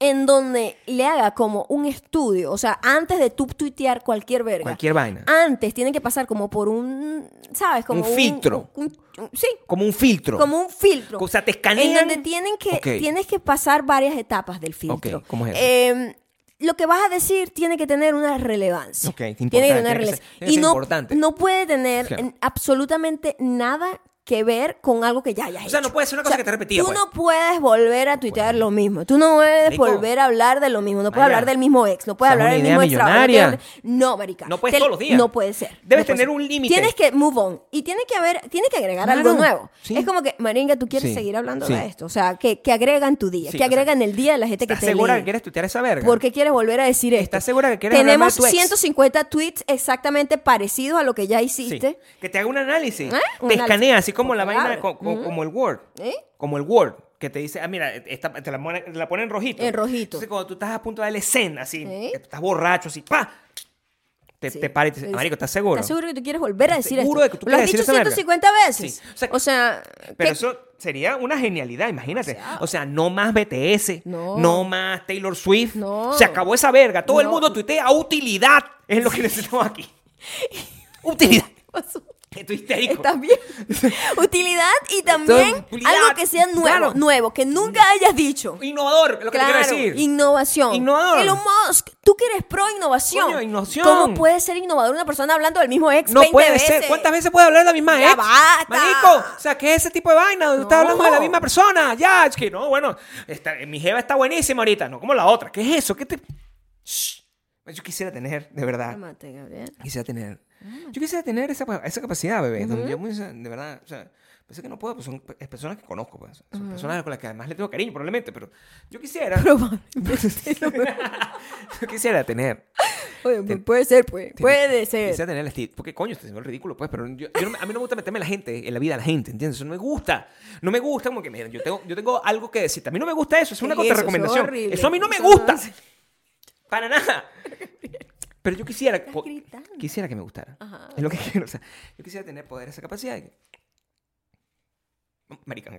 en donde le haga como un estudio, o sea, antes de tú tuitear cualquier verga. Cualquier vaina. Antes tiene que pasar como por un, ¿sabes? Como Un filtro. un- un- sí, Como un filtro. como un filtro. O sea, te escanean. En donde tienen que, Ok. tienes que pasar varias etapas del filtro. Ok, ¿cómo es eso? Eh, lo que vas a decir tiene que tener una relevancia. Ok, Tiene que importante, tener una tiene que ser- relevancia. tiene que y ser no, importante. no puede tener Claro. en- absolutamente nada que ver con algo que ya hayas O sea, no hecho. puede ser una cosa que te repetía, Tú pues. no puedes volver a tuitear lo mismo. Tú no puedes Marico. volver a hablar de lo mismo. No puedes Marica. hablar del mismo ex. No puedes Esa es hablar una del idea mismo ex. trabajo, millonaria. no puedes hablar- No, marica. No puedes Te- todos los días. No puede ser. Debes No puede tener ser. un límite. Tienes que move on. Y tiene que haber, tiene que agregar algo Claro, nuevo. sí. Es como que, Maringa, tú quieres Sí, seguir hablando sí. de esto. O sea, que, que agrega en tu día. Sí, que o agrega sea, en el día de la gente que ¿Estás te segura lee. que quieres tuitear esa verga? ¿Por qué quieres volver a decir esto? ¿Estás segura que quieres hablar Tenemos más de tu ex? 150 tweets exactamente parecidos a lo que ya Sí. hiciste. Que te haga un análisis. ¿Eh? Un Te análisis. escanea, así como la Por vaina, palabra. co- co- como el Word. ¿Eh? Como el Word. Que te dice, ah, mira, esta, te la, pone, te la pone en rojito. En rojito. Entonces, cuando tú estás a punto de darle escena, así, ¿Eh? que estás borracho, así, ¡pa! Te, Sí. te para y te dice, Te dice, Marico, ¿estás seguro? ¿Estás seguro que tú quieres volver a ¿Estás decir seguro de esto? que tú lo has quieres dicho decir esa verga? 150 veces. Sí. O sea, O sea, Pero ¿qué- eso sería una genialidad, imagínate. O sea, no más BTS, No. no, más Taylor Swift. No. Se acabó esa verga. Todo el No. mundo tuitea utilidad. Es lo que necesitamos aquí. utilidad. Estoy histérico. Estás bien. Utilidad y también utilidad. algo que sea nuevo, Claro. nuevo, que nunca hayas dicho. Innovador, lo que Claro, te quiero decir. innovación. Innovador. Elon Musk, tú que eres pro innovación. Coño, innovación. ¿Cómo puede ser innovador una persona hablando del mismo ex No 20 puede veces? ser. ¿Cuántas veces puede hablar de la misma Ya ex? basta. Marico, o sea, ¿qué es ese tipo de vaina? donde Estás No. hablando de la misma persona. Ya, es que no, bueno, esta- mi jeva está buenísima ahorita, no como la otra. ¿Qué es eso? ¿Qué te...? Shh. Yo quisiera tener, de verdad. Cálmate, Gabriel. Quisiera tener. Yo quisiera tener esa, pues, esa capacidad, bebé. donde yo, pues, de verdad, o sea, pensé que no puedo, pues son pe- personas que conozco, pues. Son personas con las que además le tengo cariño, probablemente, pero yo quisiera. Probablemente no. yo quisiera tener. Oye, pues, puede ser, pues. Puede Quisiera ser. tener el estilo. Porque coño, este es ridículo, pues, pero yo, yo no me- a mí no me gusta meterme en la gente, en la vida de la gente, ¿entiendes? Eso no me gusta. No me gusta, como que, miren, yo tengo, yo tengo algo que decirte. A mí no me gusta eso, es una Eso, eso es contrarrecomendación. horrible. Eso a mí no me Eso no gusta. se- Para nada. Pero yo quisiera. po- gritando. Quisiera que me gustara. Ajá. Es lo que quiero. O sea, yo quisiera tener poder, esa capacidad. de que- Marica,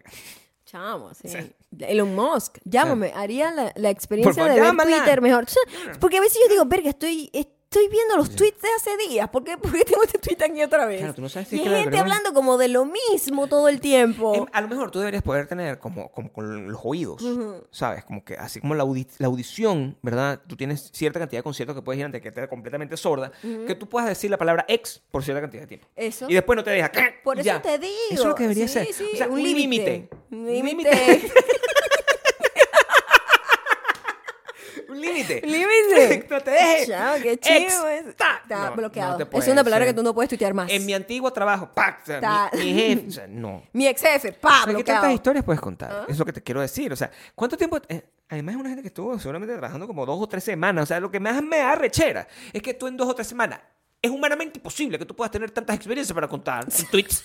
Chamo, sí. sea- Elon Musk, llámame. Haría la, la Por experiencia favor, de ver llámala. Twitter mejor. O sea, Porque a veces yo digo, verga, estoy, estoy viendo los tweets de hace días. ¿Por qué, por qué tengo este tweet aquí otra vez? Claro, tú no sabes si y hay es que la gente verdad- hablando como de lo mismo todo el Em, tiempo. a lo mejor tú deberías poder tener como, como con los oídos, ¿sabes? Como que así como la, audi- la audición, ¿verdad? Tú tienes cierta cantidad de conciertos que puedes ir antes de que te completamente sorda, que tú puedas decir la palabra ex por cierta cantidad de tiempo. Eso. Y después no te deja. ¡ah! Por eso Ya. te digo. Eso es lo que debería Sí, ser. sí, o sea, un un límite. límite. Un límite. un límite. Límite. no Em, te dejes. Chao, qué Ex. chido. es. Ta. No, Está no bloqueado. te es puede una palabra ser. que tú no puedes tuitear más. En mi antiguo trabajo, ¡pac! O sea, Ta. mi, mi jefe. O sea, no. Mi ex jefe, pa, O sea, ¿Qué bloqueado. tantas historias puedes contar? Es lo que te quiero decir. O sea, ¿cuánto tiempo? eh, además, es una gente que estuvo seguramente trabajando como dos o tres semanas. O sea, lo que más me da rechera es que tú en dos o tres semanas es humanamente imposible que tú puedas tener tantas experiencias para contar en tweets.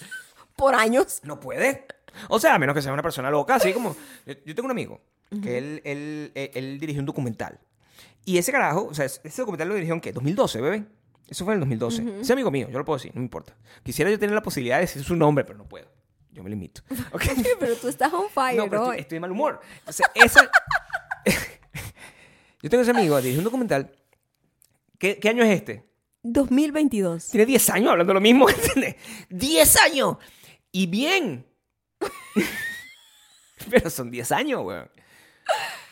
Por años. No puede. O sea, a menos que sea una persona loca, así como. Yo, yo tengo un amigo que él, él, él- él dirigió un documental. Y ese carajo, o sea, ese documental lo dirigió en qué? 2012, bebé. Eso fue en el 2012. Ese amigo mío, yo lo puedo decir, no me importa. Quisiera yo tener la posibilidad de decir su nombre, pero no puedo. Yo me limito. Ok. pero tú estás on fire No, pero hoy. estoy, estoy de mal humor. O sea, esa... Yo tengo ese amigo, dirige un documental. ¿Qué, ¿Qué año es este? 2022. Tiene 10 años hablando lo mismo, ¿entiendes? ¡10 años! Y bien. Pero son 10 años, weón.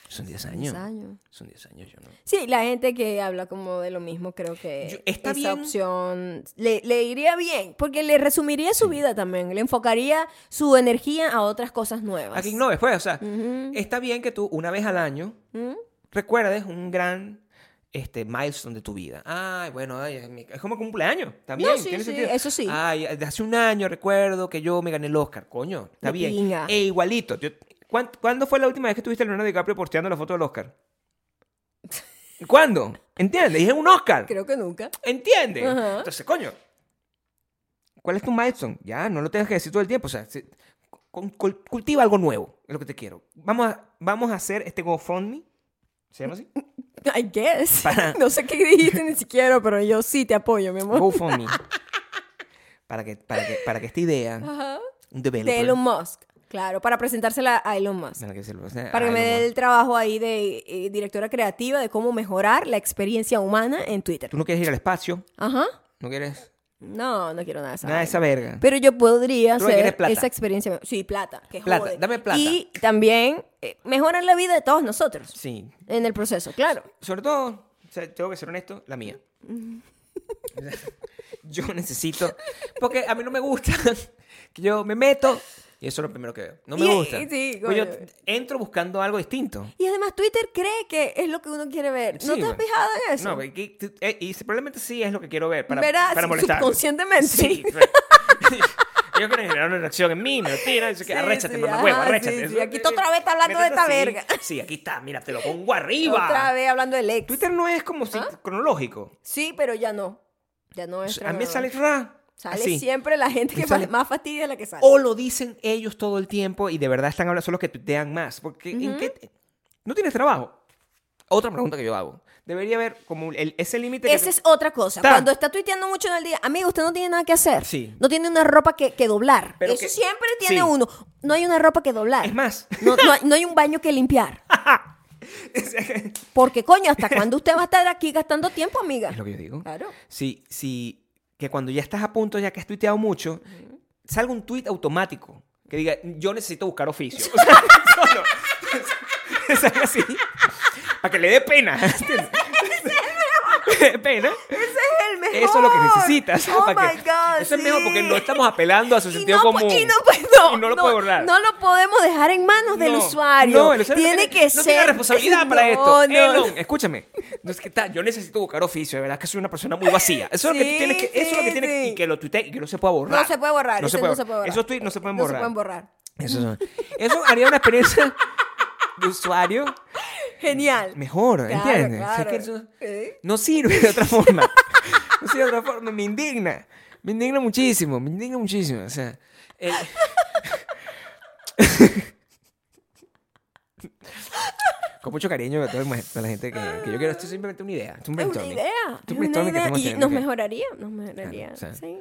Son 10 años. Diez años. Son 10 años, yo no. Sí, la gente que habla como de lo mismo, creo que Yo- está esa bien. opción le, le iría bien, porque le resumiría su vida también, le enfocaría su energía a otras cosas nuevas. Aquí no, después, o sea, Pues Ujú. está bien que tú una vez al año ¿Mm? recuerdes un gran este milestone de tu vida. Ay, bueno, ay, es mi- es como cumpleaños, también. No, sí, tiene sí, sentido. eso sí. Ay, de hace un año recuerdo que yo me gané el Oscar, coño, está De bien. pinga. E igualito. yo- ¿cuán- ¿Cuándo fue la última vez que tuviste a Leonardo DiCaprio posteando la foto del Oscar? ¿Cuándo? ¿Entiendes? Dije un Oscar. Creo que nunca. ¿Entiendes? Ajá. Entonces, coño, ¿cuál es tu milestone? Ya, no lo tengas que decir todo el tiempo. O sea, si- con- cul- cultiva algo nuevo, es lo que te quiero. Vamos a, vamos a hacer este GoFundMe. ¿Se llama así? I guess. Para- No sé qué dijiste ni siquiera, pero yo sí te apoyo, mi amor. GoFundMe. para, que, para, que, para que esta idea, Ajá. un developer. De Elon Musk, claro, para presentársela a Elon Musk. Para que, se lo- o sea, Para que ah, me no, dé no. el trabajo ahí de eh, directora creativa de cómo mejorar la experiencia humana en Twitter. Tú no quieres ir al espacio, Ajá. no quieres No, no quiero nada de eso. nada de esa verga. Pero yo podría Tú lo que quieres hacer es plata. esa experiencia. Sí, plata. Que Plata, jode. dame plata. Y también eh, mejorar la vida de todos nosotros Sí. en el proceso, claro. Sobre todo, o sea, tengo que ser honesto, la mía. O sea, yo necesito. Porque a mí no me gusta que yo me meto y eso es lo primero que veo. No me Y- gusta. y sí, Pues yo coño. entro buscando algo distinto. Y además Twitter cree que es lo que uno quiere ver. ¿No Sí, te has bueno. fijado en eso? No, porque- eh, y, probablemente sí es lo que quiero ver para, Verás, para molestar. subconscientemente. Sí. Ellos quieren generar una reacción en mí, me lo tiran, dice que Sí, arréchate, sí, mamá huevo, ajá, arréchate. sí, sí, aquí tú otra vez estás hablando de Métete esta así. verga. Sí, aquí está, mira, te lo pongo arriba. Otra vez ¿Ah? hablando del ex. Twitter no es como si- cronológico. Sí, pero ya no. Ya no es. A mí me tragado. sale ra. Sale así. siempre la gente que sale- más fastidia la que sale. O lo dicen ellos todo el tiempo y de verdad están hablando, son los que tuitean más. Porque ¿en qué? ¿No tienes trabajo? Otra pregunta que yo hago. Debería haber como el- ese límite que Esa es otra cosa. Está. Cuando está tuiteando mucho en el día, amigo, usted no tiene nada que hacer. Sí. No tiene una ropa que, que doblar. Pero Eso que- siempre tiene sí. uno. No hay una ropa que doblar. Es más. No, no hay, no hay un baño que limpiar. Porque, coño, ¿hasta cuándo usted va a estar aquí gastando tiempo, amiga? Es lo que yo digo. Claro. Si, si, que cuando ya estás a punto, ya que has tuiteado mucho, salga un tuit automático que diga, yo necesito buscar oficio. O sea, solo. Que salga así. Para que le dé pena. Le dé pena. Ese es el mejor. Eso es lo que necesitas. Oh para my que- God. Eso es sí. mejor porque no estamos apelando a su Y sentido no, po- común. Y no, pues, no, Y no lo puede borrar. No lo podemos dejar en manos del No, usuario. No, el usuario tiene no que no ser. tiene responsabilidad para No, esto. no, Elon, escúchame. No, es que está, yo necesito buscar oficio, de verdad que soy una persona muy vacía. Eso es lo que tú Sí, tienes que, eso es lo que sí, tienes que- y sí. que lo tuite y que no se pueda borrar. No se puede borrar. No ese se puede, borrar. Esos tweets no se pueden borrar. No se pueden borrar. Eso, son- eso haría una experiencia de usuario Genial. mejor, Claro, ¿entiendes? O sea, claro. que eso ¿Eh? no sirve de otra forma. No sirve de otra forma, me indigna. Me indigna muchísimo, me indigna muchísimo. O sea, eh, el- con mucho cariño a toda la toda la gente que, que yo quiero. Esto es simplemente una idea. Es un Es una brainstorming. idea. Es Es un una brainstorming que idea. estamos Y teniendo nos que- mejoraría. Nos mejoraría. o sea. sí.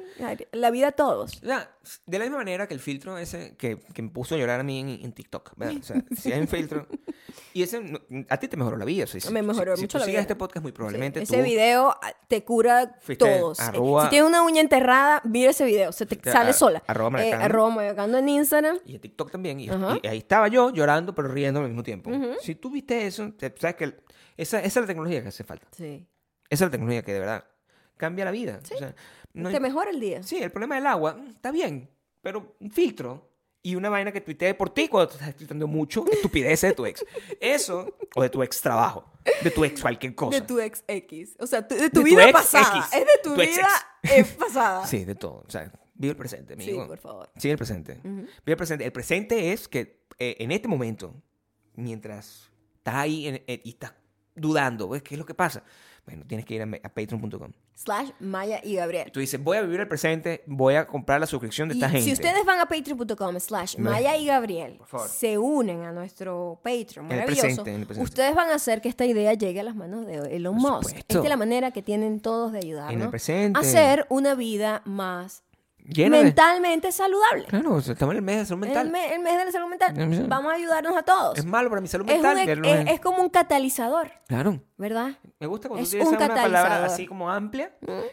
La vida a todos. O sea, de la misma manera que el filtro ese que, que me puso a llorar a mí en, en TikTok, ¿verdad? O sea, si hay un filtro. Y ese, no- a ti te mejoró la vida. o sea, si, Me mejoró si- si mucho tú la sigues vida. este podcast, muy probablemente Sí, Ese tú- video ah, te cura Fuiste todos. Eh, arroba- si tienes una uña enterrada, mira ese video. Se te Fuiste sale a- sola. Eh, arroba Mayocando. arroba Mayocando en Instagram. Y en TikTok también. Y, Ajá. y ahí estaba yo llorando, pero riendo al mismo tiempo. Si tú viste eso, te- sabes que el- esa, esa es la tecnología que hace falta. Sí. Esa es la tecnología que de verdad cambia la vida. O sea, no hay- Te mejora el día. sí, el problema del agua mm, está bien, pero un filtro y una vaina que tuitee por ti cuando te estás tuiteando mucho, estupideces de tu ex. Eso, o de tu ex trabajo, de tu ex cualquier cosa. De tu ex X. O sea, tu- de tu De tu vida ex pasada. X. Es de tu, Tu ex vida eh, pasada. Sí, de todo. O sea, vive el presente, Sí, amigo. por favor. Sigue el presente. Vive el presente. El presente es que eh, en este momento, mientras estás ahí en- en- y estás dudando, pues, ¿qué es lo que pasa? Bueno, tienes que ir a, a patreon.com. Slash Maya y Gabriel. Tú dices, voy a vivir el presente, voy a comprar la suscripción Y de esta gente. si ustedes van a patreon.com slash No. Maya y Gabriel, Por favor. se unen a nuestro Patreon, En el maravilloso, presente, en el presente. ustedes van a hacer que esta idea llegue a las manos de Elon Por Musk. supuesto. Esta es la manera que tienen todos de ayudarnos En el presente. a hacer una vida más Lleno de- mentalmente saludable. Claro, o sea, estamos en el mes de salud mental. El, me- el mes de la salud El mes- mental. Vamos a ayudarnos a todos. Es malo para mi salud Es un mental. e- que no es- es- es como un catalizador, Claro. ¿verdad? Me gusta cuando Es tú un utilizas una palabra catalizador. Mm. así como amplia,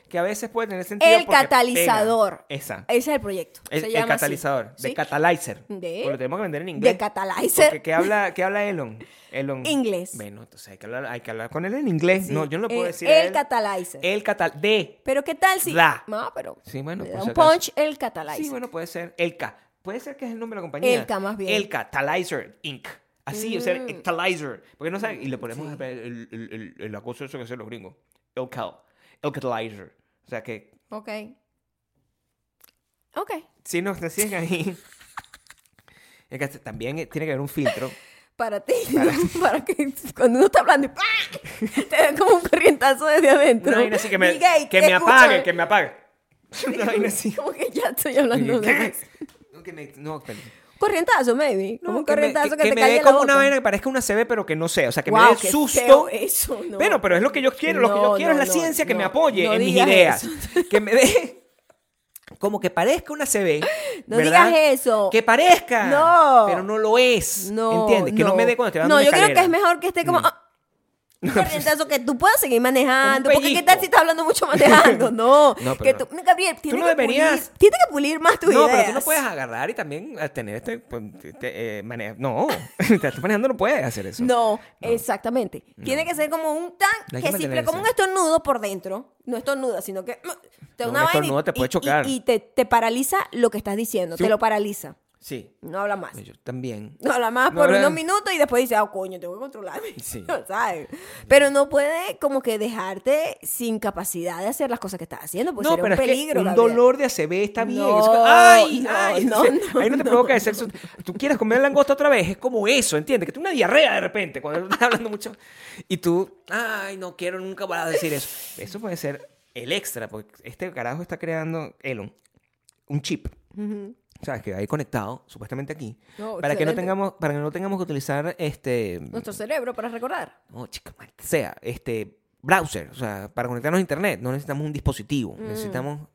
que a veces puede tener sentido. El porque catalizador. pega. Esa. Ese es el proyecto. El, Se el llama así. catalizador. ¿Sí? De catalyzer. De- Porque Lo tenemos que vender en inglés. De catalizer. Porque, ¿qué, habla, ¿Qué habla Elon? Elon. Inglés. Bueno, entonces hay que hablar, hay que hablar con él en inglés. Sí. No, yo no le puedo El- decir. a El él- catalizer. El catal. De. Pero qué tal si. La. No, pero. Sí, bueno, le por da si un acaso. punch el catalizer. Sí, bueno, puede ser. Elka. Puede ser que es el nombre de la compañía. Elka, más bien. Mm. Elka, Talizer Inc. Así, o sea, el Talizer. Porque no saben. Y le ponemos el, el, el, el acoso eso que hacen los gringos. Elcal. El Talizer. O sea que Ok. Ok. si nos decían ahí. Es que también tiene que haber un filtro. Para ti. Para que cuando uno está hablando. ¡pah! Te da como un corrientazo desde adentro. Una vaina así que me, Miguel, que te me escucho. apague, que me apague. Una vaina así. Como que ya estoy hablando de eso. No, que me- no, espérate. Corrientazo, maybe. como un que me- corrientazo que, que te me cae dé la como boca. una vaina que parezca una CB, pero que no sea. O sea, que Guau, me dé qué susto. feo eso, no. Bueno, pero es lo que yo quiero. lo que yo No, quiero no, es la no, ciencia que no, me apoye no en mis digas ideas. eso. Que me dé. Como que parezca una CB. No ¿verdad? digas eso. Que parezca. No. Pero no lo es. No, ¿Entiendes? Que no, me dé cuando te vas No, yo dando una creo que es escalera. Mm. pues mejor que esté como. ah, un corrientazo que tú puedas seguir manejando. Un Porque qué pellizco. tal si estás hablando mucho manejando. No. No, que pero tú, no. Gabriel, tienes no que deberías- pulir. Tienes que pulir más tus no, ideas. pero tú no puedes agarrar y también eh, tener este. pues, te- te, eh, mane- No, te estás manejando, no puedes hacer eso. No, exactamente. Tiene que ser como un tan No hay que que simple, mantenerse. como un estornudo por dentro. No estornuda, sino que mm, te da una No, un vaina y- estornudo te puede y- chocar. Y, y te, te paraliza lo que estás diciendo, Sí. te lo paraliza. Sí. Pues No habla más. Yo también. No habla más No por habla- unos minutos y después dice, ah, coño, tengo que controlarme. Sí. ¿Sabes? Pero no puede como que dejarte sin capacidad de hacer las cosas que estás haciendo, porque no, sería pero pues, un es peligro. que un Gabriel. dolor de ACV está bien. No, Eso- ay, no, ay, no, entonces, no, ahí no te no, provoca ese sexo. Tú quieres comer langosta otra vez, es como eso, ¿entiendes? Que tú una diarrea de repente cuando estás hablando mucho y tú, ay, no quiero nunca parar de decir eso. Eso puede ser el extra, porque este carajo está creando Elon un chip. ¿Sabes? Que va a ir conectado, supuestamente aquí. No, para, que no excelente. tengamos, para que no tengamos que utilizar este. Nuestro cerebro, para recordar. No, chica, maldita sea, este browser, o sea, para conectarnos a internet no necesitamos un dispositivo, necesitamos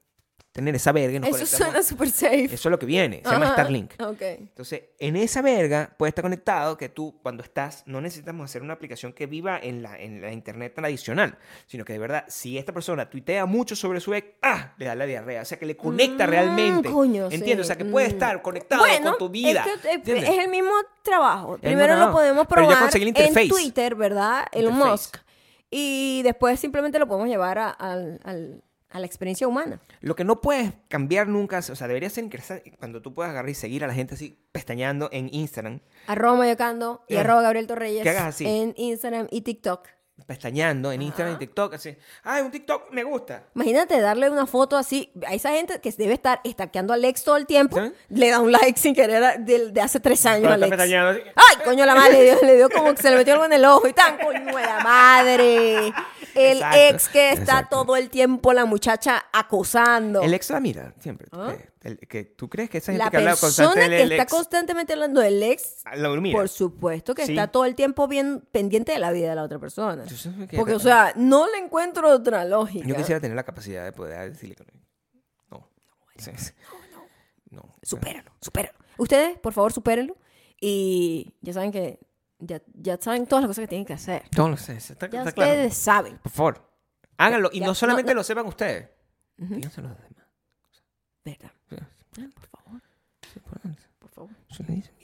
tener esa verga y nos Mm. Eso conectamos. suena súper safe. Eso es lo que viene, se llama Ajá. Starlink. Ok. Entonces, en esa verga puede estar conectado que tú cuando estás, no necesitamos hacer una aplicación que viva en la, en la internet tradicional, sino que de verdad, si esta persona tuitea mucho sobre su ex, ¡ah! le da la diarrea, o sea, que le conecta Mm, realmente. coño, ¿Entiendes? O sí, sea, que puede mm. estar conectado Bueno, con tu vida. Es, que, eh, ¿entiendes? es el mismo trabajo. mismo Primero lo trabajo. podemos Pero ya probar conseguí la en interface. Twitter, ¿verdad? Elon Interface. Musk. Y después simplemente lo podemos llevar a, al- al- a la experiencia humana. Lo que no puedes cambiar nunca, o sea, debería ser interesante cuando tú puedas agarrar y seguir a la gente así pestañeando en Instagram, Arroba Mayocando y Eh, arroba Gabriel Torreyes que hagas así. en Instagram y TikTok. pestañeando en Instagram y TikTok, así, ay, un TikTok me gusta. Imagínate darle una foto así a esa gente que debe estar stalkeando a Alex todo el tiempo. ¿Sí? Le da un like sin querer a- de, de hace tres años a Cuando está Alex. pestañeando así. ¡Ay, coño, la madre! Le dio, le dio como que se le metió algo en el ojo y tan, coño, de la madre. El Exacto, ex que está exacto. todo el tiempo la muchacha acosando. El ex la mira siempre. ¿Ah? Eh, el- que tú crees que esa gente la que habla persona constantemente que del está ex, constantemente hablando del ex, lo mira. por supuesto que Sí. está todo el tiempo bien pendiente de la vida de la otra persona. Yo sé que- Porque, o sea, no le encuentro otra lógica. Yo quisiera tener la capacidad de poder decirle que no. No. Sí, sí. No, o sea, Supéralo, supéralo. Ustedes, por favor, supérenlo. Y ya saben que. Ya, ya saben todas las cosas que tienen que hacer. No lo sé. Está, Ya está ustedes claro. saben. Por favor, háganlo. Y Ya, no, no solamente no. lo sepan ustedes. Díganselo a los demás. ¿Verdad? Sí, Ah, Por favor, sí, por- por favor. se le dice,